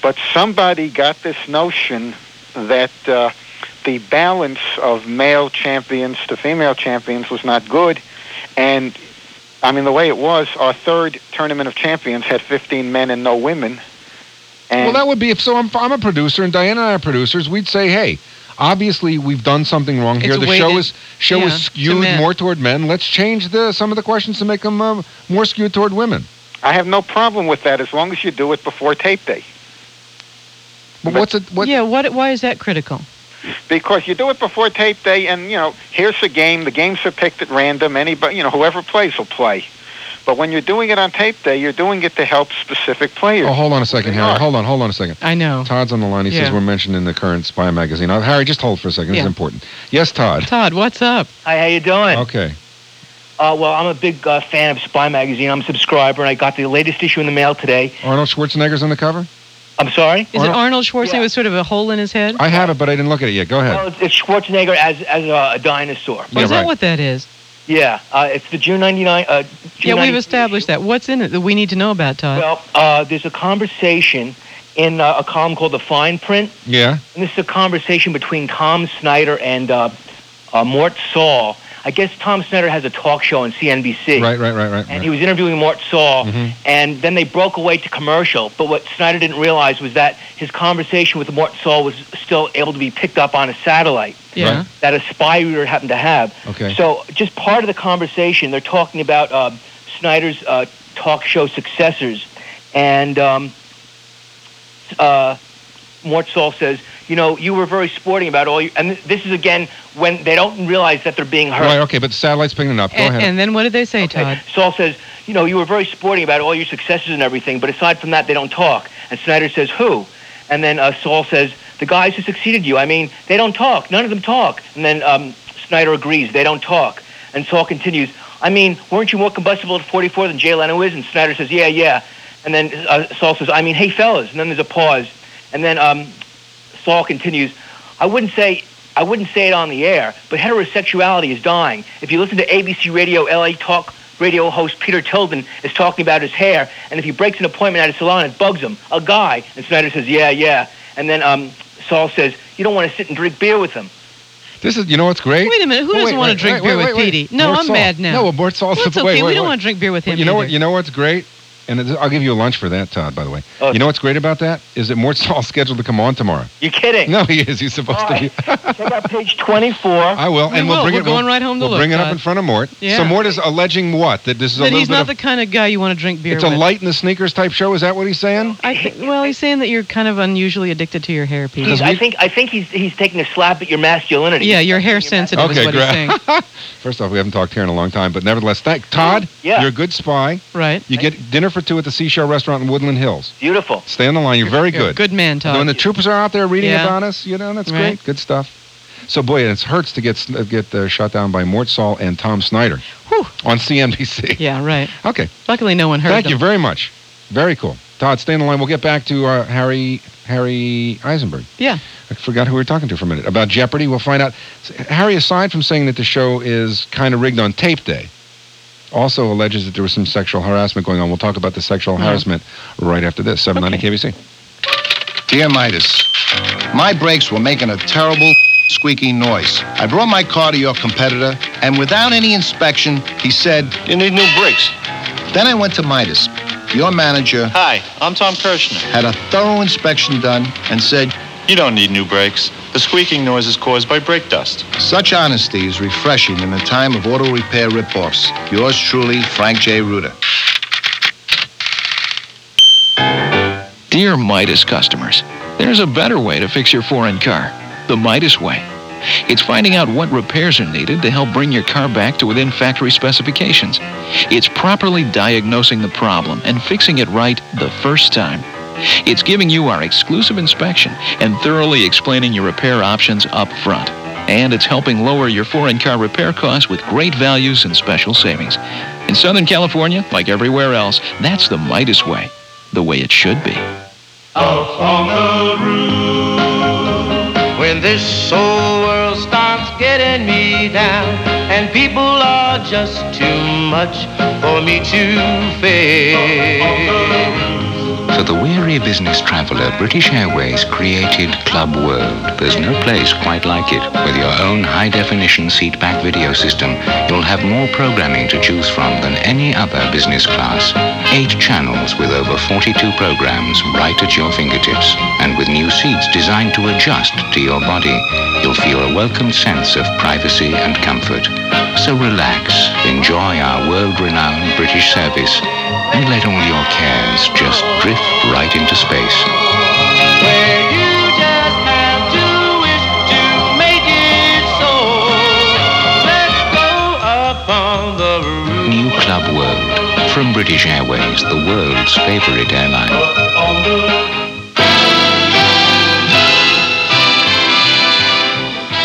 Speaker 9: But somebody got this notion that uh, the balance of male champions to female champions was not good, and I mean the way it was, our third tournament of champions had 15 men and no women. And
Speaker 2: well, that would be if so. I'm, I'm a producer, and Diana and I are producers. We'd say, hey, obviously we've done something wrong here.
Speaker 9: It's
Speaker 2: The
Speaker 9: weighted-
Speaker 2: show is show
Speaker 9: yeah, to
Speaker 2: is skewed
Speaker 9: men.
Speaker 2: more toward men. Let's change the some of the questions to make them uh, more skewed toward women.
Speaker 9: I have no problem with that as long as you do it before tape day.
Speaker 2: But what's it? What?
Speaker 1: Yeah. What? Why is that critical?
Speaker 9: because you do it before tape day, and you know here's the game. The games are picked at random. Anybody, you know, whoever plays will play. But when you're doing it on tape day, you're doing it to help specific players.
Speaker 2: Oh, hold on a second,
Speaker 9: They
Speaker 2: Harry.
Speaker 9: are.
Speaker 2: Hold on, hold on a second.
Speaker 1: I know.
Speaker 2: Todd's on the line. He
Speaker 9: Yeah.
Speaker 2: says we're mentioned in the current Spy magazine. Uh, Harry, just hold for a second. This
Speaker 14: Yeah.
Speaker 2: is important. Yes, Todd.
Speaker 1: Todd, what's up?
Speaker 14: Hi, how you doing?
Speaker 2: Okay.
Speaker 14: Uh, well, I'm a big uh, fan of Spy Magazine. I'm a subscriber, and I got the latest issue in the mail today.
Speaker 2: Arnold Schwarzenegger's on the cover.
Speaker 14: I'm sorry?
Speaker 1: Is it Arnold Schwarzenegger with sort of a hole in his head?
Speaker 2: I have it, but I didn't look at it yet. Go ahead.
Speaker 14: Well, it's, it's Schwarzenegger as, as a, a dinosaur.
Speaker 1: Is that what that is?
Speaker 14: Yeah, uh, it's the June 99. Uh,
Speaker 1: Yeah,
Speaker 14: June
Speaker 1: we've
Speaker 14: 90
Speaker 1: established that. What's in it that we need to know about, Todd?
Speaker 14: Well, uh, there's a conversation in uh, a column called The Fine Print.
Speaker 2: Yeah.
Speaker 14: And this is a conversation between Tom Snyder and uh, uh, Mort Saul. I guess Tom Snyder has a talk show on CNBC.
Speaker 2: Right, right, right, right. Mm-hmm.
Speaker 14: And he was interviewing Mort Saul, and then they broke away to commercial. But what Snyder didn't realize was that his conversation with Mort Saul was still able to be picked up on a satellite
Speaker 43: Yeah. Right.
Speaker 14: that a spy reader happened to have.
Speaker 43: Okay.
Speaker 14: So just part of the conversation, they're talking about uh, Snyder's uh, talk show successors, and um, uh, Mort Saul says, "You know, you were very sporting about all you." And this is again when they don't realize that they're being heard.
Speaker 2: Right. Okay, but the satellite's picking it up. Go
Speaker 14: And-
Speaker 2: ahead.
Speaker 14: and
Speaker 1: then what did they say,
Speaker 14: Todd? Saul says, you know, you were very sporting about all your successes and everything, but aside from that, they don't talk. And Snyder says, who? And then uh, Saul says, the guys who succeeded you. I mean, they don't talk. None of them talk. And then um, Snyder agrees, they don't talk. And Saul continues, I mean, weren't you more combustible at 44 than Jay Leno is? And Snyder says, yeah, yeah. And then uh, Saul says, I mean, hey, fellas. And then there's a pause. And then um, Saul continues, I wouldn't say I wouldn't say it on the air, but heterosexuality is dying. If you listen to ABC Radio LA talk radio host Peter Tilden is talking about his hair, and if he breaks an appointment at a salon, it bugs him. A guy. And Snyder says, Yeah, yeah. And then um, Saul says, You don't want to sit and drink beer with him.
Speaker 2: This is, you know what's great? Oh,
Speaker 1: Wait a minute, who doesn't wanna drink beer with Petey? No,
Speaker 2: Mort
Speaker 1: I'm
Speaker 2: Saul.
Speaker 1: mad now.
Speaker 2: No, well, Mort Saul's
Speaker 1: Well, it's
Speaker 2: wait,
Speaker 1: okay,
Speaker 2: wait,
Speaker 1: we
Speaker 2: wait.
Speaker 1: don't wanna drink beer with
Speaker 2: Well,
Speaker 1: him
Speaker 2: You know what?
Speaker 1: either.
Speaker 2: You know what's great? And it- I'll give you a lunch for that, Todd. By the way, you know what's great about that is that Mort Saul's scheduled to come on tomorrow.
Speaker 14: You're kidding.
Speaker 2: No, he is. He's supposed to be.
Speaker 14: Check out page 24. I
Speaker 2: will,
Speaker 1: We
Speaker 2: and we'll
Speaker 1: will.
Speaker 2: bring
Speaker 1: We're
Speaker 2: it. we'll-
Speaker 1: going right home to
Speaker 2: We'll
Speaker 1: look,
Speaker 2: bring it up
Speaker 1: Todd.
Speaker 2: in front of Mort.
Speaker 1: Yeah.
Speaker 2: So Mort is alleging what? That this is a
Speaker 1: That
Speaker 2: little
Speaker 1: he's
Speaker 2: bit
Speaker 1: not
Speaker 2: of.
Speaker 1: the kind of guy you want to drink beer
Speaker 2: It's a
Speaker 1: with.
Speaker 2: light in the sneakers type show. Is that what he's saying?
Speaker 1: I thi- well, he's saying that you're kind of unusually addicted to your hair, Peter.
Speaker 14: He's, I think I think he's he's taking a slap at your masculinity.
Speaker 1: Yeah, you're hair sensitive is
Speaker 2: Okay,
Speaker 1: what he's saying.
Speaker 2: great. First off, we haven't talked here in a long time, but nevertheless, thank Todd.
Speaker 14: Yeah.
Speaker 2: You're a good spy.
Speaker 1: Right.
Speaker 2: You get dinner for two at the Seashell Restaurant in Woodland Hills.
Speaker 14: Beautiful.
Speaker 2: Stay on the line. You're, very
Speaker 1: you're a
Speaker 2: good.
Speaker 1: good man, Todd.
Speaker 2: When the troopers are out there reading
Speaker 1: Yeah.
Speaker 2: about us, you know that's
Speaker 1: Right.
Speaker 2: great. Good stuff. So boy, it hurts to get get uh, shot down by Mort Saul and Tom Snyder on CNBC.
Speaker 1: Yeah, right.
Speaker 2: Okay.
Speaker 1: Luckily, no one heard
Speaker 2: Thank
Speaker 1: them.
Speaker 2: you very much. Very cool. Todd, stay on the line. We'll get back to uh, Harry Harry Eisenberg.
Speaker 1: Yeah.
Speaker 2: I forgot who we were talking to for a minute about Jeopardy. We'll find out. S- Harry, aside from saying that the show is kind of rigged on tape day, also alleges that there was some sexual harassment going on. We'll talk about the sexual
Speaker 39: Yeah.
Speaker 2: harassment right after this. 790 KBC.
Speaker 39: Dear Midas, my brakes were making a terrible squeaky noise. I brought my car to your competitor, and without any inspection, he said, You need new brakes. Then I went to Midas. Your manager
Speaker 25: Hi, I'm Tom Kirshner.
Speaker 39: had a thorough inspection done and said,
Speaker 6: You don't need new brakes. The squeaking noise is caused by brake dust.
Speaker 44: Such honesty is refreshing in a time of auto repair ripoffs. Yours truly, Frank J. Ruder.
Speaker 45: Dear Midas customers, there's a better way to fix your foreign car the Midas way. It's finding out what repairs are needed to help bring your car back to within factory specifications. It's properly diagnosing the problem and fixing it right the first time. It's giving you our exclusive inspection and thoroughly explaining your repair options up front. And it's helping lower your foreign car repair costs with great values and special savings. In Southern California, like everywhere else, that's the Midas way, the way it should be.
Speaker 30: Out on the roof. When this whole world starts getting me down, and people are just too much for me to face.
Speaker 31: For the weary business traveler, British Airways created Club World. There's no place quite like it. With your own high-definition seatback video system, you'll have more programming to choose from than any other business class. Eight channels with over 42 programs right at your fingertips. And with new seats designed to adjust to your body, you'll feel a welcome sense of privacy and comfort. So relax, enjoy our world-renowned British service, and let all your cares just drift right into space. New Club World from British Airways, the world's favorite airline.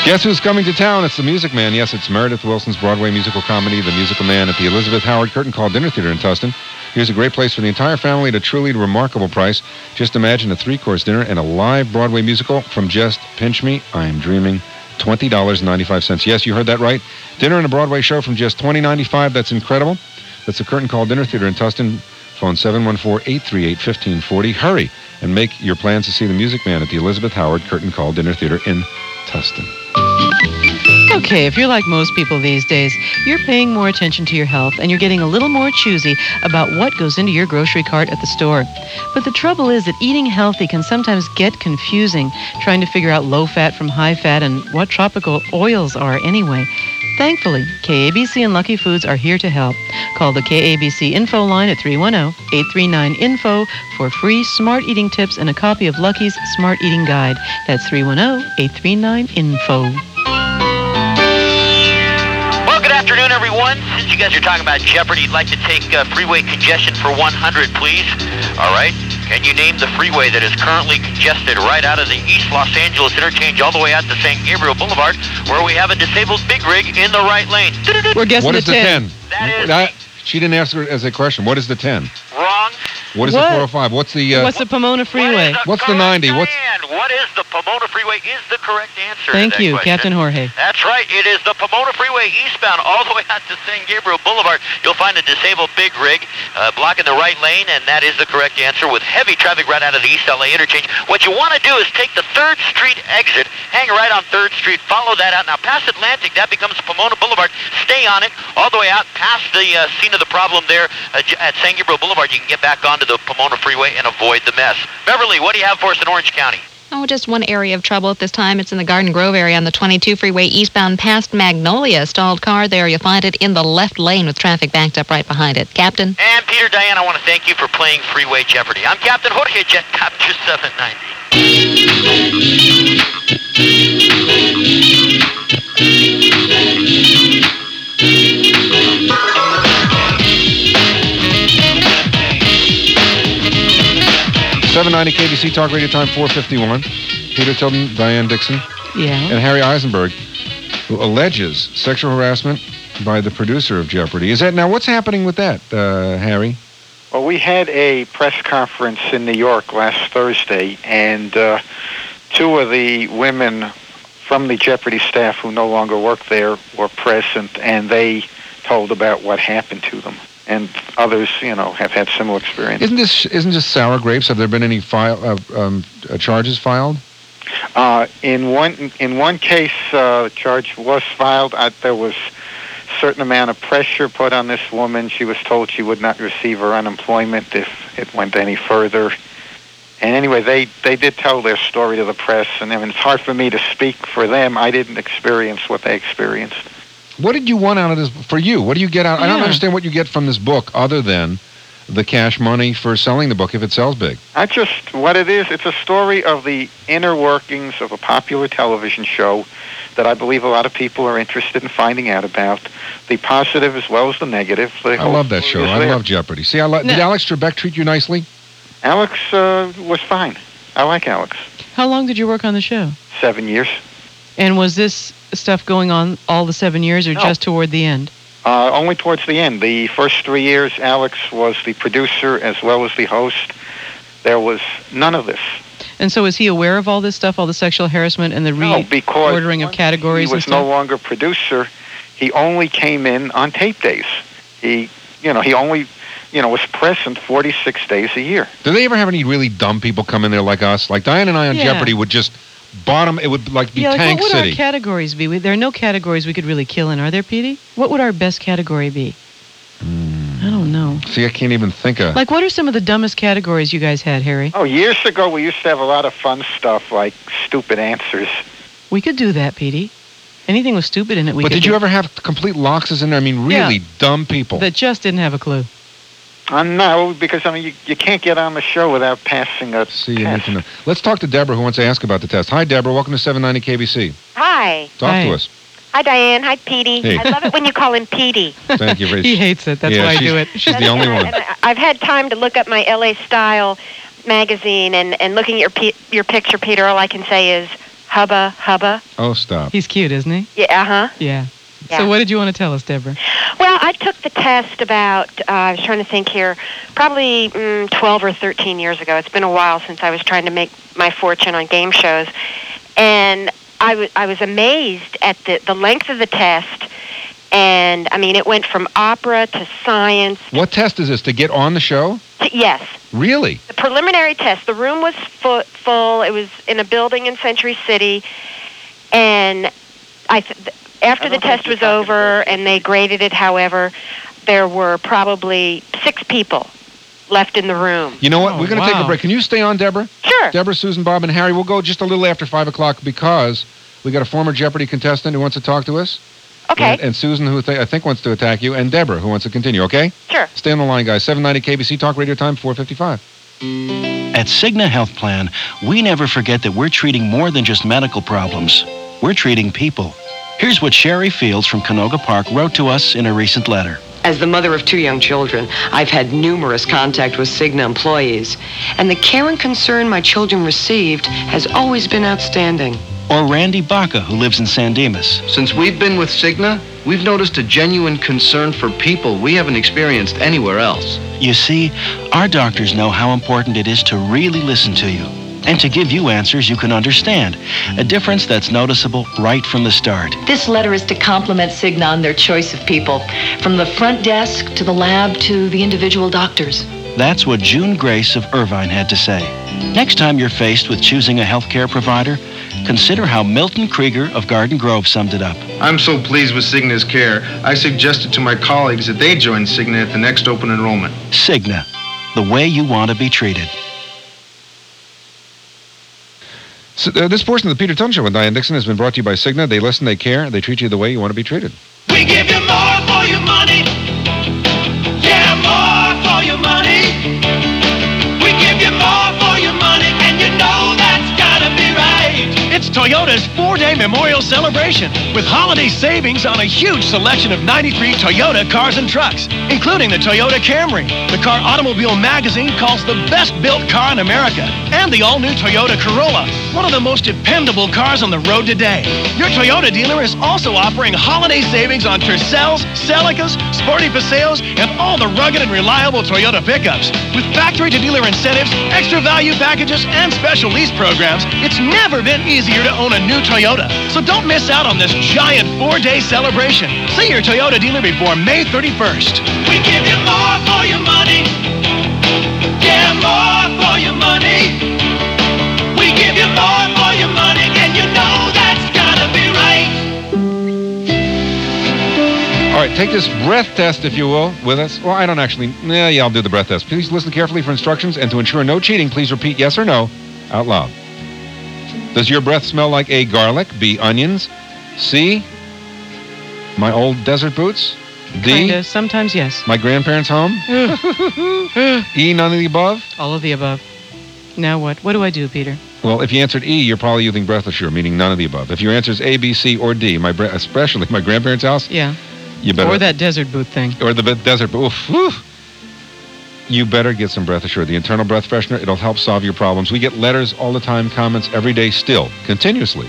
Speaker 2: Guess who's coming to town? It's the Music Man. Yes, it's Meredith Wilson's Broadway musical comedy, The Musical Man, at the Elizabeth Howard Curtain Call Dinner Theater in Tustin. Here's a great place for the entire family at a truly remarkable price. Just imagine a three course dinner and a live Broadway musical from just Pinch Me, I Am Dreaming. $20.95. Yes, you heard that right. Dinner and a Broadway show from just $20.95. That's incredible. That's the Curtain Call Dinner Theater in Tustin. Phone 714-838-1540. Hurry and make your plans to see The Music Man at the Elizabeth Howard Curtain Call Dinner Theater in Tustin.
Speaker 1: Okay, if you're like most people these days, you're paying more attention to your health and you're getting a little more choosy about what goes into your grocery cart at the store. But the trouble is that eating healthy can sometimes get confusing, trying to figure out low fat from high fat and what tropical oils are anyway. Thankfully, KABC and Lucky Foods are here to help. Call the KABC info line at 310-839-INFO for free smart eating tips and a copy of Lucky's Smart Eating Guide. That's 310-839-INFO.
Speaker 10: Well, good afternoon, everyone. Since you guys are talking about Jeopardy, I'd like to take uh, freeway congestion for 100, please. All right. Can you name the freeway that is currently congested right out of the East Los Angeles interchange all the way out to San Gabriel Boulevard, where we have a disabled big rig in the right lane?
Speaker 1: We're
Speaker 2: what is the 10? That- she didn't answer it as a question. What is the 10?
Speaker 10: Wrong.
Speaker 2: What is
Speaker 1: What?
Speaker 2: the 405? What's the... Uh,
Speaker 1: What's the Pomona Freeway?
Speaker 2: What's the 90? What's
Speaker 10: And what is the Pomona Freeway is the correct answer. to
Speaker 1: Thank
Speaker 10: that
Speaker 1: you, Captain
Speaker 10: question.
Speaker 1: Jorge.
Speaker 10: That's right. It is the Pomona Freeway eastbound, all the way out to San Gabriel Boulevard. You'll find a disabled big rig uh, blocking the right lane, and that is the correct answer with heavy traffic right out of the East LA interchange. What you want to do is take the 3rd Street exit, hang right on 3rd Street, follow that out. Now, past Atlantic, that becomes Pomona Boulevard. Stay on it all the way out past the uh, scene of the problem there uh, j- at San Gabriel Boulevard. You can get back onto the Pomona Freeway and avoid the mess. Beverly, what do you have for us in Orange County?
Speaker 3: Oh, just one area of trouble at this time. It's in the Garden Grove area on the 22 freeway eastbound past Magnolia. Stalled car there. You'll find it in the left lane with traffic backed up right behind it. Captain?
Speaker 10: And Peter Diane, I want to thank you for playing Freeway Jeopardy. I'm Captain Jorge Jet Copter 790.
Speaker 2: the 790 KBC Talk Radio Time 451? Peter Tilden, Diane Dixon,
Speaker 1: Yeah.
Speaker 2: and Harry Eisenberg, who alleges sexual harassment by the producer of Jeopardy. Is that... Now, what's happening with that, uh, Harry?
Speaker 9: Well, we had a press conference in New York last Thursday, and uh, two of the women from the Jeopardy staff who no longer work there were present, and they told about what happened to them. And others, you know, have had similar experience.
Speaker 2: Isn't this isn't this sour grapes? Have there been any file uh, um, uh, charges filed?
Speaker 9: Uh, in one in one case, uh, the charge was filed. Uh, there was certain amount of pressure put on this woman. She was told she would not receive her unemployment if it went any further. And anyway, they, they did tell their story to the press, and I mean, it's hard for me to speak for them. I didn't experience what they experienced.
Speaker 2: What did you want out of this for you? What do you get out? I don't
Speaker 9: Yeah.
Speaker 2: understand what you get from this book other than the cash money for selling the book if it sells big.
Speaker 9: I just what it is. It's a story of the inner workings of a popular television show that I believe a lot of people are interested in finding out about. The positive as well as the negative. The
Speaker 2: I love that show. I love Jeopardy. See, I li- did Alex Trebek treat you nicely?
Speaker 9: Alex uh, was fine. I like Alex.
Speaker 1: How long did you work on the show?
Speaker 9: Seven years.
Speaker 1: And was this stuff going on all the seven years or just toward the end?
Speaker 9: Uh, only towards the end. The first three years, Alex was the producer as well as the host. There was none of this.
Speaker 1: And so, is he aware of all this stuff, all the sexual harassment and the
Speaker 9: No, because
Speaker 1: reordering of categories
Speaker 9: he
Speaker 1: and
Speaker 9: was no
Speaker 1: stuff?
Speaker 9: longer producer. He only came in on tape days. He, you know, he only, you know, was present 46 days a year.
Speaker 2: Do they ever have any really dumb people come in there like us? Like Diane and I on
Speaker 1: Yeah.
Speaker 2: Jeopardy would just bottom. It would like be
Speaker 1: yeah, like,
Speaker 2: Tank
Speaker 1: what would
Speaker 2: City.
Speaker 1: our categories be? We, there are no categories we could really kill in, are there, Petey? What would our best category be?
Speaker 2: Hmm.
Speaker 1: I don't know.
Speaker 2: See, I can't even think of.
Speaker 1: Like, what are some of the dumbest categories you guys had, Harry?
Speaker 9: Oh, years ago, we used to have a lot of fun stuff like stupid answers.
Speaker 1: We could do that, Petey. Anything was stupid in it, we
Speaker 2: but
Speaker 1: could
Speaker 2: did
Speaker 1: do.
Speaker 2: you ever have complete loxes in there? I mean,
Speaker 1: Yeah.
Speaker 2: really dumb people.
Speaker 1: that just didn't have a clue.
Speaker 9: Uh, no, because I mean, you, you can't get on the show without passing a
Speaker 2: See, you need to know. Let's talk to Deborah, who wants to ask about the test. Hi, Deborah. Welcome to 790 KBC.
Speaker 46: Hi.
Speaker 2: Talk to us.
Speaker 46: Hi, Diane. Hi, Petey.
Speaker 2: Hey.
Speaker 46: I love it when you call him Petey.
Speaker 2: Thank you. Rich.
Speaker 1: He hates it. That's
Speaker 2: Yeah,
Speaker 1: why I
Speaker 2: she's-
Speaker 1: do it.
Speaker 2: She's the only one.
Speaker 46: I- I've had time to look up my LA Style magazine, and, and looking at your, pe- your picture, Peter, all I can say is hubba, hubba.
Speaker 2: Oh, stop.
Speaker 1: He's cute, isn't he?
Speaker 46: Yeah, uh huh.
Speaker 1: Yeah.
Speaker 46: Yeah.
Speaker 1: So, what did you want to tell us, Deborah?
Speaker 46: Well, I took the test about, uh, I was trying to think here, probably mm, 12 or 13 years ago. It's been a while since I was trying to make my fortune on game shows. And I wa- I was amazed at the, the length of the test. And, I mean, it went from opera to science.
Speaker 2: What test is this? To get on the show?
Speaker 46: To, yes,
Speaker 2: Really?
Speaker 46: the preliminary test. The room was fu- full. It was in a building in Century City, and I th- th- after the test was over and they graded it. However, there were probably six people left in the room.
Speaker 2: You know what? We're going to take a
Speaker 46: wow.
Speaker 2: break. Can you stay on, Deborah?
Speaker 46: Sure.
Speaker 2: Deborah, Susan, Bob, and Harry. We'll go just a little after 5 o'clock because we got a former Jeopardy contestant who wants to talk to us.
Speaker 46: Okay.
Speaker 2: And, and Susan, who th- I think wants to attack you, and Deborah, who wants to continue, okay?
Speaker 46: Sure.
Speaker 2: Stay on the line, guys. 790 KBC Talk Radio Time, 455.
Speaker 47: At Cigna Health Plan, we never forget that we're treating more than just medical problems. We're treating people. Here's what Sherry Fields from Canoga Park wrote to us in a recent letter.
Speaker 48: As the mother of two young children, I've had numerous contact with Cigna employees, and the care and concern my children received has always been outstanding.
Speaker 47: Or Randy Baca, who lives in San Dimas.
Speaker 40: Since we've been with Cigna, we've noticed a genuine concern for people we haven't experienced anywhere else.
Speaker 47: You see, our doctors know how important it is to really listen to you and to give you answers you can understand, a difference that's noticeable right from the start.
Speaker 22: This letter is to compliment Cigna on their choice of people, from the front desk to the lab to the individual doctors.
Speaker 47: That's what June Grace of Irvine had to say. Next time you're faced with choosing a healthcare provider, consider how Milton Krieger of Garden Grove summed it up.
Speaker 40: I'm so pleased with Cigna's care, I suggested to my colleagues that they join Cigna at the next open enrollment.
Speaker 47: Cigna, the way you want to be treated.
Speaker 2: So, uh, this portion of the Peter Tun Show with Diane Dixon has been brought to you by Cigna. They listen, they care, they treat you the way you want to be treated.
Speaker 22: We give you more for your money. Yeah, more for your money. We give you more for your money, and you know that's gotta be right.
Speaker 23: It's Toyota's four-day memorial celebration with holiday savings on a huge selection of 93 Toyota cars and trucks, including the Toyota Camry. The Car Automobile magazine calls the best-built car in America, and the all-new Toyota Corolla, one of the most dependable cars on the road today. Your Toyota dealer is also offering holiday savings on Tercels, Celicas, Sporty Paseos, and all the rugged and reliable Toyota pickups. With factory-to-dealer incentives, extra value packages, and special lease programs, it's never been easier to own a new Toyota. So don't miss out on this giant four-day celebration. See your Toyota dealer before May 31st.
Speaker 22: We give you more for your money. Yeah, more for your money. We give you more for your money, and you know that's gotta be right.
Speaker 2: All right, take this breath test, if you will, with us. Well, I don't actually. Yeah, yeah, I'll do the breath test. Please listen carefully for instructions, and to ensure no cheating, please repeat yes or no out loud. Does your breath smell like A, garlic, B, onions, C, my old desert boots, D,
Speaker 1: Kinda. Sometimes yes.
Speaker 2: my grandparents' home, E, none of the above?
Speaker 1: All of the above. Now what? What do I do, Peter?
Speaker 2: Well, if you answered E, you're probably using breath assure, meaning none of the above. If your answer is A, B, C, or D, my bre- especially my grandparents' house,
Speaker 1: Yeah.
Speaker 2: you better
Speaker 1: Or that desert boot thing.
Speaker 2: or the bit- desert. But oof, whew. you better get some breath assured. The internal breath freshener, it'll help solve your problems. We get letters all the time, comments every day, still, continuously,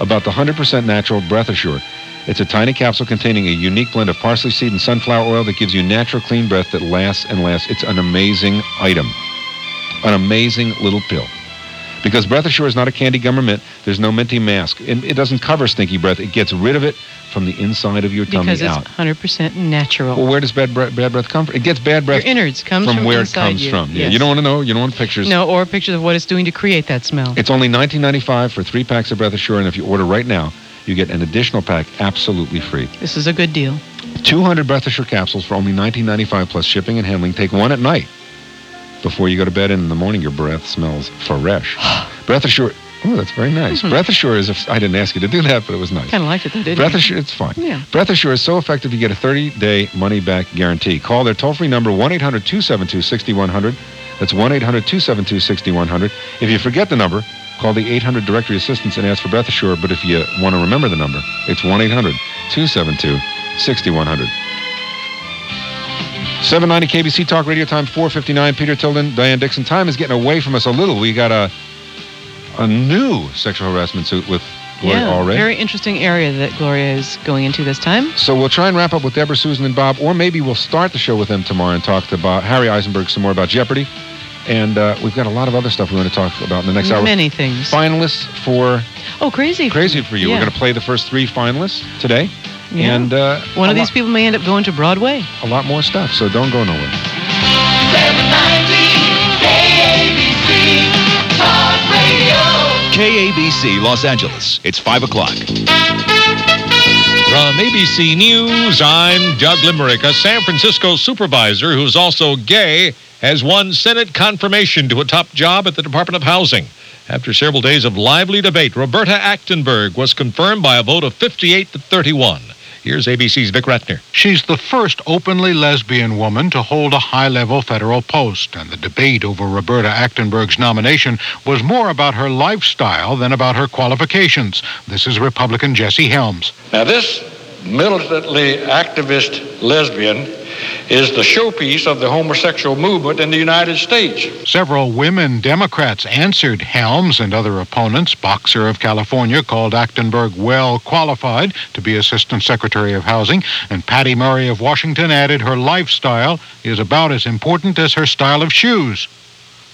Speaker 2: about the 100% natural breath assured. It's a tiny capsule containing a unique blend of parsley seed and sunflower oil that gives you natural, clean breath that lasts and lasts. It's an amazing item, an amazing little pill. Because Breath Assure is not a candy gum or mint, there's no minty mask. It, it doesn't cover stinky breath. It gets rid of it from the inside of your tummy
Speaker 1: Because it's
Speaker 2: out.
Speaker 1: 100% natural.
Speaker 2: Well, where does bad breath, bad breath come from? It gets bad breath
Speaker 1: Your innards comes
Speaker 2: from,
Speaker 1: from
Speaker 2: where it
Speaker 1: inside
Speaker 2: comes
Speaker 1: you,
Speaker 2: from. Yeah,
Speaker 1: yes.
Speaker 2: you don't want to know. You don't want pictures.
Speaker 1: No, or pictures of what it's doing to create that smell.
Speaker 2: It's only $19.95 for three packs of Breath Assure, and if you order right now, you get an additional pack absolutely free.
Speaker 1: This is a good deal.
Speaker 2: 200 Breath Assure capsules for only $19.95 plus shipping and handling. Take one at night. Before you go to bed and in the morning, your breath smells fresh. breath Assure. Oh, that's very
Speaker 1: Mm-hmm.
Speaker 2: nice. Breath Assure is. I I didn't ask you to do that, but it was nice.
Speaker 1: Kind of liked it though, didn't
Speaker 2: Breath
Speaker 1: you?
Speaker 2: Assure, it's fine.
Speaker 1: Yeah.
Speaker 2: Breath Assure is so effective you get a 30 day money back guarantee. Call their toll free number 1 800 272 6100. That's 1 800 272 6100. If you forget the number, call the 800 directory assistance and ask for Breath Assure. But if you want to remember the number, it's 1 800 272 6100. 790 KBC Talk Radio Time 459. Peter Tilden, Diane Dixon. Time is getting away from us a little. We got a a new sexual harassment suit with Gloria
Speaker 1: yeah,
Speaker 2: Allred.
Speaker 1: very interesting area that Gloria is going into this time.
Speaker 2: So we'll try and wrap up with Deborah, Susan, and Bob, or maybe we'll start the show with them tomorrow and talk to Bob, Harry Eisenberg some more about Jeopardy. And uh, we've got a lot of other stuff we want to talk about in the next hour.
Speaker 1: Many things.
Speaker 2: Finalists for
Speaker 1: Oh, crazy!
Speaker 2: Crazy for You.
Speaker 1: Yeah.
Speaker 2: We're going to play the first three finalists today.
Speaker 1: Yeah.
Speaker 2: And uh,
Speaker 1: One
Speaker 2: a
Speaker 1: of these
Speaker 2: lot-
Speaker 1: people may end up going to Broadway.
Speaker 2: a lot more stuff, so don't go nowhere.
Speaker 41: KABC Los Angeles. It's 5 o'clock.
Speaker 25: From ABC News, I'm Doug Limerick. A San Francisco supervisor who's also gay has won Senate confirmation to a top job at the Department of Housing. After several days of lively debate, Roberta Actenberg was confirmed by a vote of 58 to 31. Here's ABC's Vic Ratner.
Speaker 49: She's the first openly lesbian woman to hold a high level federal post, and the debate over Roberta Actenberg's nomination was more about her lifestyle than about her qualifications. This is Republican Jesse Helms.
Speaker 4: Now, this militantly activist lesbian is the showpiece of the homosexual movement in the United States.
Speaker 49: Several women Democrats answered Helms and other opponents. Boxer of California called Actenberg well qualified to be Assistant Secretary of Housing, and Patty Murray of Washington added her lifestyle is about as important as her style of shoes.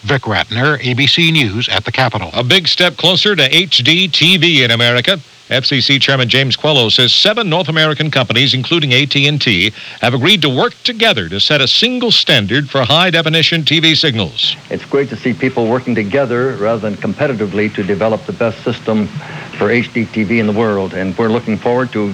Speaker 49: Vic Ratner, ABC News at the Capitol.
Speaker 25: A big step closer to HD TV in America. FCC Chairman James Quello says seven North American companies, including AT&T, have agreed to work together to set a single standard for high-definition TV signals.
Speaker 50: It's great to see people working together rather than competitively to develop the best system for HDTV in the world. And we're looking forward to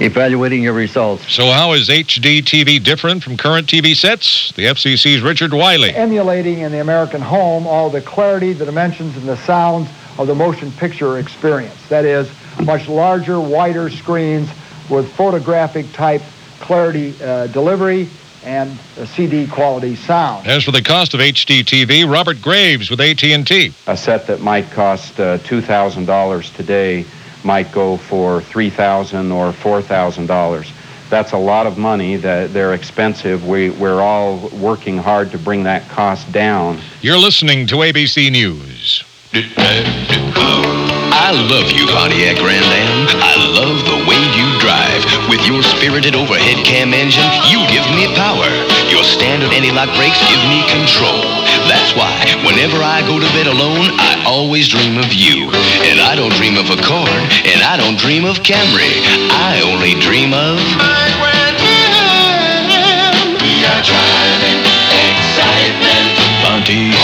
Speaker 50: evaluating your results.
Speaker 25: So, how is HD TV different from current TV sets? The FCC's Richard Wiley.
Speaker 51: Emulating in the American home all the clarity, the dimensions, and the sounds of the motion picture experience. That is, much larger, wider screens with photographic type clarity uh, delivery and uh, CD quality sound.
Speaker 25: As for the cost of HD TV, Robert Graves with AT&T.
Speaker 28: a set that might cost uh, $2,000 today might go for $3,000 or $4,000. That's a lot of money. That they're expensive. We, we're all working hard to bring that cost down.
Speaker 25: You're listening to ABC News.
Speaker 28: I love you, Pontiac Grand Am. I love the way you drive. With your spirited overhead cam engine, you give me power. Your standard anti-lock brakes give me control. That's why whenever I go to bed alone, I always dream of you. And I don't dream of Accord, and I don't dream of Camry. I only dream of. Pontiac.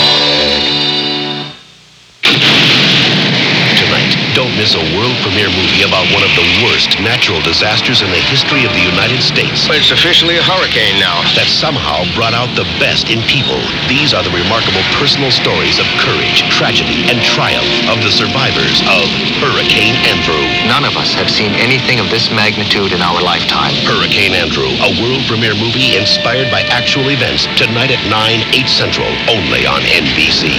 Speaker 28: Tonight, don't
Speaker 52: miss a world premiere movie about one of the worst natural disasters in the history of the United States. It's officially a hurricane now. That somehow brought out the best in people. These are the remarkable personal stories of courage, tragedy, and triumph of the survivors of Hurricane Andrew. None of us have seen anything of this magnitude in our lifetime. Hurricane Andrew, a world premiere movie inspired by actual events, tonight at 9, 8 Central, only on NBC.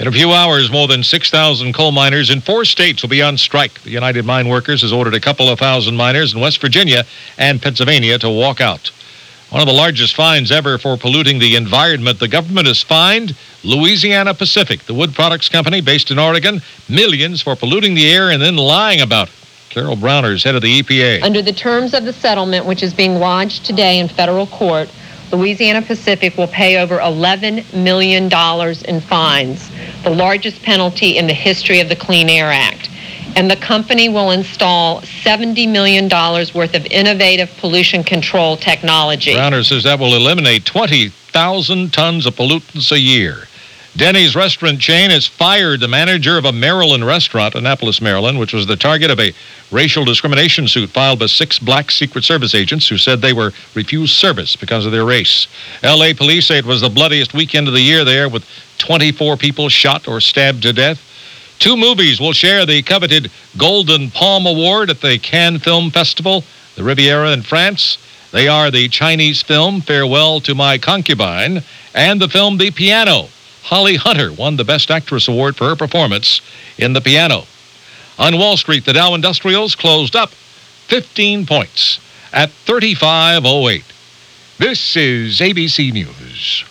Speaker 25: In a few hours, more than 6,000 coal miners in four states will be on strike. The United Mine Workers has ordered a couple of thousand miners in West Virginia and Pennsylvania to walk out. One of the largest fines ever for polluting the environment, the government has fined Louisiana Pacific, the wood products company based in Oregon, millions for polluting the air and then lying about it. Carol Browner is head of the E EPA.
Speaker 39: Under the terms of the settlement, which is being lodged today in federal court, Louisiana Pacific will pay over $11 million in fines, the largest penalty in the history of the Clean Air Act. And the company will install $70 million worth of innovative pollution control technology.
Speaker 25: Browner says that will eliminate 20,000 tons of pollutants a year. Denny's restaurant chain has fired the manager of a Maryland restaurant, Annapolis, Maryland, which was the target of a racial discrimination suit filed by six black Secret Service agents who said they were refused service because of their race. L.A. police say it was the bloodiest weekend of the year there, with 24 people shot or stabbed to death. Two movies will share the coveted Golden Palm Award at the Cannes Film Festival, the Riviera in France. They are the Chinese film Farewell to My Concubine and the film The Piano. Holly Hunter won the Best Actress Award for her performance in The Piano. On Wall Street, the Dow Industrials closed up 15 points at 3508. This is ABC News.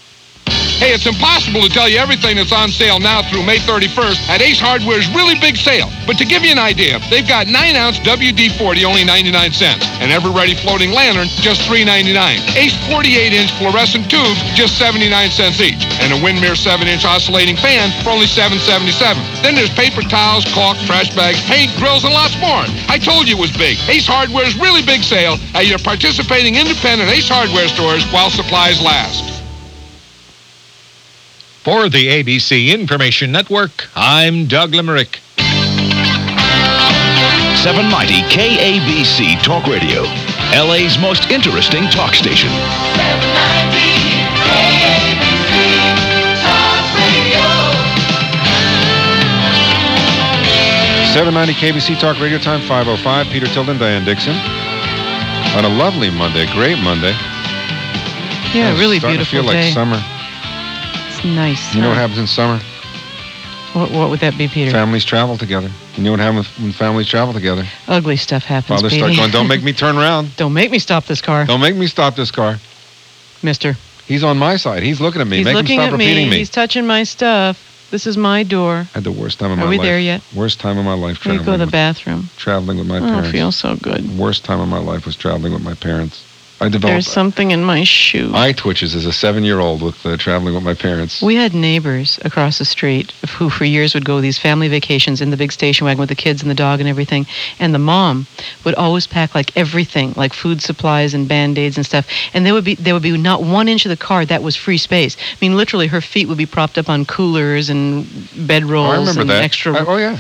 Speaker 53: Hey, it's impossible to tell you everything that's on sale now through May 31st at Ace Hardware's really big sale. But to give you an idea, they've got 9-ounce WD-40 only 99 cents, and every ready floating lantern just $3.99. Ace 48-inch fluorescent tubes just 79 cents each, and a Windmere 7-inch oscillating fan for only 777. Then there's paper towels, caulk, trash bags, paint, grills, and lots more. I told you it was big. Ace Hardware's really big sale at your participating independent Ace Hardware stores while supplies last.
Speaker 25: For the ABC Information Network, I'm Doug Limerick.
Speaker 29: 790 KABC Talk Radio, LA's most interesting talk station.
Speaker 54: Talk
Speaker 2: 790 KBC Talk Radio Time 505. Peter Tilden, Diane Dixon. On a lovely Monday, great Monday.
Speaker 1: Yeah,
Speaker 2: It's
Speaker 1: really
Speaker 2: starting
Speaker 1: beautiful
Speaker 2: to feel
Speaker 1: day.
Speaker 2: like summer.
Speaker 1: It's nice.
Speaker 2: You know
Speaker 1: huh?
Speaker 2: what happens in summer?
Speaker 1: What, what would that be, Peter?
Speaker 2: Families travel together. You know what happens when families travel together?
Speaker 1: Ugly stuff happens.
Speaker 2: Fathers start
Speaker 1: Petey.
Speaker 2: going, don't make me turn around.
Speaker 1: Don't make me stop this car.
Speaker 2: Don't make me stop this car.
Speaker 1: Mister.
Speaker 2: He's on my side. He's looking at me.
Speaker 1: He's
Speaker 2: make
Speaker 1: looking
Speaker 2: him stop
Speaker 1: at me.
Speaker 2: repeating me.
Speaker 1: He's touching my stuff. This is my door.
Speaker 2: I had the worst time of
Speaker 1: Are
Speaker 2: my
Speaker 1: we
Speaker 2: life.
Speaker 1: there yet?
Speaker 2: Worst time of my life
Speaker 1: Let me
Speaker 2: traveling.
Speaker 1: go to the
Speaker 2: with-
Speaker 1: bathroom.
Speaker 2: Traveling with my
Speaker 1: Oh, it
Speaker 2: parents.
Speaker 1: feels so good.
Speaker 2: Worst time of my life was traveling with my parents. I developed
Speaker 1: There's something in my shoe.
Speaker 2: eye twitches as a seven-year-old with uh, traveling with my parents.
Speaker 1: We had neighbors across the street who, for years, would go these family vacations in the big station wagon with the kids and the dog and everything. And the mom would always pack like everything, like food supplies and band aids and stuff. And there would be there would be not one inch of the car that was free space. I mean, literally, her feet would be propped up on coolers and bedrolls
Speaker 2: Oh, I remember
Speaker 1: and
Speaker 2: that.
Speaker 1: extra,
Speaker 2: I- oh yeah.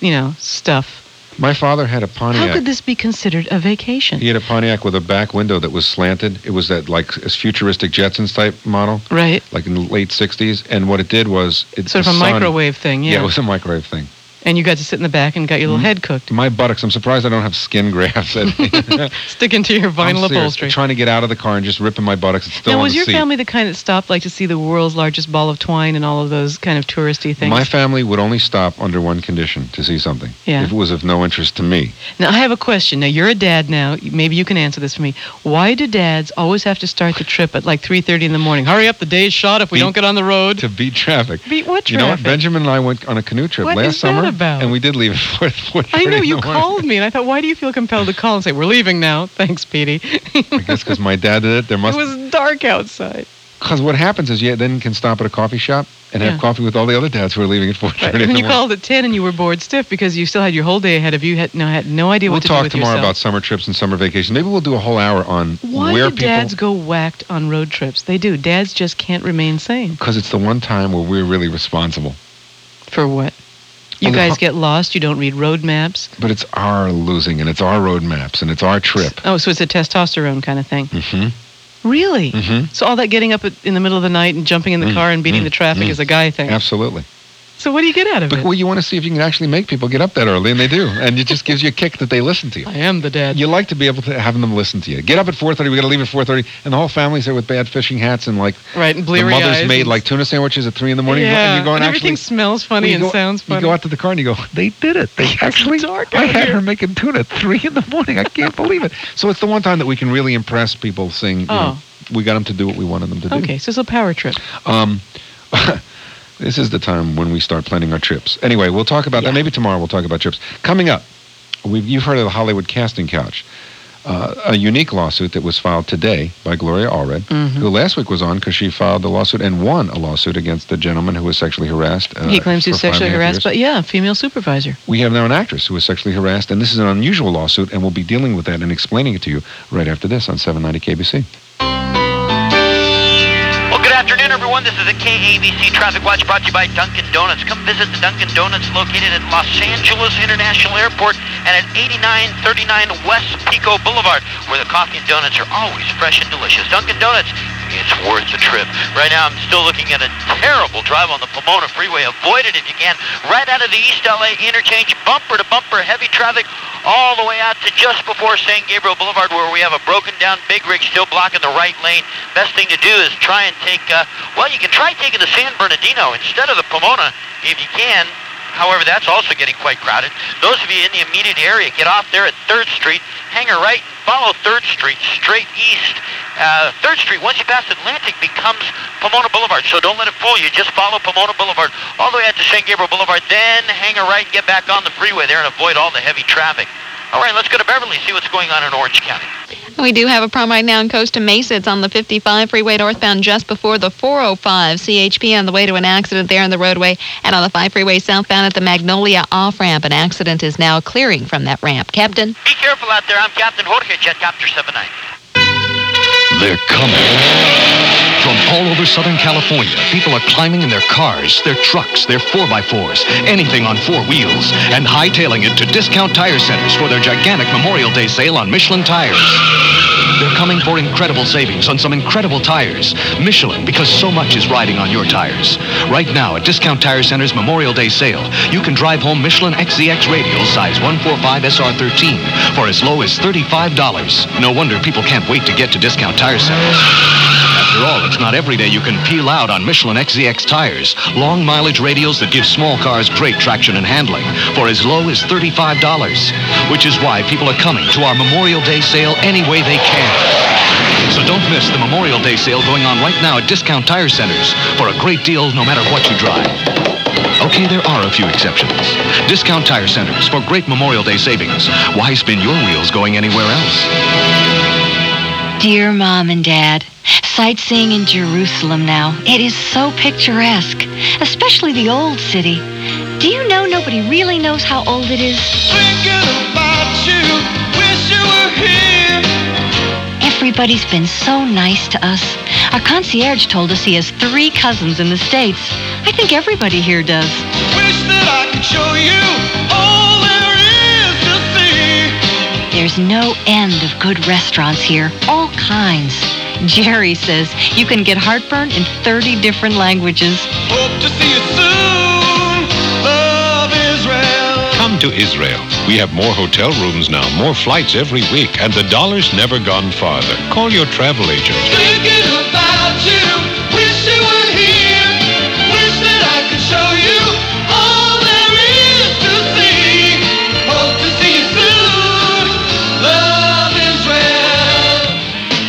Speaker 1: you know, stuff.
Speaker 2: My father had a Pontiac.
Speaker 1: How could this be considered a vacation?
Speaker 2: He had a Pontiac with a back window that was slanted. It was that like s- futuristic Jetsons type model,
Speaker 1: Right.
Speaker 2: like in the late '60s. And what it did was, it,
Speaker 1: Sort
Speaker 2: the
Speaker 1: of a
Speaker 2: sun-
Speaker 1: microwave thing, yeah.
Speaker 2: it was a Mm, microwave thing.
Speaker 1: And you got to sit in the back and got your little head cooked.
Speaker 2: My buttocks. I'm surprised I don't have skin grafts. I'm
Speaker 1: Stick into your vinyl
Speaker 2: serious.
Speaker 1: upholstry.
Speaker 2: Trying to get out of the car and just ripping my buttocks. It's still
Speaker 1: now,
Speaker 2: on
Speaker 1: was
Speaker 2: the
Speaker 1: your
Speaker 2: seat.
Speaker 1: family the kind that stopped like to see the world's largest ball of twine and all of those kind of touristy things?
Speaker 2: My family would only stop under one condition to see something.
Speaker 1: Yeah.
Speaker 2: If it was of no interest to me.
Speaker 1: now, I have a question. Now, you're a dad now. Maybe you can answer this for me. Why do dads always have to start the trip at like 3:30 in the morning? Hurry up, the day's shot if we don't get on the road.
Speaker 2: To beat traffic.
Speaker 1: Beat what
Speaker 2: You know what?
Speaker 1: traffic?
Speaker 2: Benjamin and I went on a canoe trip
Speaker 1: What
Speaker 2: last
Speaker 1: is that
Speaker 2: summer,
Speaker 1: about?
Speaker 2: and we did leave at four.
Speaker 1: I
Speaker 2: 4:30
Speaker 1: know
Speaker 2: in the
Speaker 1: you
Speaker 2: morning.
Speaker 1: called me, and I thought, why do you feel compelled to call and say we're leaving now? Thanks, Petey.
Speaker 2: I guess because my dad did it. There
Speaker 1: it
Speaker 2: must.
Speaker 1: was dark outside.
Speaker 2: Because what happens is you then can stop at a coffee shop and
Speaker 1: Yeah.
Speaker 2: have coffee with all the other dads who are leaving at 4:30.
Speaker 1: Right.
Speaker 2: in the
Speaker 1: And you
Speaker 2: morning.
Speaker 1: called at 10 and you were bored stiff because you still had your whole day ahead of you. Had no, had no idea
Speaker 2: We'll
Speaker 1: what to do
Speaker 2: talk
Speaker 1: with
Speaker 2: tomorrow
Speaker 1: yourself.
Speaker 2: about summer trips and summer vacations. Maybe we'll do a whole hour on
Speaker 1: Why
Speaker 2: where
Speaker 1: do
Speaker 2: people.
Speaker 1: dads go whacked on road trips? They do. Dads just can't remain sane.
Speaker 2: Because it's the one time where we're really responsible.
Speaker 1: For what? You guys get lost. You don't read road maps.
Speaker 2: But it's our losing, and it's our road maps, and it's our trip.
Speaker 1: Oh, so it's a testosterone kind of thing.
Speaker 2: Mm-hmm.
Speaker 1: Really?
Speaker 2: Mhm.
Speaker 1: So all that getting up at- in the middle of the night and jumping in the car and beating the traffic
Speaker 2: mm.
Speaker 1: is a guy thing.
Speaker 2: Absolutely.
Speaker 1: So what do you get out of
Speaker 2: But
Speaker 1: it?
Speaker 2: well, you want to see if you can actually make people get up that early, and they do, and it just gives you a kick that they listen to you. I
Speaker 1: am the dad.
Speaker 2: You like to be able to have them listen to you. Get up at 4:30. We got to leave at 4:30, and the whole family's there with bad fishing hats and like
Speaker 1: Right, and
Speaker 2: the
Speaker 1: bleary
Speaker 2: mother's
Speaker 1: eyes
Speaker 2: made
Speaker 1: and-
Speaker 2: like tuna sandwiches at three in the morning,
Speaker 1: yeah.
Speaker 2: and you go and,
Speaker 1: and
Speaker 2: actually.
Speaker 1: everything smells funny
Speaker 2: Well, you
Speaker 1: and
Speaker 2: go-
Speaker 1: sounds funny.
Speaker 2: You go out to the car and you go, they did it. They actually, I had her making tuna at three in the morning. I can't believe it. So it's the one time that we can really impress people, saying, you
Speaker 1: Oh.
Speaker 2: know, we got them to do what we wanted them to do.
Speaker 1: okay, so it's a power trip.
Speaker 2: Um, this is the time when we start planning our trips. Anyway, we'll talk about that. Maybe tomorrow we'll talk about trips. Coming up, we've, you've heard of the Hollywood casting couch. Uh, a unique lawsuit that was filed today by Gloria Allred,
Speaker 1: Mm-hmm.
Speaker 2: who last week was on because she filed a lawsuit and won a lawsuit against the gentleman who was sexually harassed. uh,
Speaker 1: he claims he was
Speaker 2: for five and a
Speaker 1: sexually
Speaker 2: half
Speaker 1: harassed,
Speaker 2: years.
Speaker 1: but yeah, female supervisor.
Speaker 2: We have now an actress who was sexually harassed, and this is an unusual lawsuit, and we'll be dealing with that and explaining it to you right after this on 790 KBC.
Speaker 10: Well, good afternoon, everyone. This is the KABC Traffic Watch brought to you by Dunkin' Donuts. Come visit the Dunkin' Donuts located at Los Angeles International Airport and at 8939 West Pico Boulevard, where the coffee and donuts are always fresh and delicious. Dunkin' Donuts, it's worth the trip. Right now, I'm still looking at a terrible drive on the Pomona Freeway. Avoid it if you can. Right out of the East LA interchange, bumper to bumper, heavy traffic all the way out to just before San Gabriel Boulevard, where we have a broken down big rig still blocking the right lane. Best thing to do is try and take, uh, well, you can try taking the San Bernardino instead of the Pomona if you can. However, that's also getting quite crowded. Those of you in the immediate area, get off there at 3rd Street, hang a right, follow 3rd Street straight east. Uh, 3rd Street, once you pass Atlantic, becomes Pomona Boulevard. So don't let it fool you. Just follow Pomona Boulevard all the way out to San Gabriel Boulevard, then hang a right and get back on the freeway there and avoid all the heavy traffic. All right, let's go to Beverly, see what's going on in Orange County.
Speaker 3: We do have a problem right now in Costa Mesa. It's on the 55 freeway northbound just before the 405 CHP on the way to an accident there in the roadway. And on the 5 freeway southbound at the Magnolia off ramp, an accident is now clearing from that ramp. Captain?
Speaker 10: Be careful out there. I'm Captain Jorge, Jetcopter 79.
Speaker 28: They're coming. From all over Southern California, people are climbing in their cars, their trucks, their 4x4s, anything on four wheels, and hightailing it to discount tire centers for their gigantic Memorial Day sale on Michelin tires. They're coming for incredible savings on some incredible tires. Michelin, because so much is riding on your tires. Right now at Discount Tire Center's Memorial Day sale, you can drive home Michelin XZX radial size 145 SR13 for as low as $35. No wonder people can't wait to get to Discount Tire Centers. After all, it's not every day you can peel out on Michelin XZX tires. Long mileage radials that give small cars great traction and handling for as low as $35. Which is why people are coming to our Memorial Day sale any way they can. So don't miss the Memorial Day sale going on right now at Discount Tire Centers for a great deal no matter what you drive. Okay, there are a few exceptions. Discount Tire Centers for great Memorial Day savings. Why spin your wheels going anywhere else?
Speaker 13: Dear Mom and Dad, sightseeing in Jerusalem now. It is so picturesque, especially the old city. Do you know nobody really knows how old it is? Everybody's been so nice to us. Our concierge told us he has three cousins in the States. I think everybody here does. There's no end of good restaurants here, all kinds. Jerry says you can get heartburn in 30 different languages.
Speaker 31: Come to Israel. We have more hotel rooms now, more flights every week, and the dollar's never gone farther. Call your travel agent.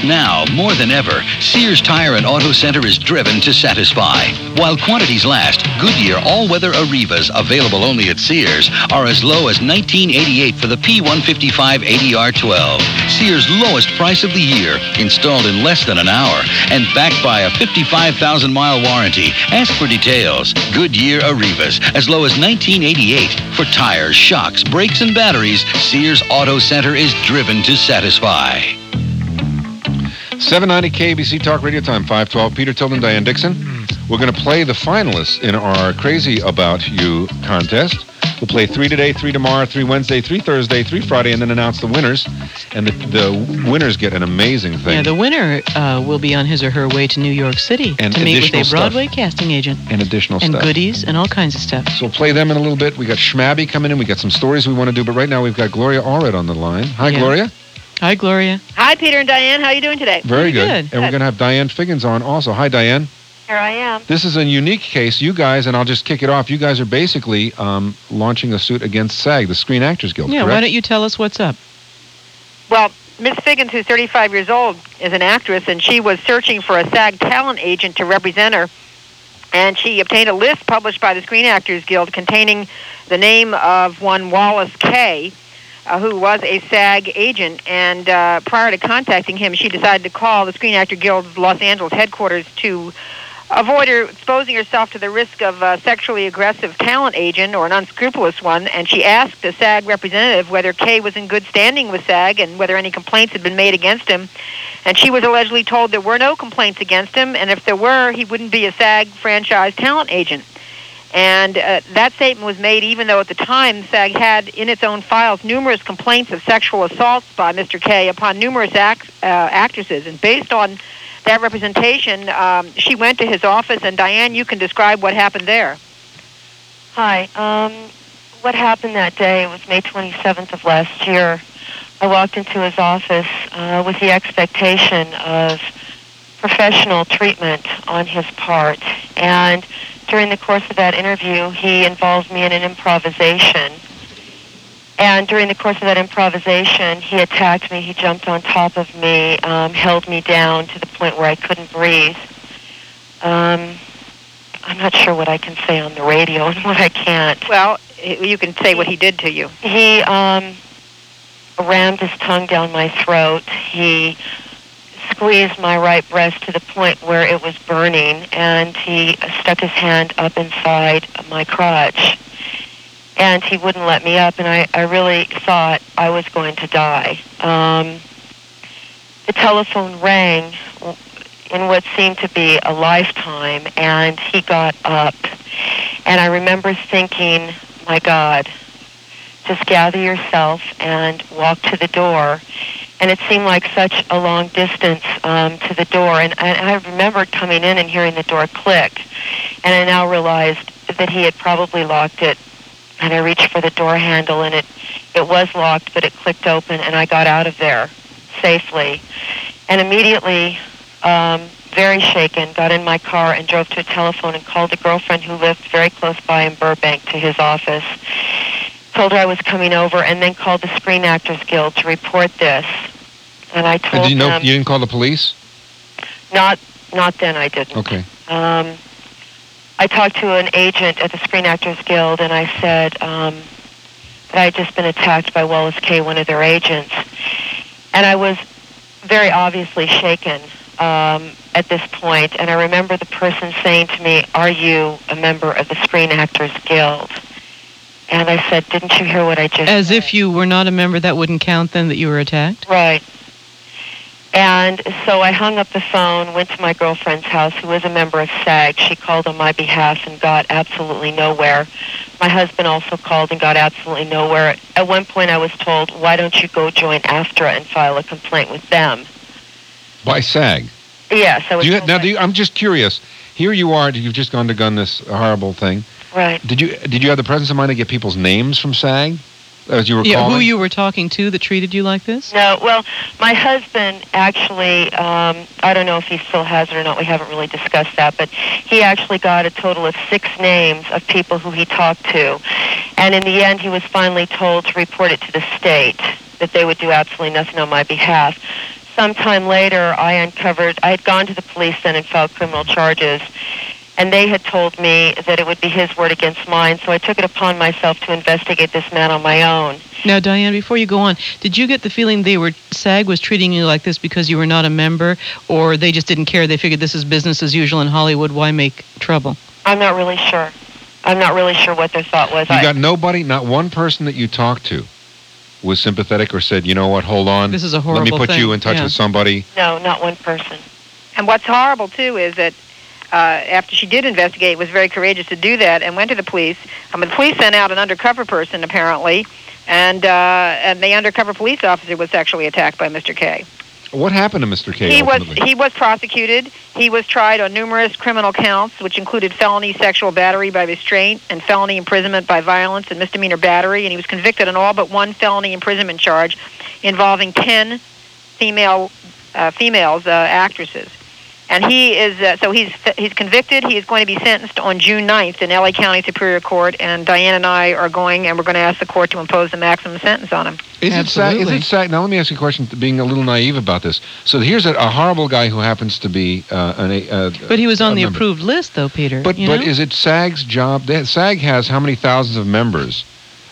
Speaker 28: Now, more than ever, Sears Tire and Auto Center is driven to satisfy. While quantities last, Goodyear all-weather Arrivas, available only at Sears, are as low as 1988 for the P155 ADR12. Sears' lowest price of the year, installed in less than an hour, and backed by a 55,000-mile warranty. Ask for details. Goodyear Arrivas, as low as 1988. For tires, shocks, brakes, and batteries, Sears Auto Center is driven to satisfy.
Speaker 2: 790 KBC Talk Radio Time, 512. Peter Tilden, Diane Dixon. We're going to play the finalists in our Crazy About You contest. We'll play three today, three tomorrow, three Wednesday, three Thursday, three Friday, and then announce the winners. And the, the winners get an amazing thing.
Speaker 1: Yeah, the winner uh, will be on his or her way to New York City
Speaker 2: And
Speaker 1: to meet with
Speaker 2: additional
Speaker 1: a
Speaker 2: stuff.
Speaker 1: Broadway casting agent
Speaker 2: and additional
Speaker 1: and
Speaker 2: stuff.
Speaker 1: goodies and all kinds of stuff.
Speaker 2: So we'll play them in a little bit. We got Schmabby coming in. We got some stories we want to do, but right now we've got Gloria Allred on the line. Hi,
Speaker 1: Yeah.
Speaker 2: Gloria.
Speaker 1: Hi, Gloria.
Speaker 55: Hi, Peter and Diane. How are you doing today?
Speaker 2: Very good. And we're going to have Diane Figgins on also. Hi, Diane.
Speaker 55: Here I am.
Speaker 2: This is a unique case. You guys, and I'll just kick it off. You guys are basically um, launching a suit against SAG, the Screen Actors Guild.
Speaker 1: yeah,
Speaker 2: correct?
Speaker 1: why don't you tell us what's up?
Speaker 55: Well, Miss Figgins, who's 35 years old, is an actress, and she was searching for a SAG talent agent to represent her. And she obtained a list published by the Screen Actors Guild containing the name of one Wallace Kay, uh, who was a SAG agent. And uh, prior to contacting him, she decided to call the Screen Actor Guild's Los Angeles headquarters to avoid her exposing herself to the risk of a sexually aggressive talent agent or an unscrupulous one, and she asked the SAG representative whether Kay was in good standing with SAG and whether any complaints had been made against him. And she was allegedly told there were no complaints against him, and if there were, he wouldn't be a SAG franchise talent agent. And uh, that statement was made even though at the time SAG had in its own files numerous complaints of sexual assaults by Mr. K upon numerous act- uh, actresses. And based on that representation, um, she went to his office. And Diane, you can describe what happened there.
Speaker 39: Hi. Um, what happened that day was May 27th of last year. I walked into his office uh, with the expectation of professional treatment on his part. And during the course of that interview, he involved me in an improvisation. And during the course of that improvisation, he attacked me. He jumped on top of me, um, held me down to the point where I couldn't breathe. Um, I'm not sure what I can say on the radio and what I can't.
Speaker 55: Well, you can say what he did to you.
Speaker 39: He um, rammed his tongue down my throat. He squeezed my right breast to the point where it was burning, and he stuck his hand up inside my crotch. And he wouldn't let me up, and I, I really thought I was going to die. Um, the telephone rang in what seemed to be a lifetime, and he got up. And I remember thinking, my God, just gather yourself and walk to the door. And it seemed like such a long distance um, to the door. And, and I remembered coming in and hearing the door click. And I now realized that he had probably locked it. And I reached for the door handle, and it, it was locked, but it clicked open, and I got out of there safely. And immediately, um, very shaken, got in my car and drove to a telephone and called a girlfriend who lived very close by in Burbank to his office told her I was coming over, and then called the Screen Actors Guild to report this. And I
Speaker 2: And Uh,
Speaker 39: told
Speaker 2: do you know
Speaker 39: them
Speaker 2: you didn't call the police?
Speaker 39: not not then I didn't.
Speaker 2: Okay.
Speaker 39: Um, I talked to an agent at the Screen Actors Guild, and I said um, that I had just been attacked by Wallace K, one of their agents, and I was very obviously shaken um, at this point. And I remember the person saying to me, "Are you a member of the Screen Actors Guild?" And I said, "Didn't you hear what I just?"
Speaker 1: As if you were not a member, that wouldn't count then that you were attacked?
Speaker 39: Right. And so I hung up the phone, went to my girlfriend's house, who was a member of SAG. She called on my behalf and got absolutely nowhere. My husband also called and got absolutely nowhere. At one point, I was told, why don't you go join AFTRA and file a complaint with them?
Speaker 2: By SAG.
Speaker 39: Yes, I was.
Speaker 2: Do you, now, do you, I'm just curious. Here you are. You've just gone to gun this horrible thing.
Speaker 39: Right.
Speaker 2: Did you did you have the presence of mind to get people's names from SAG as you were
Speaker 1: yeah,
Speaker 2: calling?
Speaker 1: who you were talking to that treated you like this?
Speaker 39: No, well, my husband actually, um, I don't know if he still has it or not. We haven't really discussed that, but he actually got a total of six names of people who he talked to. And in the end, he was finally told to report it to the state, that they would do absolutely nothing on my behalf. Sometime later, I uncovered, I had gone to the police then and filed criminal charges. And they had told me that it would be his word against mine, so I took it upon myself to investigate this man on my own.
Speaker 1: Now, Diane, before you go on, did you get the feeling they were SAG was treating you like this because you were not a member, or they just didn't care? They figured this is business as usual in Hollywood. Why make trouble?
Speaker 39: I'm not really sure. I'm not really sure what their thought was.
Speaker 2: You
Speaker 39: I,
Speaker 2: got nobody, not one person that you talked to was sympathetic or said, you know what, hold on.
Speaker 39: This is a
Speaker 2: Let me
Speaker 39: horrible
Speaker 2: put you
Speaker 39: thing."
Speaker 2: in touch
Speaker 39: Yeah.
Speaker 2: with somebody.
Speaker 39: no, not one person.
Speaker 55: And what's horrible too is that uh, after she did investigate, was very courageous to do that and went to the police. I mean, the police sent out an undercover person apparently, and uh, and the undercover police officer was sexually attacked by Mr. K.
Speaker 2: What happened to Mr. K?
Speaker 55: He was
Speaker 2: ultimately?
Speaker 55: he was prosecuted. He was tried on numerous criminal counts, which included felony sexual battery by restraint and felony imprisonment by violence and misdemeanor battery, and he was convicted on all but one felony imprisonment charge involving ten female uh, females uh, actresses. And he is uh, so he's he's convicted. He is going to be sentenced on June 9th in LA County Superior Court. And Diane and I are going, and we're going to ask the court to impose the maximum sentence on him.
Speaker 2: Is it sad? Is it sad? Now let me ask you a question. Being a little naive about this, so here's a, a horrible guy who happens to be uh, an. A, uh,
Speaker 1: But he was on
Speaker 2: a
Speaker 1: the
Speaker 2: member.
Speaker 1: approved list, though, Peter.
Speaker 2: But
Speaker 1: you
Speaker 2: but
Speaker 1: know?
Speaker 2: is it SAG's job? They, SAG has how many thousands of members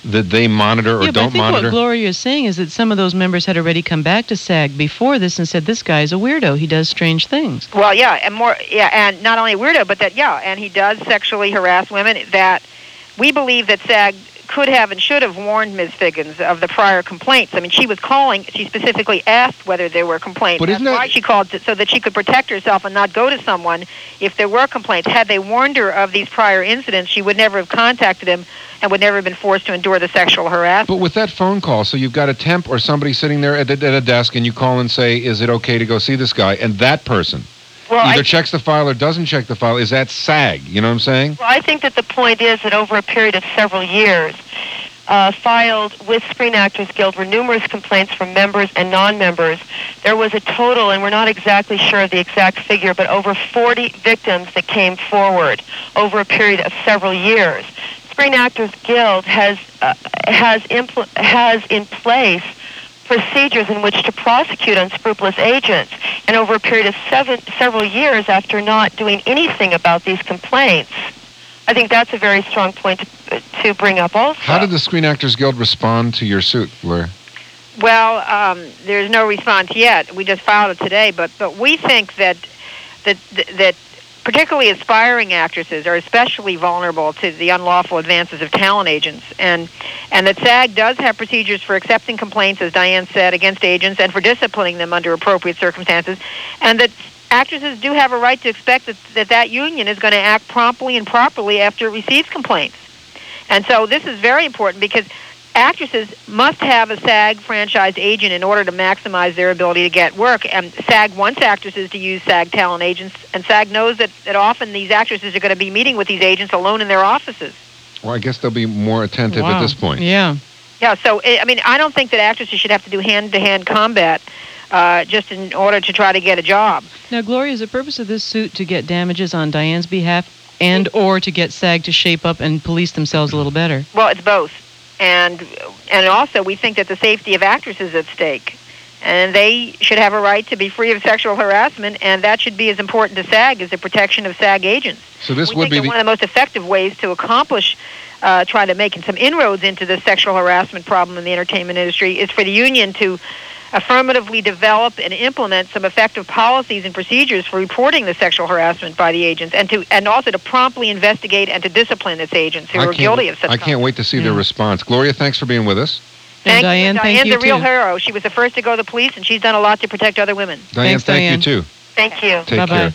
Speaker 2: that they monitor or
Speaker 1: yeah, but I
Speaker 2: don't
Speaker 1: think
Speaker 2: monitor?
Speaker 1: what Gloria is saying is that some of those members had already come back to SAG before this and said, "This guy's a weirdo. He does strange things."
Speaker 55: Well, yeah, and more, yeah, and not only weirdo, but that, yeah, and he does sexually harass women. That we believe that SAG could have and should have warned Ms. Figgins of the prior complaints. I mean, she was calling. She specifically asked whether there were complaints.
Speaker 2: But
Speaker 55: That's
Speaker 2: isn't that-
Speaker 55: why she called so that she could protect herself and not go to someone if there were complaints. Had they warned her of these prior incidents, she would never have contacted him and would never have been forced to endure the sexual harassment.
Speaker 2: But with that phone call, so you've got a temp or somebody sitting there at, the, at a desk, and you call and say, "Is it okay to go see this guy?" And that person
Speaker 39: Well,
Speaker 2: either
Speaker 39: I-
Speaker 2: checks the file or doesn't check the file. Is that SAG? You know what I'm saying?
Speaker 39: Well, I think that the point is that over a period of several years, uh, filed with Screen Actors Guild were numerous complaints from members and non-members. There was a total, and we're not exactly sure of the exact figure, but over 40 victims that came forward over a period of several years. Screen Actors Guild has uh, has impl- has in place procedures in which to prosecute unscrupulous agents. And over a period of seven, several years after not doing anything about these complaints, I think that's a very strong point to, to bring up also.
Speaker 2: How did the Screen Actors Guild respond to your suit, Blair?
Speaker 55: Well, um, there's no response yet. We just filed it today, but but we think that that that particularly aspiring actresses are especially vulnerable to the unlawful advances of talent agents, and and that SAG does have procedures for accepting complaints, as Diane said, against agents and for disciplining them under appropriate circumstances, and that. Actresses do have a right to expect that that, that union is going to act promptly and properly after it receives complaints. And so this is very important because actresses must have a SAG franchise agent in order to maximize their ability to get work. And SAG wants actresses to use SAG talent agents, and SAG knows that, that often these actresses are going to be meeting with these agents alone in their offices.
Speaker 2: Well, I guess they'll be more attentive at
Speaker 1: Wow.
Speaker 2: this point.
Speaker 1: Yeah.
Speaker 55: Yeah, so eh, I I mean, I don't think that actresses should have to do hand-to-hand combat uh, just in order to try to get a job.
Speaker 1: Now, Gloria, is the purpose of this suit to get damages on Diane's behalf, and or to get SAG to shape up and police themselves a little better?
Speaker 55: Well, it's both, and and also we think that the safety of actresses is at stake, and they should have a right to be free of sexual harassment, and that should be as important to SAG as the protection of SAG agents.
Speaker 2: So this
Speaker 55: we
Speaker 2: would
Speaker 55: think
Speaker 2: be
Speaker 55: that
Speaker 2: the-
Speaker 55: one of the most effective ways to accomplish. Uh, trying to make some inroads into the sexual harassment problem in the entertainment industry is for the union to affirmatively develop and implement some effective policies and procedures for reporting the sexual harassment by the agents, and to and also to promptly investigate and to discipline its agents who
Speaker 2: I
Speaker 55: are
Speaker 2: can't-
Speaker 55: guilty of such.
Speaker 2: I can't wait to see their response. Gloria, thanks for being with us.
Speaker 55: Thank
Speaker 1: Diane,
Speaker 55: you.
Speaker 1: thank
Speaker 55: Diane's
Speaker 1: you,
Speaker 55: a real
Speaker 1: too.
Speaker 55: hero. She was the first to go to the police, and she's done a lot to protect other women.
Speaker 2: Diane, thank
Speaker 55: Diane.
Speaker 2: you too.
Speaker 39: Thank you.
Speaker 2: Take care.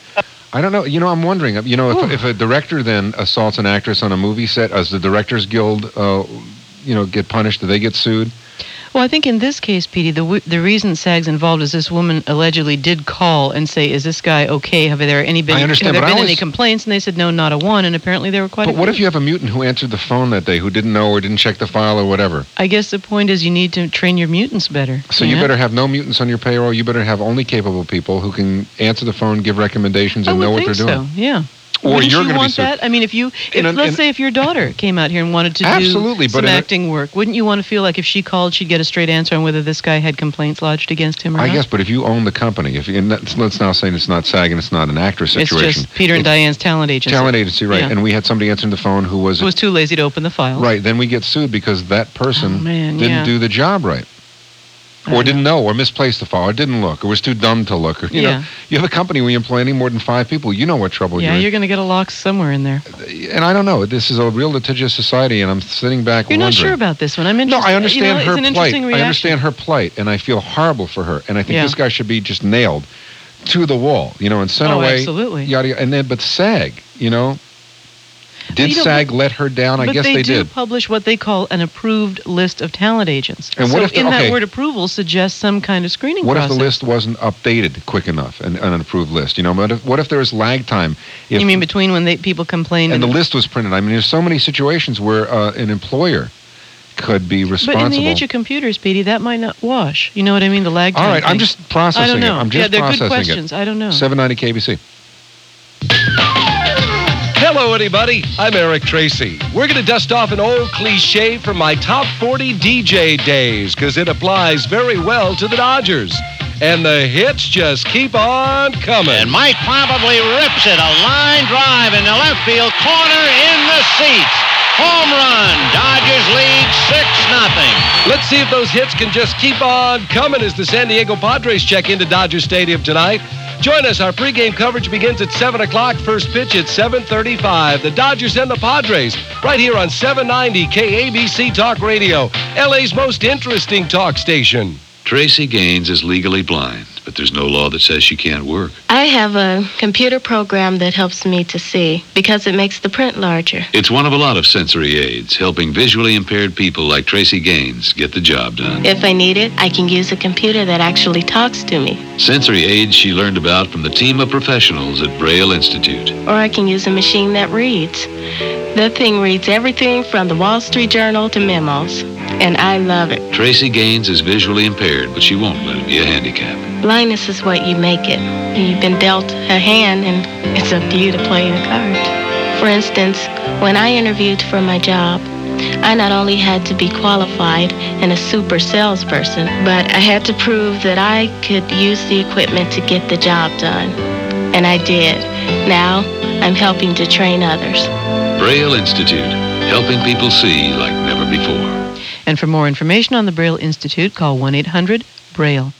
Speaker 2: I don't know. You know, I'm wondering. You know, if, if a director then assaults an actress on a movie set, as the Directors Guild, uh, you know, get punished? Do they get sued?
Speaker 1: Well, I think in this case, Petey, the w- the reason SAG's involved is this woman allegedly did call and say, "Is this guy okay? Have there any been
Speaker 2: I understand,
Speaker 1: have there
Speaker 2: but I
Speaker 1: been any
Speaker 2: always-
Speaker 1: complaints?" And they said, "No, not a one." And apparently, there were quite.
Speaker 2: But
Speaker 1: a
Speaker 2: what
Speaker 1: few.
Speaker 2: if you have a mutant who answered the phone that day who didn't know or didn't check the file or whatever?
Speaker 1: I guess the point is you need to train your mutants better.
Speaker 2: So you
Speaker 1: know?
Speaker 2: better have no mutants on your payroll. You better have only capable people who can answer the phone, give recommendations,
Speaker 1: I
Speaker 2: and
Speaker 1: would
Speaker 2: know what
Speaker 1: think
Speaker 2: they're doing.
Speaker 1: so. Yeah.
Speaker 2: Or
Speaker 1: Wouldn't
Speaker 2: you're
Speaker 1: you
Speaker 2: gonna be
Speaker 1: want
Speaker 2: sued.
Speaker 1: that? I mean, if you, if,
Speaker 2: In an-
Speaker 1: let's
Speaker 2: in-
Speaker 1: say, if your daughter came out here and wanted to
Speaker 2: Absolutely,
Speaker 1: do
Speaker 2: but
Speaker 1: some
Speaker 2: in a-
Speaker 1: acting work, wouldn't you want to feel like if she called, she'd get a straight answer on whether this guy had complaints lodged against him or
Speaker 2: I
Speaker 1: not?
Speaker 2: guess, but if you own the company, if you, and that's, let's now say it's not SAG and it's not an actress
Speaker 1: it's
Speaker 2: situation.
Speaker 1: just Peter and Diane's talent agency.
Speaker 2: Talent agency, right?
Speaker 1: Yeah.
Speaker 2: And we had somebody answering the phone who was
Speaker 1: Who was too lazy to open the file. Oh,
Speaker 2: right. Then we get sued because that person
Speaker 1: man,
Speaker 2: didn't
Speaker 1: yeah.
Speaker 2: do the job right, or didn't know, or misplaced the file, or didn't look, or was too dumb to look. Or, you
Speaker 1: Yeah.
Speaker 2: know, you have a company where you employ any more than five people, you know what trouble
Speaker 1: yeah,
Speaker 2: you're in.
Speaker 1: you're going to get a lock somewhere in there.
Speaker 2: and I don't know. This is a real litigious society, and I'm sitting back.
Speaker 1: You're not
Speaker 2: wondering.
Speaker 1: sure about this one. I'm
Speaker 2: No,
Speaker 1: interested.
Speaker 2: I understand
Speaker 1: you know,
Speaker 2: her
Speaker 1: it's an
Speaker 2: plight.
Speaker 1: interesting
Speaker 2: I
Speaker 1: reaction.
Speaker 2: understand her plight, and I feel horrible for her. And I think
Speaker 1: Yeah.
Speaker 2: this guy should be just nailed to the wall, you know, and sent
Speaker 1: Oh,
Speaker 2: away.
Speaker 1: absolutely.
Speaker 2: Yada, yada, and then, but SAG, you know, did
Speaker 1: you don't-
Speaker 2: SAG let her down? I
Speaker 1: but
Speaker 2: guess
Speaker 1: they,
Speaker 2: they,
Speaker 1: do
Speaker 2: did.
Speaker 1: publish what they call an approved list of talent agents.
Speaker 2: And what
Speaker 1: so
Speaker 2: if the-
Speaker 1: in
Speaker 2: okay.
Speaker 1: that word approval suggests some kind of screening
Speaker 2: What if
Speaker 1: process.
Speaker 2: the list wasn't updated quick enough, an, an approved list? You know, what if, what if there was lag time? If,
Speaker 1: you mean between when they, people complain
Speaker 2: and
Speaker 1: and
Speaker 2: the list was printed. I mean, there's so many situations where uh, an employer could be
Speaker 1: But
Speaker 2: responsible.
Speaker 1: in the age of computers, Petey, that might not wash. You know what I mean? The lag time.
Speaker 2: All right, I'm
Speaker 1: thing.
Speaker 2: just processing
Speaker 1: I don't know.
Speaker 2: it. I'm just
Speaker 1: yeah, they're
Speaker 2: processing
Speaker 1: good questions.
Speaker 2: it.
Speaker 1: I don't know.
Speaker 2: 790 KBC.
Speaker 56: Hello, everybody. I'm Eric Tracy. We're going to dust off an old cliche from my top 40 DJ days because it applies very well to the Dodgers. And the hits just keep on coming. And
Speaker 29: Mike probably rips it. A line drive in the left field corner in the seats. Home run. Dodgers lead 6 nothing.
Speaker 56: Let's see if those hits can just keep on coming as the San Diego Padres check into Dodger Stadium tonight. Join us. Our pregame coverage begins at 7 o'clock. First pitch at 7.35. The Dodgers and the Padres right here on 790 KABC Talk Radio, LA's most interesting talk station.
Speaker 57: Tracy Gaines is legally blind, but there's no law that says she can't work.
Speaker 43: I have a computer program that helps me to see because it makes the print larger.
Speaker 57: It's one of a lot of sensory aids helping visually impaired people like Tracy Gaines get the job done.
Speaker 43: If I need it, I can use a computer that actually talks to me,
Speaker 57: Sensory aids she learned about from the team of professionals at Braille Institute.
Speaker 43: or I can use a machine that reads. That thing reads everything from the Wall Street Journal to memos, and I love it.
Speaker 57: Tracy Gaines is visually impaired, but she won't let it be a handicap.
Speaker 43: Blindness is what you make it. You've been dealt a hand, and it's up to you to play the card. For instance, when I interviewed for my job, I not only had to be qualified and a super salesperson, but I had to prove that I could use the equipment to get the job done. And I did. Now I'm helping to train others.
Speaker 57: Braille Institute, helping people see like never before.
Speaker 1: And for more information on the Braille Institute, call 1 800 Braille.